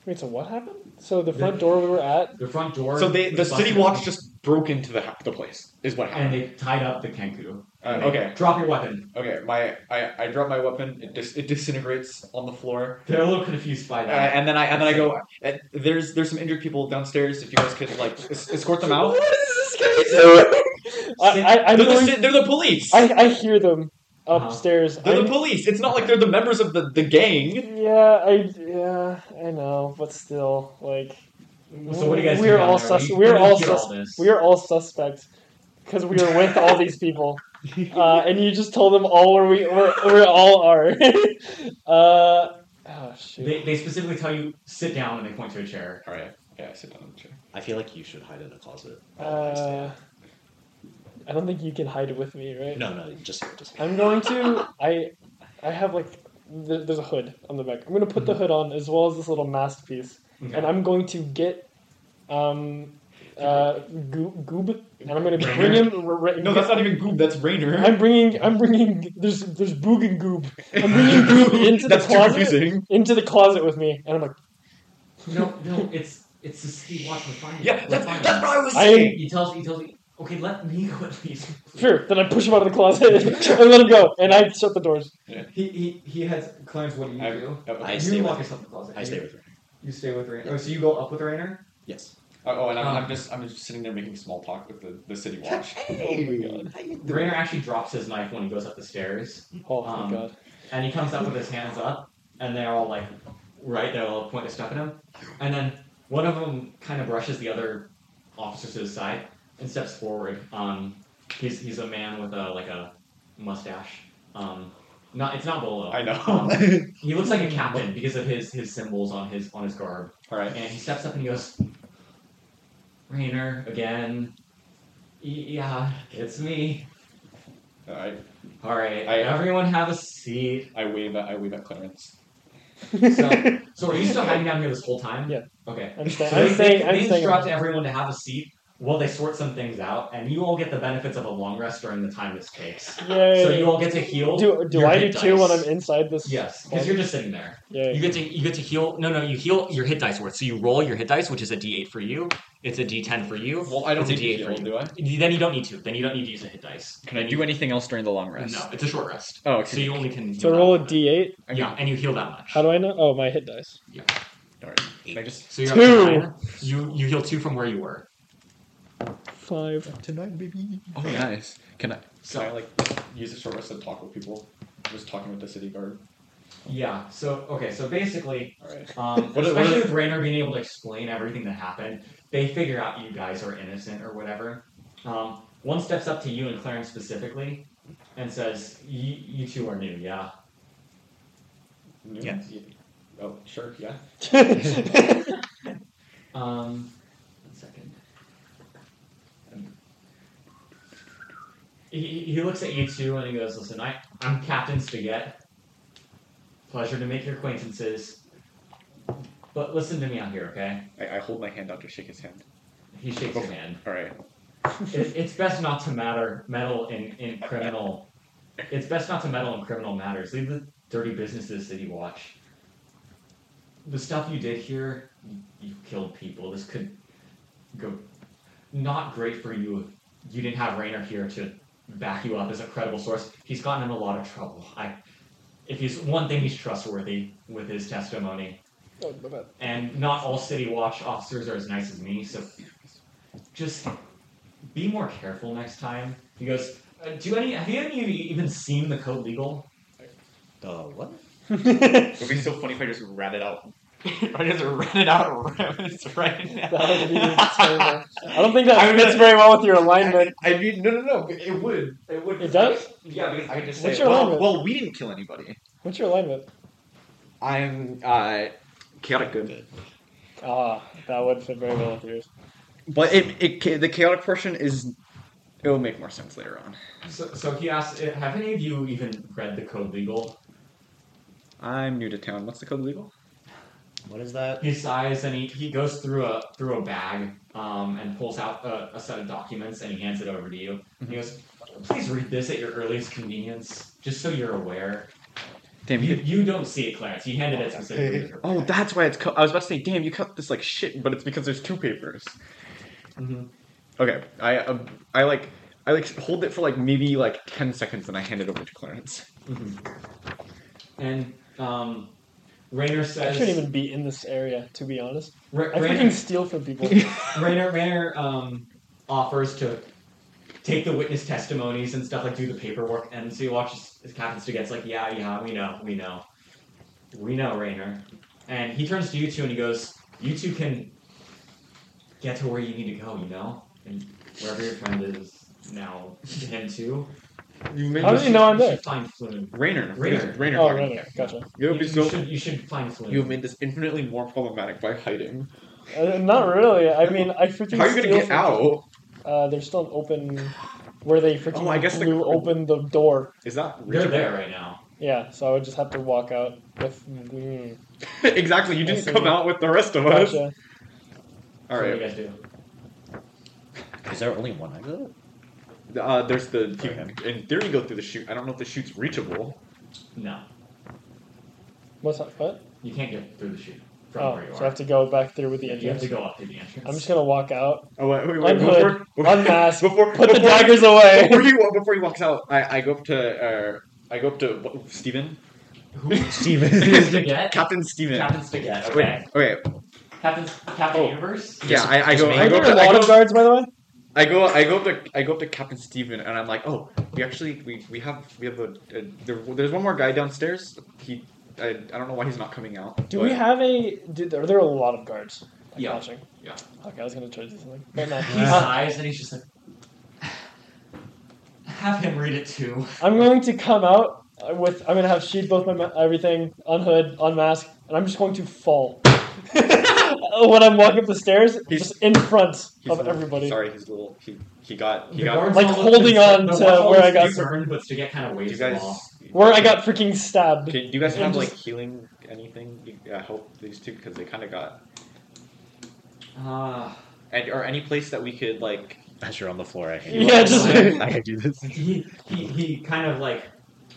Speaker 3: Wait, so what happened? So the front door we were at,
Speaker 1: The front door.
Speaker 2: So they, the
Speaker 1: was
Speaker 2: city
Speaker 1: busted
Speaker 2: watch
Speaker 1: open,
Speaker 2: just broke into the ha- the place. Is what
Speaker 1: and
Speaker 2: happened.
Speaker 1: they tied up the Kenku.
Speaker 2: Uh, okay.
Speaker 1: Drop your weapon.
Speaker 2: Okay, my I, I drop my weapon. It dis, it disintegrates on the floor,
Speaker 1: They're a little confused by
Speaker 2: uh,
Speaker 1: that.
Speaker 2: and then I and then I go. Uh, there's there's some injured people downstairs. If you guys could like es- escort them out.
Speaker 3: What is this guy doing? I, I, I'm
Speaker 2: they're,
Speaker 3: really-
Speaker 2: the, ci- they're the police.
Speaker 3: I, I hear them
Speaker 2: Uh-huh.
Speaker 3: upstairs.
Speaker 2: they're the
Speaker 3: I'm-
Speaker 2: police. It's not like they're the members of the, the gang.
Speaker 3: yeah, I yeah, I know, but still, like
Speaker 1: so what do you guys? do
Speaker 3: We're
Speaker 1: down
Speaker 3: all
Speaker 1: there?
Speaker 3: sus-
Speaker 1: You-
Speaker 3: we're
Speaker 1: you
Speaker 3: all
Speaker 1: hear
Speaker 3: sus-
Speaker 1: this.
Speaker 3: we are all suspects because we were with all these people, uh, and you just told them all where we where, where all are. uh, oh shoot.
Speaker 1: They, they specifically tell you sit down and they point to a chair.
Speaker 2: All right. Yeah, sit down on the chair.
Speaker 4: I feel like you should hide in a closet. I'll stay
Speaker 3: Uh, I don't think you can hide it with me, right?
Speaker 4: out. No, no, just just.
Speaker 3: I'm going to. I I have like th- there's a hood on the back. I'm going to put the hood on as well as this little mask piece,
Speaker 1: Mm-hmm. Okay.
Speaker 3: and I'm going to get um uh Goo- goob, and I'm going to bring him. r- r-
Speaker 2: No, that's not even Goob. That's Rainer.
Speaker 3: I'm bringing. I'm bringing. There's there's boog and goob. I'm bringing goob into the
Speaker 2: that's too
Speaker 3: closet.
Speaker 2: confusing.
Speaker 3: Into the closet with me, and I'm like,
Speaker 1: no, no, it's it's the city watch. We're fine.
Speaker 2: Yeah,
Speaker 1: we're
Speaker 2: that's,
Speaker 1: fine.
Speaker 2: that's what I was
Speaker 3: I-
Speaker 2: saying.
Speaker 1: He tells he tells me, okay, let me go at least.
Speaker 3: sure. Then I push him out of the closet and let him go, and I shut the doors.
Speaker 6: He he he heads Clarence, what do you
Speaker 2: I-
Speaker 6: do?
Speaker 2: oh, okay.
Speaker 4: I
Speaker 6: you
Speaker 4: stay
Speaker 6: lock
Speaker 4: with-
Speaker 6: yourself in the closet.
Speaker 4: I
Speaker 6: you,
Speaker 4: stay with her.
Speaker 6: you stay with Rainer. Oh, so you go up with Rainer?
Speaker 4: Yes.
Speaker 2: Oh, oh, and I'm,
Speaker 1: Um,
Speaker 2: I'm just I'm just sitting there making small talk with the, the city watch. Oh my god.
Speaker 1: Rainer actually drops his knife when he goes up the stairs,
Speaker 3: Oh my
Speaker 1: Um,
Speaker 3: god!
Speaker 1: and he comes up with his hands up, and they're all like, right, they're all pointing stuff at him, and then one of them kind of brushes the other officer to the side and steps forward. Um, He's he's a man with a like a mustache. Um, not it's not Bolo.
Speaker 2: I know.
Speaker 1: Um, he looks like a captain because of his his symbols on his on his garb.
Speaker 2: All right.
Speaker 1: And he steps up and he goes, Rainer again. "Y- Yeah, it's me.
Speaker 2: All right.
Speaker 1: All right,
Speaker 2: I-
Speaker 1: everyone have a seat.
Speaker 2: I wave. At, I wave at Clarence.
Speaker 1: So, so are you still hiding down here this whole time?
Speaker 3: Yeah.
Speaker 1: Okay.
Speaker 3: I'm staying.
Speaker 1: So
Speaker 3: I'm
Speaker 1: they,
Speaker 3: staying.
Speaker 1: they,
Speaker 3: I'm
Speaker 1: they
Speaker 3: staying.
Speaker 1: instruct everyone to have a seat while they sort some things out, and you all get the benefits of a long rest during the time this takes.
Speaker 3: Yay.
Speaker 1: So you all get to heal.
Speaker 3: do do
Speaker 1: your
Speaker 3: I do
Speaker 1: hit
Speaker 3: too when
Speaker 1: dice.
Speaker 3: I'm inside this?
Speaker 1: Yes, because you're just sitting there.
Speaker 3: Yay.
Speaker 7: You get to you get to heal. No, no, you heal your hit dice worth. So you roll your hit dice, which is a D8 for you. It's a D10 for you.
Speaker 2: Well, I don't
Speaker 7: It's a
Speaker 2: need to
Speaker 7: D8 for
Speaker 2: heal, do I?
Speaker 7: Then you don't need to. Then you don't need to use a hit dice.
Speaker 2: Can I do anything else during the long rest?
Speaker 7: No, it's a short rest.
Speaker 2: Oh,
Speaker 7: So
Speaker 2: okay.
Speaker 7: you only can.
Speaker 3: So roll a d8.
Speaker 2: I mean,
Speaker 7: Yeah, and you heal that much.
Speaker 3: How do I know? Oh, my hit dice.
Speaker 2: all right. Can I just
Speaker 7: So you're
Speaker 3: Two.
Speaker 7: up to nine. You you heal two from where you were.
Speaker 3: Five.
Speaker 4: Tonight, baby.
Speaker 2: Oh, nice. Can I? Can
Speaker 7: So-
Speaker 2: I like use a short rest to talk with people? Just talking with the city guard.
Speaker 1: Yeah. So okay. So basically,
Speaker 2: All right.
Speaker 1: um,
Speaker 2: What are- what are-
Speaker 1: especially with Rainer being able to explain everything that happened, they figure out you guys are innocent or whatever. Um, one steps up to you and Clarence specifically, and says, "You you two are new, yeah."
Speaker 2: New-
Speaker 7: Yeah.
Speaker 2: Oh, sure. Yeah.
Speaker 1: Um, one second. He, he- he looks at you two and he goes, "Listen, I I'm Captain Spaghetti. Pleasure to make your acquaintances. But listen to me out here, okay?"
Speaker 2: I, I hold my hand out to shake his hand.
Speaker 1: He shakes your hand.
Speaker 2: All right.
Speaker 1: It, it's best not to matter meddle in, in criminal. It's best not to meddle in criminal matters. Leave the dirty business to the city watch. The stuff you did here, you, you killed people. This could go not great for you. You didn't have Rainer here to back you up as a credible source. He's gotten in a lot of trouble. I, if he's one thing, he's trustworthy with his testimony
Speaker 3: Oh, my bad.
Speaker 1: and not all city watch officers are as nice as me. So just be more careful next time. He goes, uh, "Do any have you any of you even seen the code legal?"
Speaker 4: Uh, what?
Speaker 2: It would be so funny if I just ratted out.
Speaker 7: I just ran it out of rounds right now.
Speaker 3: That would be terrible. I don't think that fits very well with your alignment.
Speaker 2: I mean, no, no, no. but It would. It would.
Speaker 3: It does?
Speaker 2: Yeah, because I could just
Speaker 3: What's
Speaker 2: say,
Speaker 3: your
Speaker 2: well,
Speaker 3: alignment?
Speaker 2: well, we didn't kill anybody.
Speaker 3: What's your alignment?
Speaker 2: I'm uh, chaotic good.
Speaker 3: Ah, that would fit very well with yours.
Speaker 2: But it, it, ca- the chaotic portion is. It will make more sense later on.
Speaker 1: So, so he asks, "Uh, "Have any of you even read the code legal?"
Speaker 2: I'm new to town. What's the code legal?
Speaker 4: What is that?
Speaker 1: He sighs and he, he goes through a through a bag um, and pulls out a, a set of documents and he hands it over to you. And
Speaker 3: Mm-hmm.
Speaker 1: he goes, "Please read this at your earliest convenience, just so you're aware."
Speaker 2: Damn
Speaker 1: You,
Speaker 2: you.
Speaker 1: you don't see it, Clarence. He handed it specifically. to her.
Speaker 2: Oh, that's why it's. Co- I was about to say, damn, you cut this like shit, but it's because there's two papers. Mm-hmm.
Speaker 1: Mhm.
Speaker 2: Okay, I um, I like I like hold it for like maybe like ten seconds, and I hand it over to Clarence.
Speaker 1: And um, Rainer
Speaker 3: I
Speaker 1: says,
Speaker 3: shouldn't even be in this area, to be honest.
Speaker 1: Ra-
Speaker 3: I freaking
Speaker 1: Rainer,
Speaker 3: steal from people.
Speaker 1: Rainer, Rainer um, offers to take the witness testimonies and stuff, like do the paperwork. And so you watch as, as Captain Stu gets like, yeah, yeah, we know, we know. We know, Rainer. And he turns to you two and he goes, you two can get to where you need to go, you know? And wherever your friend is now, him too.
Speaker 2: You made
Speaker 3: How does
Speaker 2: me-
Speaker 3: he know I'm
Speaker 1: You should
Speaker 3: there?
Speaker 1: Find Floon.
Speaker 2: Rainer,
Speaker 1: Rainer.
Speaker 2: Rainer, Rainer.
Speaker 3: Oh,
Speaker 2: talking.
Speaker 3: right, right. Gotcha.
Speaker 2: It would
Speaker 1: You,
Speaker 2: be
Speaker 1: you
Speaker 2: so.
Speaker 1: should, you should find Floon.
Speaker 2: You have made this infinitely more problematic by hiding.
Speaker 3: Uh, not really. I mean, I freaking
Speaker 2: How are you gonna
Speaker 3: steal
Speaker 2: get
Speaker 3: from
Speaker 2: out?
Speaker 3: people. Uh, there's still an open where they freaking
Speaker 2: Oh, I guess the-
Speaker 3: blew open the door.
Speaker 2: Is that
Speaker 1: They're
Speaker 2: reachable?
Speaker 1: there right now.
Speaker 3: Yeah, so I would just have to walk out with. Mm,
Speaker 2: exactly. You didn't
Speaker 3: Yes, I
Speaker 2: come
Speaker 3: do.
Speaker 2: out with the rest of us.
Speaker 3: gotcha.
Speaker 2: All
Speaker 1: So What do
Speaker 2: right.
Speaker 1: you guys do?
Speaker 4: Is there only one exit?
Speaker 2: Uh, there's the you,
Speaker 4: Okay.
Speaker 2: in theory you go through the chute. I don't know if the chute's reachable.
Speaker 1: No,
Speaker 3: What's that? What?
Speaker 1: you can't get through the chute from
Speaker 3: Oh,
Speaker 1: where you
Speaker 3: so I
Speaker 1: are.
Speaker 3: have to go back through with the
Speaker 1: you have
Speaker 3: entrance.
Speaker 1: to go up to the entrance.
Speaker 3: I'm just gonna walk out.
Speaker 2: Oh wait, wait, wait.
Speaker 3: Unhood,
Speaker 2: Before, before,
Speaker 3: unmask,
Speaker 2: before,
Speaker 3: Put the
Speaker 2: before-
Speaker 3: daggers away.
Speaker 2: Before he, wa- before he walks out, I, I go up to uh, I go up to what- Steven.
Speaker 1: Who is
Speaker 4: Steven.
Speaker 1: Spaghetti?
Speaker 2: Captain Steven.
Speaker 1: Captain Spaghetti.
Speaker 2: Wait,
Speaker 1: Okay.
Speaker 2: okay.
Speaker 1: Captain Captain
Speaker 2: Oh.
Speaker 1: Universe.
Speaker 2: Yeah, I, I go. I
Speaker 3: Are
Speaker 2: go, up
Speaker 3: there a
Speaker 2: to,
Speaker 3: lot
Speaker 2: I,
Speaker 3: of
Speaker 2: go,
Speaker 3: guards, by the way?
Speaker 2: I go. I go up to. I go up to Captain Steven, and I'm like, oh, we actually we, we have we have a, a there, there's one more guy downstairs. He I, I don't know why he's not coming out.
Speaker 3: Do
Speaker 2: but-
Speaker 3: we have a? Do, are there a lot of guards? Like,
Speaker 1: Yeah.
Speaker 3: Watching.
Speaker 1: Yeah.
Speaker 3: Uh, Okay, I was gonna try to do something, but no.
Speaker 1: He sighs and he's just like, have him read it too.
Speaker 3: I'm going to come out uh, with. I'm going to have sheet both my ma- everything, unhood, unmask, and I'm just going to fall. when I'm walking up the stairs,
Speaker 2: He's-
Speaker 3: just in front
Speaker 2: He's
Speaker 3: of
Speaker 2: little-
Speaker 3: everybody.
Speaker 2: Sorry, he's little. He he got he
Speaker 1: The
Speaker 2: got.
Speaker 1: guards
Speaker 3: Like
Speaker 1: all look
Speaker 3: holding
Speaker 1: concerned-
Speaker 3: on
Speaker 1: the
Speaker 3: to
Speaker 1: guards all
Speaker 3: where I
Speaker 1: look
Speaker 3: got-
Speaker 1: concerned, but to get kind of
Speaker 2: Do
Speaker 1: waves
Speaker 2: you guys?
Speaker 1: off.
Speaker 3: Where I got freaking stabbed.
Speaker 2: Can, do you guys
Speaker 3: I'm
Speaker 2: have like
Speaker 3: just-
Speaker 2: healing anything? You- I hope these two because they kind of got.
Speaker 1: Uh,
Speaker 2: And or any place that we could like.
Speaker 4: As you're on the floor, I hate
Speaker 3: Yeah, just
Speaker 4: it. I can do this.
Speaker 1: he, he he kind of like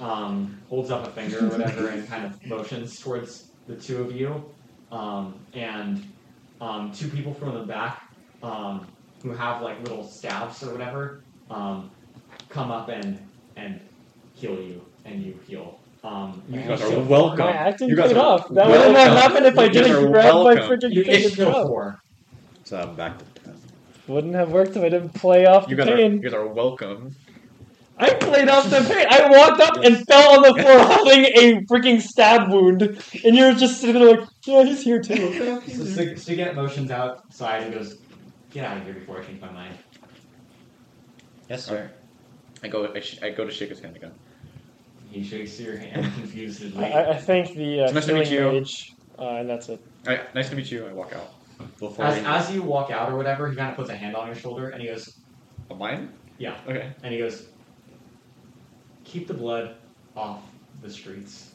Speaker 1: um, holds up a finger or whatever and kind of motions towards the two of you, um, and um, two people from the back um, who have like little staffs or whatever um, come up and and heal you and you heal. Um, you
Speaker 2: You guys
Speaker 1: each
Speaker 2: are
Speaker 1: heal
Speaker 2: welcome.
Speaker 3: my acting
Speaker 2: You guys
Speaker 3: paid
Speaker 2: are
Speaker 3: off. That wouldn't have
Speaker 2: welcome.
Speaker 3: happened if I
Speaker 2: You guys
Speaker 3: didn't
Speaker 2: are
Speaker 3: grab my
Speaker 2: welcome.
Speaker 3: freaking
Speaker 1: You
Speaker 3: thing
Speaker 1: each
Speaker 3: and
Speaker 1: heal
Speaker 3: go.
Speaker 1: four.
Speaker 4: So I'm back to ten.
Speaker 3: Wouldn't have worked if I didn't play off
Speaker 2: You
Speaker 3: the
Speaker 2: guys are you
Speaker 3: pain.
Speaker 2: guys are welcome.
Speaker 3: I played off the pain. I walked up and fell on the floor holding a freaking stab wound, and you're just sitting there like, yeah, he's here too.
Speaker 4: Mm-hmm.
Speaker 1: So Sig- Siget motions outside and goes, "Get out of here before I change my mind."
Speaker 4: Yes,
Speaker 2: sir. I go I, sh- I go to shake his hand again.
Speaker 1: He shakes your hand confusedly.
Speaker 3: I, I- I thank the uh,
Speaker 2: Nice to meet
Speaker 3: healing
Speaker 2: you.
Speaker 3: mage, uh, and that's it.
Speaker 2: All right, nice to meet you. I walk out.
Speaker 4: Before
Speaker 1: As,
Speaker 4: I-
Speaker 1: as you walk out or whatever, he kind of puts a hand on your shoulder and he goes,
Speaker 2: Of mine?
Speaker 1: Yeah.
Speaker 2: Okay.
Speaker 1: and he goes, keep the blood off the streets.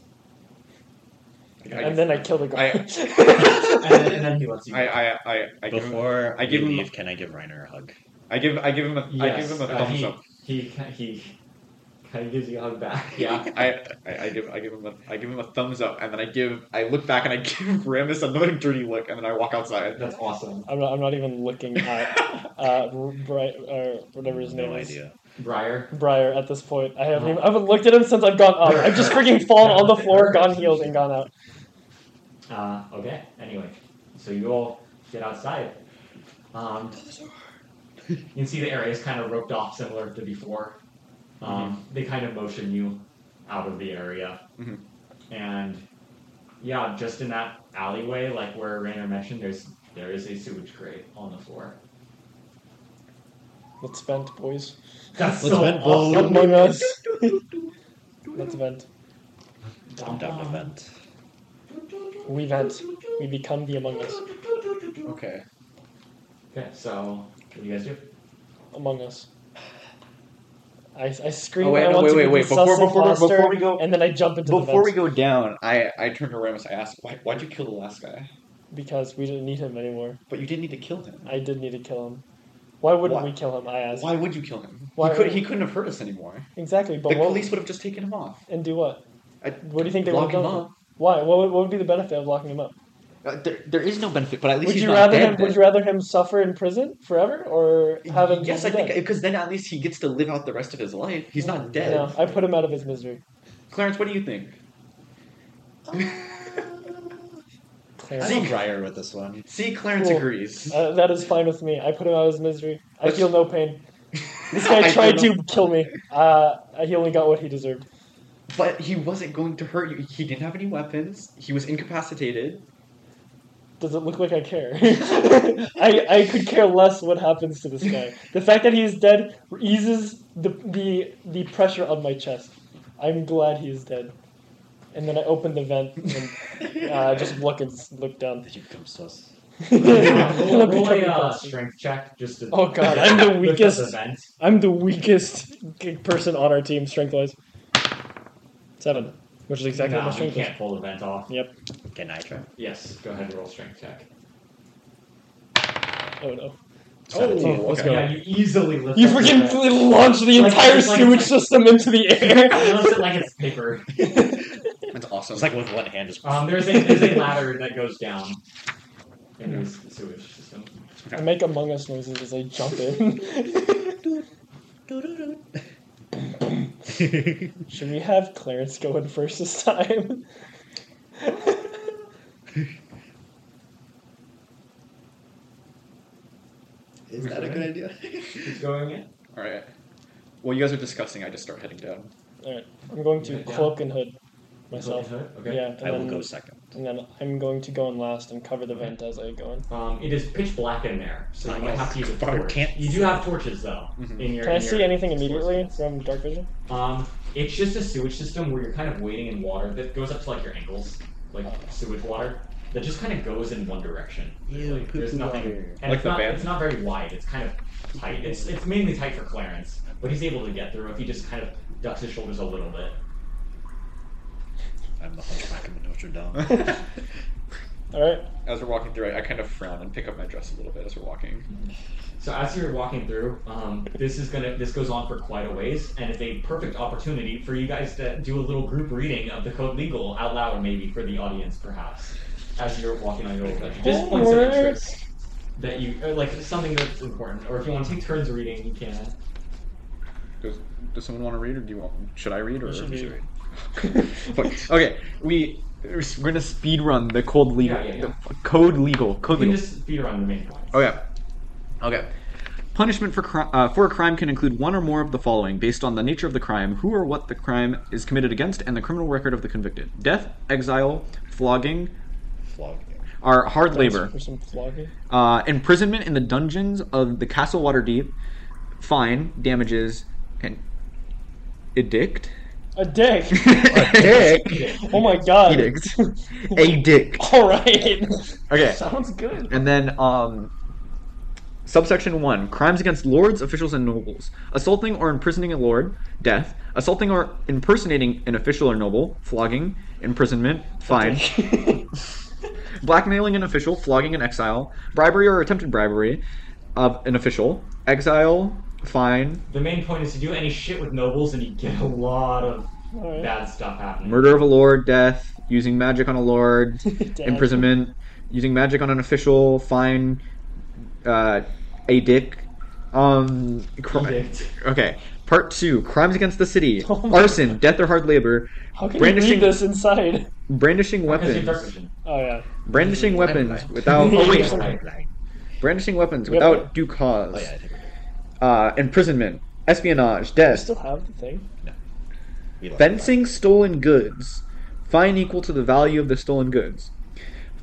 Speaker 2: I,
Speaker 3: And then I kill the guy.
Speaker 1: And then, and then he lets you.
Speaker 2: I I I, I give him,
Speaker 4: before
Speaker 2: I give
Speaker 4: we
Speaker 2: him-
Speaker 4: leave, can I give Reiner a hug?
Speaker 2: I give I give him a I give
Speaker 1: Yes,
Speaker 2: him a
Speaker 1: uh,
Speaker 2: thumbs
Speaker 1: he,
Speaker 2: up.
Speaker 1: He ca- he kind of gives you a hug back.
Speaker 2: Yeah, I, I, I give I give him a I give him a thumbs up, and then I give I look back and I give Ramus another dirty look, and then I walk outside.
Speaker 1: that's awesome.
Speaker 3: I'm not, I'm not even looking at uh, Bri- or whatever his name
Speaker 4: no
Speaker 3: is.
Speaker 4: idea.
Speaker 1: Briar.
Speaker 3: Briar at this point. I haven't, even, I haven't looked at him since I've gone up. I've just freaking fallen on the floor, gone healed, and gone out.
Speaker 1: Uh, okay. Anyway, so you all get outside. Um, you can see the area is kind of roped off, similar to before. Um,
Speaker 4: Mm-hmm.
Speaker 1: They kind of motion you out of the area,
Speaker 2: Mhm.
Speaker 4: Mm-hmm.
Speaker 1: and yeah, just in that alleyway, like where Rainer mentioned, there's there is a sewage grate on the floor.
Speaker 3: Let's vent, boys.
Speaker 1: That's
Speaker 4: Let's
Speaker 1: so
Speaker 4: vent,
Speaker 1: awesome.
Speaker 4: boys.
Speaker 3: Among us. Let's vent.
Speaker 4: I'm down with vent.
Speaker 3: We vent. We become the Among Us.
Speaker 2: Okay.
Speaker 1: Okay, so what do you guys do?
Speaker 3: Among Us. I, I scream.
Speaker 2: Oh, wait,
Speaker 3: I
Speaker 2: no,
Speaker 3: want
Speaker 2: wait,
Speaker 3: to
Speaker 2: wait,
Speaker 3: be
Speaker 2: wait. Before-
Speaker 3: sus and
Speaker 2: before- before
Speaker 3: foster,
Speaker 2: we go-
Speaker 3: and then I jump into
Speaker 2: Before we
Speaker 3: the vent
Speaker 2: go down, I I turn to Ramus. I ask, why why'd you kill the last guy?
Speaker 3: because we didn't need him anymore.
Speaker 2: But you didn't need to kill him.
Speaker 3: I did need to kill him. Why wouldn't
Speaker 2: Why-
Speaker 3: we kill him? I asked.
Speaker 2: Why would you kill him?
Speaker 3: Why
Speaker 2: he, could,
Speaker 3: would-
Speaker 2: he couldn't have hurt us anymore.
Speaker 3: Exactly, but
Speaker 2: the
Speaker 3: what,
Speaker 2: police would have just taken him off.
Speaker 3: and do what?
Speaker 2: I-
Speaker 3: What do you think they
Speaker 2: lock
Speaker 3: would have
Speaker 2: him
Speaker 3: done?
Speaker 2: up.
Speaker 3: Why? What would, what would be the benefit of locking him up?
Speaker 2: Uh, there, there is no benefit, but at least
Speaker 3: Would
Speaker 2: he's
Speaker 3: you
Speaker 2: not
Speaker 3: rather
Speaker 2: dead.
Speaker 3: him? Would you rather him suffer in prison forever, or
Speaker 2: then.
Speaker 3: have him?
Speaker 2: yes,
Speaker 3: be
Speaker 2: I think
Speaker 3: dead?
Speaker 2: because then at least he gets to live out the rest of his life. He's not dead.
Speaker 3: No, I put him out of his misery.
Speaker 2: Clarence, what do you think?
Speaker 3: Clarence.
Speaker 4: I'm Briar with this one.
Speaker 2: See, Clarence
Speaker 3: Cool.
Speaker 2: agrees.
Speaker 3: Uh, that is fine with me. I put him out of his misery. I
Speaker 2: Let's-
Speaker 3: feel no pain. This
Speaker 2: I
Speaker 3: guy
Speaker 2: don't
Speaker 3: tried
Speaker 2: know.
Speaker 3: to kill me. Uh, he only got what he deserved.
Speaker 2: But he wasn't going to hurt you. He didn't have any weapons. He was incapacitated.
Speaker 3: Does it look like I care? I, I could care less what happens to this guy. The fact that he is dead eases the, the the pressure on my chest. I'm glad he is dead. And then I open the vent and uh, just look and s- look down.
Speaker 4: Did you become sus?
Speaker 1: roll
Speaker 3: Look
Speaker 1: roll a
Speaker 3: down.
Speaker 1: uh, strength check just to.
Speaker 3: Oh god, I'm the
Speaker 1: lift up
Speaker 3: weakest.
Speaker 1: vent.
Speaker 3: I'm the weakest g- person on our team, strength wise. Seven, which is exactly
Speaker 1: Nah,
Speaker 3: what my
Speaker 1: you
Speaker 3: strength was.
Speaker 1: can't pull the vent off.
Speaker 4: Can I try?
Speaker 1: Yes, go ahead and roll strength check.
Speaker 3: Oh no!
Speaker 4: Seventeen.
Speaker 3: let's
Speaker 2: okay.
Speaker 3: go.
Speaker 1: Yeah, you easily lift.
Speaker 3: You
Speaker 1: up the
Speaker 3: freaking
Speaker 1: vent.
Speaker 3: launched the
Speaker 1: Like-
Speaker 3: entire
Speaker 1: like-
Speaker 3: sewage system into the
Speaker 1: You
Speaker 3: air.
Speaker 1: lift it like it's paper.
Speaker 2: That's awesome.
Speaker 4: It's like with one hand, just
Speaker 1: Um, there's a there's a ladder that goes down in this sewage system.
Speaker 3: I make Among Us noises as I jump in. Should we have Clarence go in first this time?
Speaker 4: Is that a good idea?
Speaker 1: It's going in.
Speaker 2: All right. Well, you guys are discussing. I just start heading down.
Speaker 3: Alright, I'm going to
Speaker 1: Yeah, yeah.
Speaker 3: cloak and hood myself.
Speaker 1: Okay.
Speaker 3: Yeah, and
Speaker 4: I will
Speaker 3: then
Speaker 4: go second.
Speaker 3: and then I'm going to go in last and cover the vent as I go in.
Speaker 1: Um, it is pitch black in there, so you might have to use a
Speaker 4: Fire
Speaker 1: torch.
Speaker 4: can't-
Speaker 1: You do have torches though
Speaker 2: Mhm.
Speaker 1: in your.
Speaker 3: Mm-hmm. Can I
Speaker 1: in your-
Speaker 3: see anything immediately from dark vision?
Speaker 1: Um, it's just a sewage system where you're kind of wading in water that goes up to like your ankles, like sewage water that just kind of goes in one direction.
Speaker 4: Ew,
Speaker 1: Like, there's
Speaker 4: poo-poo
Speaker 1: nothing,
Speaker 4: water.
Speaker 1: and
Speaker 2: Like
Speaker 1: it's
Speaker 2: the
Speaker 1: not
Speaker 2: van?
Speaker 1: it's not very wide. It's kind of tight. It's it's mainly tight for Clarence, but he's able to get through if he just kind of ducks his shoulders a little bit.
Speaker 4: I'm the hunchback of Notre Dame.
Speaker 2: as
Speaker 3: All right.
Speaker 2: we're walking through, I, I kind of frown and pick up my dress a little bit as we're walking.
Speaker 1: So as you're walking through, um, this is gonna this goes on for quite a ways, and it's a perfect opportunity for you guys to do a little group reading of the code legal out loud, maybe for the audience, perhaps, as you're walking on your way. Just points of
Speaker 3: Homework.
Speaker 1: interest that you or like something that's important, or if you want to take turns reading, you can.
Speaker 2: Does, does someone want to read, or do you want? Should I read, or
Speaker 3: You should read.
Speaker 2: Fuck. okay, we we're gonna speed run the cold legal,
Speaker 1: Yeah, yeah, yeah.
Speaker 2: the f- code legal,
Speaker 1: You
Speaker 2: code
Speaker 1: can
Speaker 2: legal.
Speaker 1: just feed around the main points.
Speaker 2: Okay. Okay. Punishment for, cri- uh, for a crime can include one or more of the following based on the nature of the crime, who or what the crime is committed against, and the criminal record of the convicted. Death, exile, flogging,
Speaker 4: Flog.
Speaker 2: are hard labor,
Speaker 3: For some flogging.
Speaker 2: uh, imprisonment in the dungeons of the Castle Waterdeep, fine, damages, and edict.
Speaker 3: A dick.
Speaker 2: Edict.
Speaker 3: Oh my god.
Speaker 2: edict. Edict.
Speaker 3: All right.
Speaker 2: Okay.
Speaker 3: Sounds good.
Speaker 2: And then um, subsection one: crimes against lords, officials, and nobles. Assaulting or imprisoning a lord, death. Assaulting or impersonating an official or noble, flogging, imprisonment, fine. Blackmailing an official, flogging an exile, bribery or attempted bribery of an official, exile, fine,
Speaker 1: The main point is to do any shit with nobles, and you get a lot of
Speaker 3: All right.
Speaker 1: bad stuff happening.
Speaker 2: murder of a lord, death, using magic on a lord,
Speaker 3: Dad.
Speaker 2: imprisonment, using magic on an official, fine, uh, a dick. Um, cri-
Speaker 1: Edict.
Speaker 2: Okay. Part two: crimes against the city,
Speaker 3: Oh my
Speaker 2: arson, death or hard labor,
Speaker 3: How can you
Speaker 2: brandishing-
Speaker 3: read this inside?
Speaker 2: brandishing
Speaker 1: Because you have dark
Speaker 2: weapons,
Speaker 1: vision.
Speaker 3: Oh yeah.
Speaker 2: brandishing weapons without oh, wait, brandishing weapons
Speaker 3: Yep.
Speaker 2: without due cause,
Speaker 4: Oh, yeah, I think we do.
Speaker 2: uh, imprisonment, espionage,
Speaker 3: I
Speaker 2: death,
Speaker 3: still have the thing.
Speaker 4: We like
Speaker 2: fencing stolen goods, fine equal to the value of the stolen goods,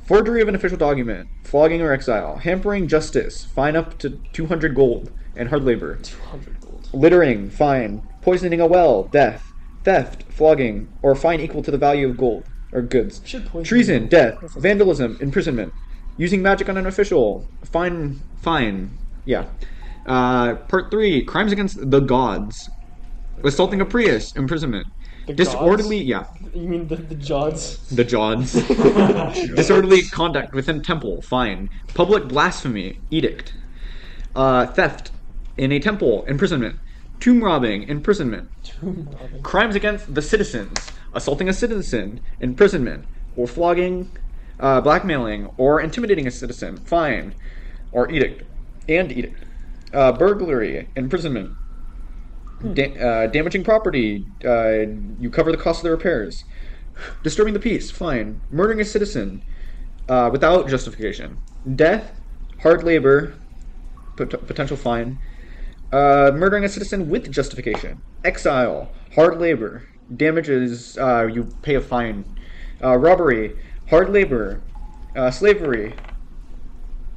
Speaker 2: forgery of an official document, flogging or exile, hampering justice, fine up to two hundred gold, and hard labor.
Speaker 3: 200 gold.
Speaker 2: littering, fine, poisoning a well, death, theft, flogging, or fine equal to the value of gold or goods,
Speaker 3: Should poison.
Speaker 2: treason, death, vandalism, imprisonment, using magic on an official, fine, fine, yeah. Uh, part three: crimes against the gods, assaulting a Prius, imprisonment,
Speaker 3: The
Speaker 2: disorderly, yeah,
Speaker 3: gods? You mean the, the Jods?
Speaker 2: the Johns, disorderly conduct within temple, fine, public blasphemy, edict, uh, theft in a temple, imprisonment, tomb robbing, imprisonment,
Speaker 3: Tomb robbing.
Speaker 2: crimes against the citizens, assaulting a citizen, imprisonment, or flogging, uh, blackmailing, or intimidating a citizen, fine, or edict, and edict, uh, burglary, imprisonment,
Speaker 3: Hmm.
Speaker 2: da- uh, damaging property, uh, you cover the cost of the repairs, disturbing the peace, fine, murdering a citizen uh, without justification, death, hard labor, pot- potential fine, uh, murdering a citizen with justification, exile, hard labor, damages, uh, you pay a fine, uh, robbery, hard labor, uh, slavery,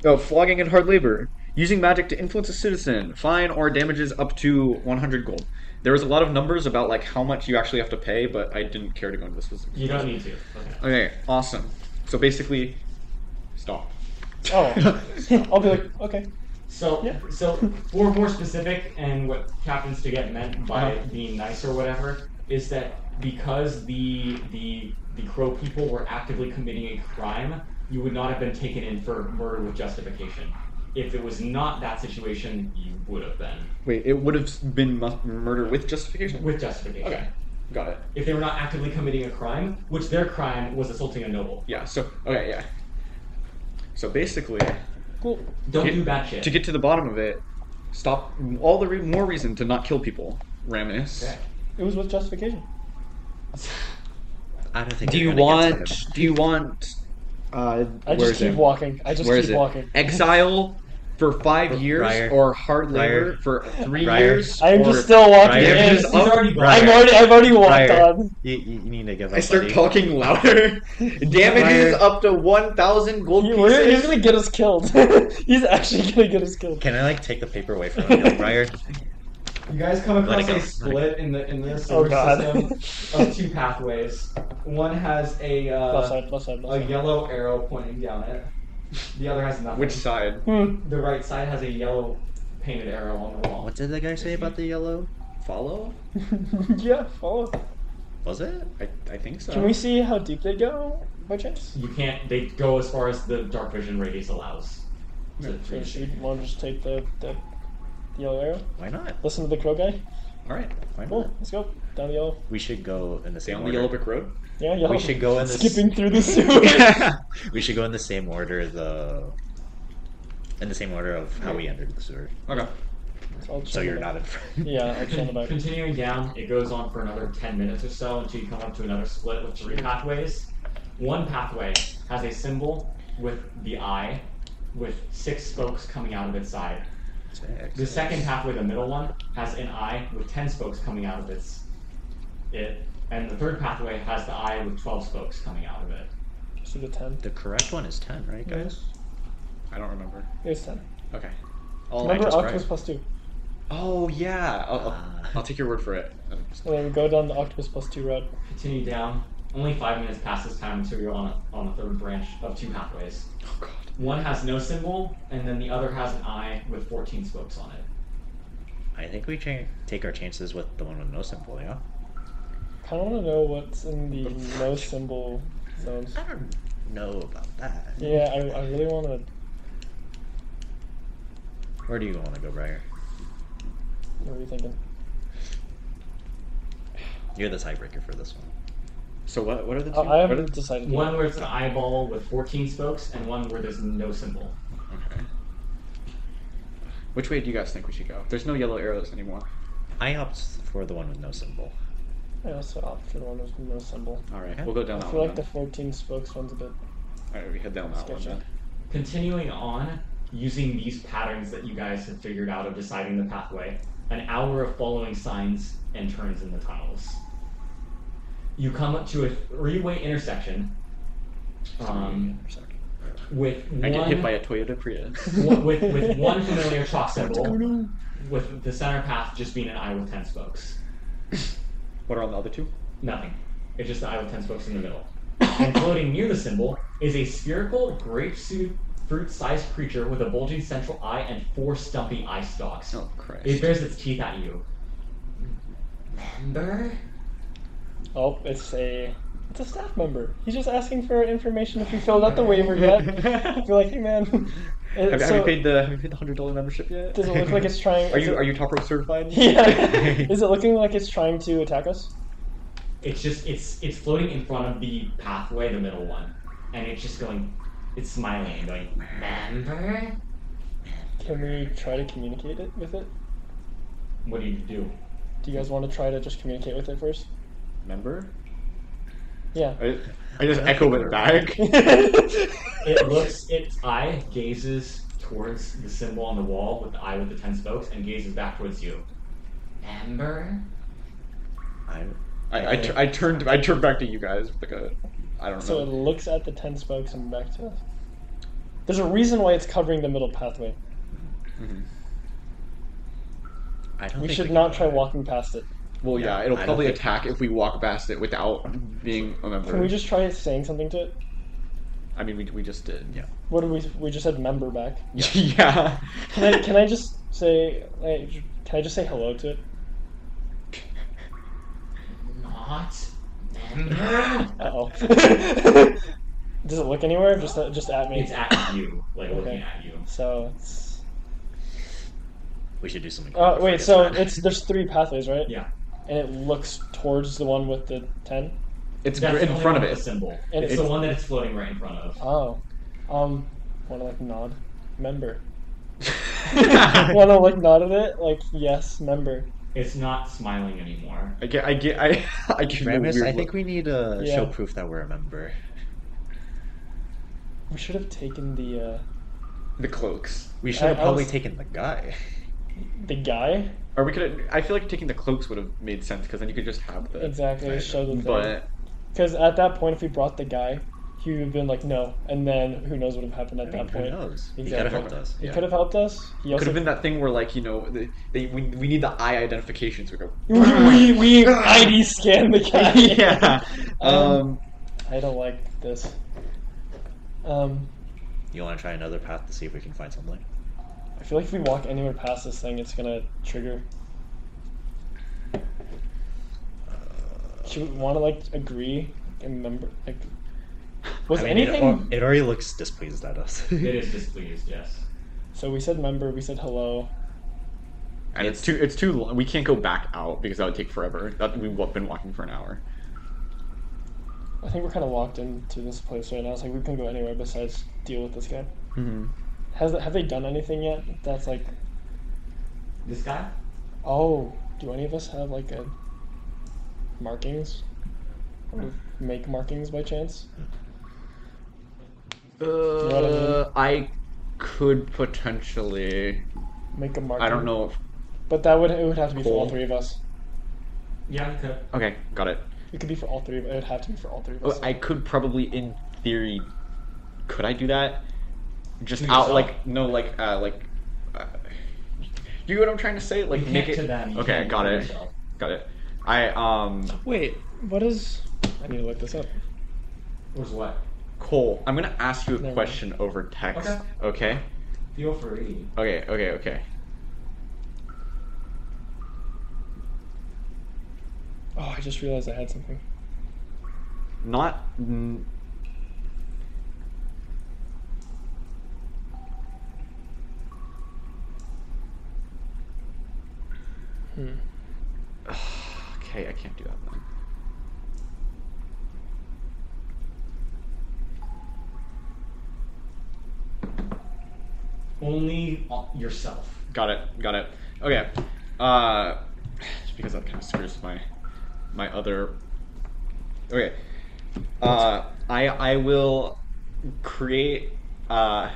Speaker 2: oh, flogging and hard labor, using magic to influence a citizen, fine or damages up to 100 gold. There was a lot of numbers about like how much you actually have to pay, but I didn't care to go into the specifics.
Speaker 1: You don't need to. Okay.
Speaker 2: Okay, awesome. So basically, stop.
Speaker 3: Oh. I'll be like, okay.
Speaker 1: So,
Speaker 3: Yeah.
Speaker 1: so for more specific, and what happens to get meant by
Speaker 2: Uh-huh.
Speaker 1: being nice or whatever is that because the the the crow people were actively committing a crime, you would not have been taken in for murder with justification. If it was not that situation, you would have been
Speaker 2: Wait, it would have been mu- murder with justification?
Speaker 1: with justification.
Speaker 2: Okay, got it.
Speaker 1: If they were not actively committing a crime, which their crime was assaulting a noble,
Speaker 2: Yeah. So okay. Yeah. So basically,
Speaker 3: Cool.
Speaker 1: don't
Speaker 2: Yeah.
Speaker 1: do bad shit.
Speaker 2: to get to the bottom of it, stop all the re- more reason to not kill people. Ramus.
Speaker 1: Okay.
Speaker 3: It was with justification.
Speaker 4: I don't think
Speaker 2: Do
Speaker 4: you're
Speaker 2: you
Speaker 4: gonna get
Speaker 2: want?
Speaker 4: to him.
Speaker 2: Do you want? Uh,
Speaker 3: I
Speaker 2: where's
Speaker 3: just keep
Speaker 2: it?
Speaker 3: walking. I just
Speaker 2: Where is
Speaker 3: keep
Speaker 2: it?
Speaker 3: walking.
Speaker 2: Exile, for five
Speaker 4: For
Speaker 2: years
Speaker 4: Briar.
Speaker 2: or hard labor
Speaker 4: Briar.
Speaker 2: for three
Speaker 4: Briar.
Speaker 2: years.
Speaker 3: I'm
Speaker 2: or- Oh,
Speaker 3: just still walking
Speaker 4: Briar.
Speaker 2: Yeah,
Speaker 3: in.
Speaker 8: He's
Speaker 2: just
Speaker 8: already
Speaker 4: Briar.
Speaker 3: I've already, I've already walked
Speaker 4: Briar.
Speaker 3: on.
Speaker 4: You, you, you need to give up.
Speaker 2: I start
Speaker 4: buddy.
Speaker 2: talking louder. Damages
Speaker 4: Briar.
Speaker 2: up to one thousand gold
Speaker 3: He-
Speaker 2: pieces.
Speaker 3: he's gonna get us killed. he's actually gonna get us killed.
Speaker 4: Can I like take the paper away from him, Briar?
Speaker 8: You guys come
Speaker 4: Let it
Speaker 8: across
Speaker 4: go.
Speaker 8: a
Speaker 4: Let it
Speaker 8: split in the in the sewer
Speaker 3: Oh god.
Speaker 8: system of two pathways. One has a
Speaker 3: left
Speaker 8: uh,
Speaker 3: side, left side,
Speaker 8: a
Speaker 2: Oh,
Speaker 3: left side.
Speaker 8: yellow arrow pointing down it. The other has nothing.
Speaker 2: Which side?
Speaker 3: Hmm.
Speaker 8: the right side has a yellow painted arrow on the wall.
Speaker 4: What did the guy say about the yellow? Follow?
Speaker 3: yeah, follow.
Speaker 4: Was it?
Speaker 2: I, I think so.
Speaker 3: Can we see how deep they go by chance?
Speaker 1: You can't. They go as far as the dark vision radius allows. to
Speaker 3: So
Speaker 1: reach.
Speaker 3: should we want to just take the, the yellow arrow?
Speaker 4: Why not?
Speaker 3: Listen to the crow guy.
Speaker 4: All right, why not?
Speaker 3: Cool, let's go down the yellow.
Speaker 4: We should go in the
Speaker 2: Stay
Speaker 4: same
Speaker 2: on the
Speaker 4: order.
Speaker 2: yellow brick road.
Speaker 3: Yeah, yellow.
Speaker 4: we should go in the s-
Speaker 3: Skipping through the sewer.
Speaker 4: we should go in the same order the in the same order of how we entered the sewer.
Speaker 2: Okay.
Speaker 3: I'll
Speaker 4: So
Speaker 3: check
Speaker 4: you're
Speaker 3: it out.
Speaker 4: not in front.
Speaker 3: Yeah, I'll check it out.
Speaker 1: Continuing down, it goes on for another 10 minutes or so until you come up to another split with three pathways. One pathway has a symbol with the eye, with six spokes coming out of its side. The second pathway, the middle one, has an eye with 10 spokes coming out of its it. And the third pathway has the eye with 12 spokes coming out of it.
Speaker 3: See the ten.
Speaker 4: The correct one is ten, right, guys?
Speaker 2: I don't remember.
Speaker 3: It's ten.
Speaker 2: Okay. I'll,
Speaker 3: Remember
Speaker 4: just
Speaker 3: octopus
Speaker 4: right.
Speaker 3: plus two.
Speaker 2: oh yeah. I'll, I'll,
Speaker 4: Ah.
Speaker 2: I'll take your word for it.
Speaker 3: And then we go down the octopus plus two road.
Speaker 1: Continue down. Only five minutes passes time until you're on a, on a third branch of two pathways.
Speaker 2: Oh god.
Speaker 1: One has no symbol, and then the other has an eye with 14 spokes on it.
Speaker 4: I think we cha- take our chances with the one with no symbol, yeah?
Speaker 3: Kinda wanna know what's in the no symbol zones.
Speaker 4: I don't know about that.
Speaker 3: Yeah, I, I really wanna
Speaker 4: Where do you want to go, Briar?
Speaker 3: what are you thinking?
Speaker 4: You're the tiebreaker for this one.
Speaker 2: So what? What are the two?
Speaker 3: I, Uh, I
Speaker 2: what are
Speaker 3: haven't
Speaker 2: the-
Speaker 3: decided yet.
Speaker 1: One where it's an eyeball with 14 spokes, and one where there's no symbol.
Speaker 2: okay. Which way do you guys think we should go? There's no yellow arrows anymore.
Speaker 4: I opt for the one with no symbol.
Speaker 3: I also opt for the one with no symbol.
Speaker 2: All right. We'll go down
Speaker 3: I
Speaker 2: that
Speaker 3: feel
Speaker 2: one.
Speaker 3: like the
Speaker 2: then.
Speaker 3: fourteen spokes one's a bit
Speaker 2: All right. We head down that one.
Speaker 3: sketchy.
Speaker 2: Then.
Speaker 1: Continuing on, using these patterns that you guys have figured out of deciding the pathway, an hour of following signs and turns in the tunnels. You come up to a three-way intersection um, with
Speaker 2: I get hit by
Speaker 1: one,
Speaker 2: a Toyota Prius.
Speaker 1: one- with, with one familiar chalk symbol, with the center path just being an eye with 10 spokes.
Speaker 2: what are on the other two?
Speaker 1: Nothing. It's just the eye with ten spokes in the middle.
Speaker 2: Oh,
Speaker 1: and floating near the symbol is a spherical grapefruit sized creature with a bulging central eye and four stumpy eye stalks.
Speaker 2: Oh Christ.
Speaker 1: It bears its teeth at you. Remember?
Speaker 3: Oh, it's a it's a staff member. He's just asking for information if you filled out the waiver yet. You're like, hey man. It,
Speaker 2: have,
Speaker 3: Uh, so,
Speaker 2: have you paid the Have you paid the hundred dollar membership yet?
Speaker 3: Does it look like it's trying?
Speaker 2: Are
Speaker 3: is
Speaker 2: you
Speaker 3: it-
Speaker 2: Are you top rope certified?
Speaker 3: Yeah. is it looking like it's trying to attack us?
Speaker 1: It's just it's it's floating in front of the pathway, the middle one. And it's just going it's smiling and going, Remember?
Speaker 3: Can we try to communicate it with it?
Speaker 1: What do you do?
Speaker 3: Do you guys want to try to just communicate with it first?
Speaker 2: Member.
Speaker 3: Yeah.
Speaker 2: I, I just echo it back.
Speaker 1: It looks its eye gazes towards the symbol on the wall with the eye with the ten spokes and gazes back towards you. Amber?
Speaker 4: I,
Speaker 2: I, I, tur- I turned I turned back to you guys with like a I don't
Speaker 3: so it
Speaker 2: know.
Speaker 3: looks at the ten spokes and back to us. There's a reason why it's covering the middle pathway.
Speaker 4: I don't
Speaker 3: We
Speaker 4: think
Speaker 3: should
Speaker 4: can
Speaker 3: not
Speaker 4: go
Speaker 3: try
Speaker 4: there.
Speaker 3: walking past it.
Speaker 2: Well, yeah,
Speaker 4: Yeah,
Speaker 2: it'll
Speaker 4: I don't
Speaker 2: probably
Speaker 4: think-
Speaker 2: attack if we walk past it without being a member.
Speaker 3: Can we just try saying something to it?
Speaker 2: I mean, we, we just did.
Speaker 4: Yeah.
Speaker 3: What did we? We just said member back.
Speaker 2: Yeah.
Speaker 3: Can I? Can I just say? like, Can I just say hello to it?
Speaker 1: Not member?
Speaker 3: Uh oh. Does it look anywhere? Just uh, just at me.
Speaker 1: It's at you, like
Speaker 3: Okay.
Speaker 1: looking at you.
Speaker 3: So it's.
Speaker 4: We should do something.
Speaker 3: Uh,
Speaker 4: quick
Speaker 3: wait,
Speaker 4: before
Speaker 3: so
Speaker 4: it gets
Speaker 3: it's there's three pathways, right?
Speaker 1: Yeah.
Speaker 3: And it looks towards the one with the ten.
Speaker 2: It's
Speaker 1: That's
Speaker 2: gr-
Speaker 1: the
Speaker 2: in
Speaker 1: only
Speaker 2: front
Speaker 1: one
Speaker 2: of
Speaker 1: with The
Speaker 2: it.
Speaker 1: symbol.
Speaker 3: And
Speaker 1: It's,
Speaker 3: it's-
Speaker 1: the one that it's floating right in front of.
Speaker 3: Oh, um, want to like nod, member.
Speaker 2: I
Speaker 3: want to like nod at it, like yes, member.
Speaker 1: It's not smiling anymore.
Speaker 2: get I get I I give you a
Speaker 4: Ramus,
Speaker 2: weird
Speaker 4: I think
Speaker 2: look.
Speaker 4: we need to
Speaker 3: Yeah.
Speaker 4: show proof that we're a member.
Speaker 3: We should have taken the uh,
Speaker 2: the cloaks.
Speaker 4: We should have
Speaker 3: I- I
Speaker 4: probably
Speaker 3: was-
Speaker 4: taken the guy.
Speaker 3: The guy?
Speaker 2: Or we could. I feel like taking the cloaks would have made sense because then you could just have the.
Speaker 3: Exactly.
Speaker 4: Right.
Speaker 3: Show the thing.
Speaker 2: But
Speaker 3: Because at that point, if we brought the guy, he would have been like, no. And then who knows what would have happened at that
Speaker 4: Who
Speaker 3: point.
Speaker 4: knows? He
Speaker 3: Exactly.
Speaker 4: could have helped us.
Speaker 3: He
Speaker 2: Yeah.
Speaker 3: could have helped us. He
Speaker 2: could
Speaker 3: also
Speaker 2: have been that thing where like you know the, they we, we need the eye identification so we go.
Speaker 3: we, we ID scan the guy.
Speaker 2: yeah. Um.
Speaker 3: I don't like this. Um,
Speaker 4: You want to try another path to see if we can find something?
Speaker 3: I feel like if we walk anywhere past this thing, it's gonna trigger. Should we want to like agree and remember? Like, was
Speaker 4: I mean, it
Speaker 3: anything?
Speaker 4: al- It, already looks displeased at us.
Speaker 1: It is displeased, yes.
Speaker 3: So we said member. We said hello.
Speaker 2: And it's, too. It's too. long. We can't go back out because that would take forever. That we've been walking for an hour.
Speaker 3: I think we're kind of locked into this place right now. It's like we can go anywhere besides deal with this guy.
Speaker 2: Mm-hmm.
Speaker 3: Has have they done anything yet? That's like,
Speaker 1: This guy?
Speaker 3: oh, do any of us have like a markings? Make markings by chance? what I mean?
Speaker 2: Uh, I could potentially.
Speaker 3: Make a marking.
Speaker 2: I don't know. If,
Speaker 3: But that would it would have to be for all
Speaker 2: Cool.
Speaker 3: three of us.
Speaker 1: Yeah, he could.
Speaker 2: okay, got it.
Speaker 3: It could be for all three of it would have to be for all three of us.
Speaker 2: Oh, I could probably, in theory, could I do that? Just
Speaker 1: Do
Speaker 2: out,
Speaker 1: yourself?
Speaker 2: like no, like uh, like. Uh, you know what I'm trying to say? Like
Speaker 1: You
Speaker 2: make
Speaker 1: can't
Speaker 2: it.
Speaker 1: to them, you
Speaker 2: okay,
Speaker 1: can't
Speaker 2: got
Speaker 1: to
Speaker 2: it.
Speaker 1: yourself.
Speaker 2: Got it. I um
Speaker 3: Wait, what is I need to look this up.
Speaker 1: Was what?
Speaker 2: Cole, I'm gonna ask you a
Speaker 3: Never mind.
Speaker 2: question over text. Okay.
Speaker 1: Feel free.
Speaker 2: Okay. Okay. Okay.
Speaker 3: Oh, I just realized I had something.
Speaker 2: Not. mm,
Speaker 3: Hmm.
Speaker 2: okay, I can't do that then.
Speaker 1: Only o- yourself.
Speaker 2: Got it. Got it. Okay. Uh, just because that kind of screws my my other. Okay. Uh, I I will create uh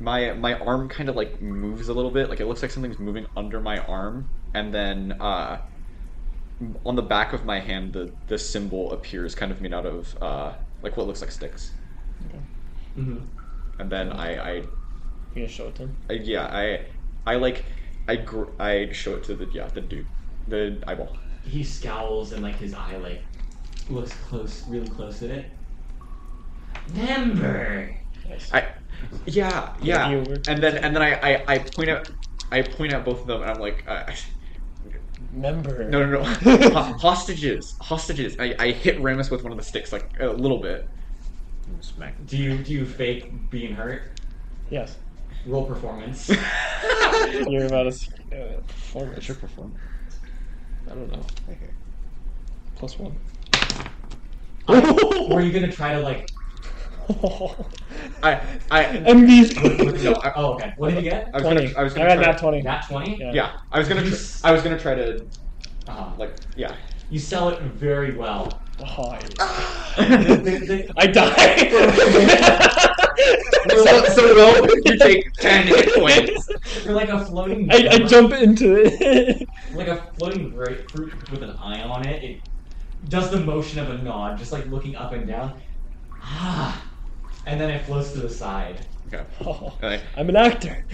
Speaker 2: my my arm kind of like moves a little bit. Like it looks like something's moving under my arm, and then uh on the back of my hand the the symbol appears, kind of made out of uh like what looks like sticks,
Speaker 1: Mm-hmm.
Speaker 2: and then I I
Speaker 3: You gonna show it to him?
Speaker 2: uh, yeah, I, I like, I, gr- I show it to the yeah the dude, the eyeball.
Speaker 1: He scowls and like his eye like looks close, really close at it. Member.
Speaker 3: Nice.
Speaker 2: I, yeah, yeah.
Speaker 3: you were-
Speaker 2: And then and then I, I, I point out, I point out both of them, and I'm like, uh,
Speaker 3: Member.
Speaker 2: no, no, no, Ho- hostages, hostages. I, I hit Ramus with one of the sticks like a little bit.
Speaker 4: Smack.
Speaker 1: Do you do you fake being hurt?
Speaker 3: Yes.
Speaker 1: Roll performance.
Speaker 3: You're about to uh, performance.
Speaker 4: performance?
Speaker 3: I don't know.
Speaker 4: Okay.
Speaker 3: Plus one.
Speaker 1: Were you gonna try to like?
Speaker 2: I, I.
Speaker 3: and these.
Speaker 2: No, I,
Speaker 1: Oh, okay. What did you get?
Speaker 2: I was
Speaker 3: Twenty.
Speaker 2: gonna, I was
Speaker 3: I
Speaker 2: gonna
Speaker 3: got
Speaker 2: try.
Speaker 3: that twenty.
Speaker 1: Nat twenty.
Speaker 2: yeah, I was gonna, tr- I was gonna try to
Speaker 1: Uh-huh.
Speaker 2: like, yeah.
Speaker 1: You sell it very well.
Speaker 3: Oh, yeah.
Speaker 1: The- the-
Speaker 3: I die.
Speaker 2: So, so Will, you take ten hit points.
Speaker 1: You're like a floating.
Speaker 3: I, I jump into it.
Speaker 1: Like a floating grapefruit with an eye on it. It does the motion of a nod, just like looking up and down. Ah, and then it floats to the side.
Speaker 2: Okay.
Speaker 3: Oh,
Speaker 2: And I-
Speaker 3: I'm an actor.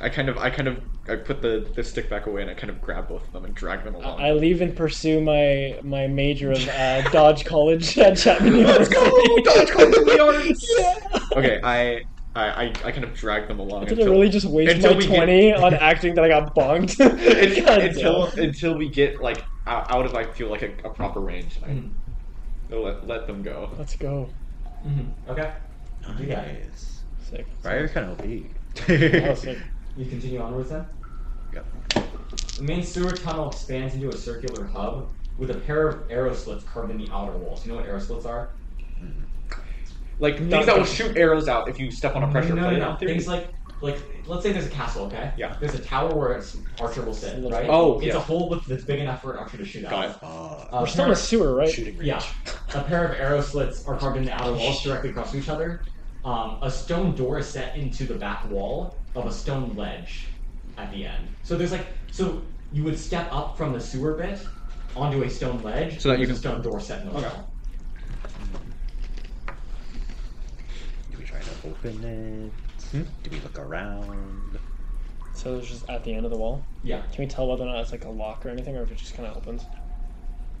Speaker 2: I kind of, I kind of, I put the, the stick back away and I kind of grab both of them and drag them along.
Speaker 3: I leave and pursue my my major of uh, Dodge College at Chapman
Speaker 2: Let's
Speaker 3: University.
Speaker 2: go, Dodge College of the Arts.
Speaker 3: Yeah.
Speaker 2: okay, I, I, I, I kind of drag them along
Speaker 3: Did I
Speaker 2: until
Speaker 3: really just waste
Speaker 2: until
Speaker 3: my
Speaker 2: we get-
Speaker 3: twenty on acting that I got bonked?
Speaker 2: until
Speaker 3: God
Speaker 2: until,
Speaker 3: damn.
Speaker 2: until we get like out out of I feel like a, a proper range. I
Speaker 1: Mhm.
Speaker 3: Mm-hmm.
Speaker 2: I'll let let them go.
Speaker 3: Let's go.
Speaker 1: Mhm. Okay. You got it.
Speaker 4: Nice.
Speaker 3: Sick.
Speaker 4: Briar's kind of OP.
Speaker 3: That was sick.
Speaker 1: You continue onwards then.
Speaker 4: Yep.
Speaker 1: The main sewer tunnel expands into a circular hub with a pair of arrow slits carved in the outer walls. You know what arrow slits are?
Speaker 2: Like things that will shoot arrows out if you step on a pressure
Speaker 1: no,
Speaker 2: plate.
Speaker 1: No, no. Things like like let's say there's a castle, okay?
Speaker 2: Yeah.
Speaker 1: There's a tower where it's archer will sit,
Speaker 3: Little-
Speaker 1: right?
Speaker 2: Oh,
Speaker 1: it's
Speaker 2: yeah.
Speaker 1: a hole with, that's big enough for an archer to shoot
Speaker 2: Got
Speaker 1: out.
Speaker 2: it.
Speaker 4: Uh,
Speaker 1: Uh,
Speaker 3: We're still in a sewer, right?
Speaker 4: shooting range.
Speaker 1: yeah. a pair of arrow slits are carved in the outer walls directly across from each other. um, a stone door is set into the back wall of a stone ledge at the end. So there's like so you would step up from the sewer bit onto a stone ledge.
Speaker 2: So that you
Speaker 1: there's a
Speaker 2: can-
Speaker 1: stone door set in the
Speaker 2: Okay.
Speaker 1: wall.
Speaker 4: Do we try to open it?
Speaker 2: Hmm?
Speaker 4: Do we look around?
Speaker 3: So it's just at the end of the wall.
Speaker 1: Yeah.
Speaker 3: Can we tell whether or not it's like a lock or anything, or if it just kind of opens?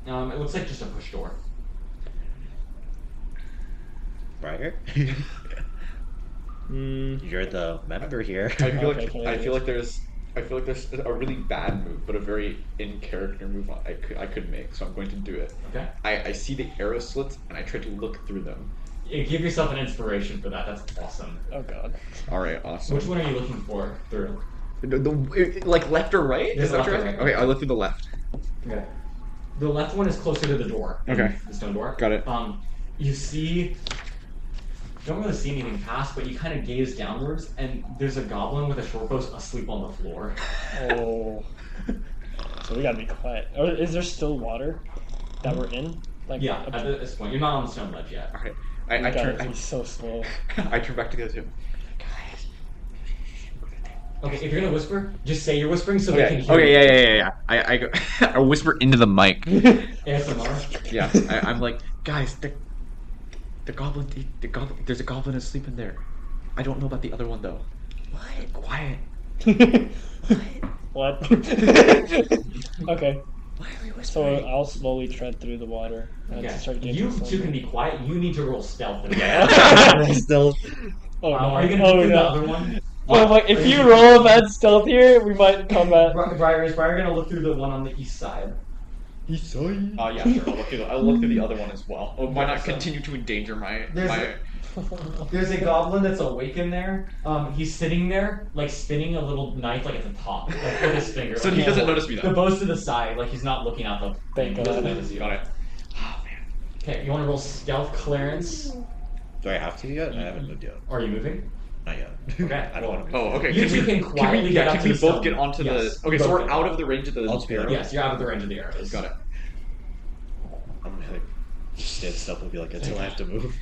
Speaker 1: Um, it looks like just a push door.
Speaker 4: Briar?
Speaker 3: Mm,
Speaker 4: You're the member here.
Speaker 2: I feel
Speaker 3: Okay,
Speaker 2: like
Speaker 3: can we
Speaker 2: I
Speaker 3: do
Speaker 2: feel
Speaker 3: this?
Speaker 2: like there's I feel like there's a really bad move, but a very in character move I could I could make. So I'm going to do it.
Speaker 1: Okay.
Speaker 2: I, I see the arrow slits and I try to look through them.
Speaker 1: Yeah, give yourself an inspiration for that. That's awesome.
Speaker 3: oh god.
Speaker 2: All right, awesome.
Speaker 1: Which one are you looking for through?
Speaker 2: The- the- like left or right?
Speaker 1: Yes,
Speaker 2: Left or
Speaker 1: left or
Speaker 2: right?
Speaker 1: right.
Speaker 2: Okay, I look through the left.
Speaker 1: Okay. The left one is closer to the door. than
Speaker 2: Okay.
Speaker 1: The stone door.
Speaker 2: Got it.
Speaker 1: Um, you see, you don't really see anything past, but you kind of gaze downwards, and there's a goblin with a short post asleep on the floor.
Speaker 3: Oh. so we gotta be quiet. Or is there still water that we're in? Like
Speaker 1: Yeah.
Speaker 3: up-
Speaker 1: At this point, you're not on the stone ledge yet.
Speaker 2: All right. I, I
Speaker 3: God,
Speaker 2: turn
Speaker 3: it's
Speaker 2: I,
Speaker 3: so slow.
Speaker 2: I turn back to the other two.
Speaker 1: Okay. If you're gonna whisper, just say you're whispering so they can
Speaker 2: Okay.
Speaker 1: hear.
Speaker 2: Okay. Yeah. Yeah. Yeah. yeah. I I, go, I whisper into the mic.
Speaker 1: yeah. ASMR.
Speaker 2: Yeah. I, I'm like, guys, the the goblin, the, the goblin. There's a goblin asleep in there. I don't know about the other one though. What? Quiet.
Speaker 3: what? okay.
Speaker 2: Why are we
Speaker 3: So
Speaker 2: whispering?
Speaker 3: I'll slowly tread through the water and
Speaker 1: Okay.
Speaker 3: start getting.
Speaker 1: You
Speaker 3: some-
Speaker 1: two can be quiet. You need to roll stealth. in there.
Speaker 4: We're still.
Speaker 3: Oh no!
Speaker 1: Um, are you gonna do
Speaker 3: oh
Speaker 1: the
Speaker 3: no!
Speaker 1: other one?
Speaker 3: Oh, like,
Speaker 1: Are
Speaker 3: if you
Speaker 1: gonna-
Speaker 3: roll a bad stealth here, we might combat.
Speaker 1: Bri- Briar is Briar gonna look through the one on the east side.
Speaker 4: uh,
Speaker 2: Oh yeah, sure. I'll look, through the, I'll look through the other one as well. Oh, why
Speaker 1: Yeah,
Speaker 2: not
Speaker 1: so-
Speaker 2: continue to endanger my
Speaker 1: There's
Speaker 2: my?
Speaker 1: a- There's a goblin that's awake in there. Um, he's sitting there, like spinning a little knife, like at the top, like with his finger.
Speaker 2: So
Speaker 1: like,
Speaker 2: he
Speaker 1: handle.
Speaker 2: doesn't notice me, though?
Speaker 1: The bow's to the side, like he's not looking at the. thing,
Speaker 3: Thank
Speaker 1: he doesn't
Speaker 3: God.
Speaker 1: notice you.
Speaker 2: Got it. oh,
Speaker 1: Okay, you want to roll stealth clearance?
Speaker 4: Do I have to yet? I haven't moved yet.
Speaker 1: Are you moving?
Speaker 4: Not yet.
Speaker 1: Okay.
Speaker 4: I don't want to move.
Speaker 2: Oh, okay.
Speaker 1: You two
Speaker 2: we-
Speaker 1: can quietly
Speaker 2: we,
Speaker 1: get
Speaker 2: yeah,
Speaker 1: up
Speaker 2: can
Speaker 1: to
Speaker 2: we
Speaker 1: the
Speaker 2: both
Speaker 1: stone.
Speaker 2: get onto
Speaker 1: Yes,
Speaker 2: the? Okay, so
Speaker 1: both
Speaker 2: we're
Speaker 1: can.
Speaker 2: out of the range of the.
Speaker 4: I'll spear it.
Speaker 1: Yes, you're out of the range of the arrows.
Speaker 2: Got it.
Speaker 4: I'm gonna like, stand still and be like, until I have to move.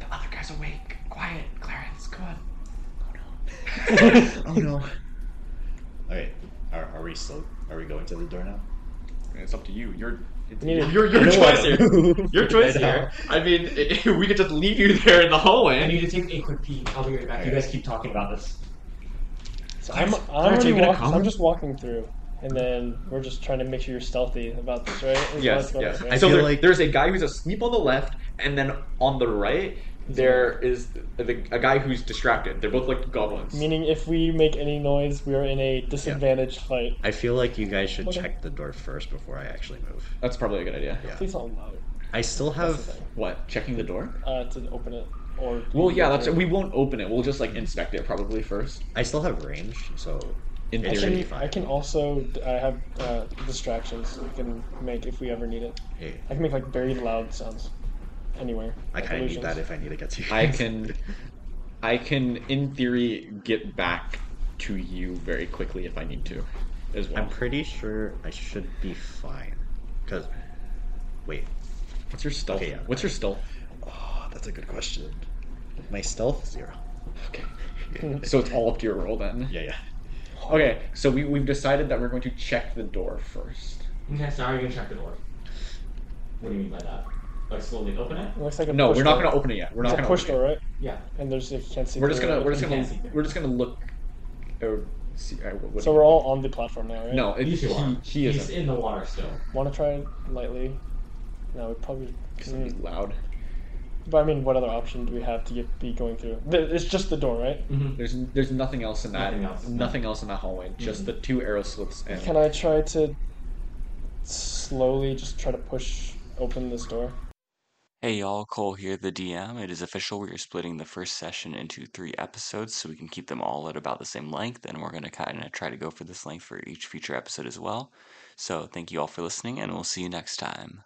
Speaker 2: The other guy's awake. Quiet, Clarence. Come on.
Speaker 4: oh no. Alright, are, are we still. Are we going to the door now?
Speaker 2: It's up to you. You're. It's,
Speaker 3: You need to-
Speaker 2: your your
Speaker 4: you know
Speaker 2: choice
Speaker 4: what?
Speaker 2: here. Your choice
Speaker 4: I know.
Speaker 2: here. I mean, we could just leave you there in the hallway.
Speaker 1: I need to take a quick peek. I'll be right back. You guys keep talking about this.
Speaker 3: So I'm, I'm, already walk, I'm just walking through, and then we're just trying to make sure you're stealthy about this, right? Is
Speaker 2: Yes,
Speaker 3: what's going
Speaker 2: yes.
Speaker 3: on,
Speaker 4: I
Speaker 3: right?
Speaker 2: so
Speaker 4: feel
Speaker 2: there,
Speaker 4: like-
Speaker 2: there's a guy who's asleep on the left, and then on the right there is the, a guy who's distracted. They're both like goblins.
Speaker 3: Meaning, if we make any noise, we are in a disadvantaged fight.
Speaker 4: I feel like you guys should
Speaker 3: Okay.
Speaker 4: check the door first before I actually move.
Speaker 2: That's probably a good idea.
Speaker 4: Yeah.
Speaker 3: Please don't allow it.
Speaker 4: I still
Speaker 3: That's
Speaker 4: have.
Speaker 3: the thing.
Speaker 2: What? Checking the door?
Speaker 3: Uh, to open it or.
Speaker 2: Well, yeah. That's we won't open it. We'll just like inspect it probably first.
Speaker 4: I still have range, so.
Speaker 2: In
Speaker 4: it
Speaker 3: I
Speaker 4: should be
Speaker 3: can,
Speaker 4: fine.
Speaker 3: I can also I have uh, distractions we can make if we ever need it.
Speaker 4: Hey,
Speaker 3: I can make like very loud sounds anywhere.
Speaker 4: I
Speaker 3: like
Speaker 4: kind of need
Speaker 3: illusions.
Speaker 4: that if I need to get to you.
Speaker 2: I
Speaker 4: guys.
Speaker 2: can, I can, in theory, get back to you very quickly if I need to, as well.
Speaker 4: I'm pretty sure I should be fine. Because. Wait.
Speaker 2: What's your stealth?
Speaker 4: Okay, yeah.
Speaker 2: What's your stealth?
Speaker 4: Oh, that's a good question. My stealth? Zero.
Speaker 2: Okay. so it's all up to your roll then.
Speaker 4: Yeah, yeah.
Speaker 2: Okay. So we we've decided that we're going to check the door first.
Speaker 1: Okay, so how are you gonna check the door? What do you mean by that? Like slowly open it?
Speaker 3: It looks like a
Speaker 2: No,
Speaker 3: push
Speaker 2: we're not
Speaker 3: door.
Speaker 2: going to open it yet. We're not
Speaker 3: It's a
Speaker 2: going to
Speaker 3: push
Speaker 2: open
Speaker 3: door,
Speaker 2: It.
Speaker 3: right?
Speaker 1: Yeah.
Speaker 3: And there's you can't see.
Speaker 2: We're just
Speaker 3: through
Speaker 2: gonna
Speaker 3: it.
Speaker 2: we're just
Speaker 1: You
Speaker 2: gonna
Speaker 1: can't see through.
Speaker 2: we're just gonna look. Or see. I, what,
Speaker 3: So we're all on the platform now, right?
Speaker 2: No, it,
Speaker 1: You
Speaker 2: he,
Speaker 1: two are.
Speaker 2: he
Speaker 1: He's
Speaker 2: isn't.
Speaker 1: in the water still.
Speaker 3: Want to try lightly? No, we probably.
Speaker 2: 'cause that'd be
Speaker 3: Mm.
Speaker 2: loud.
Speaker 3: But I mean, what other option do we have to get, be going through? Th- It's just the door, right?
Speaker 1: Mm-hmm.
Speaker 2: There's there's nothing else in that.
Speaker 1: Nothing else. Mm-hmm.
Speaker 2: nothing else in that hallway. Just the two arrow slits and.
Speaker 3: Can I try to slowly just try to push open this door?
Speaker 9: Hey y'all, Cole here, the DM. It is official. We are splitting the first session into three episodes so we can keep them all at about the same length, and we're going to kind of try to go for this length for each future episode as well. So, thank you all for listening, and we'll see you next time.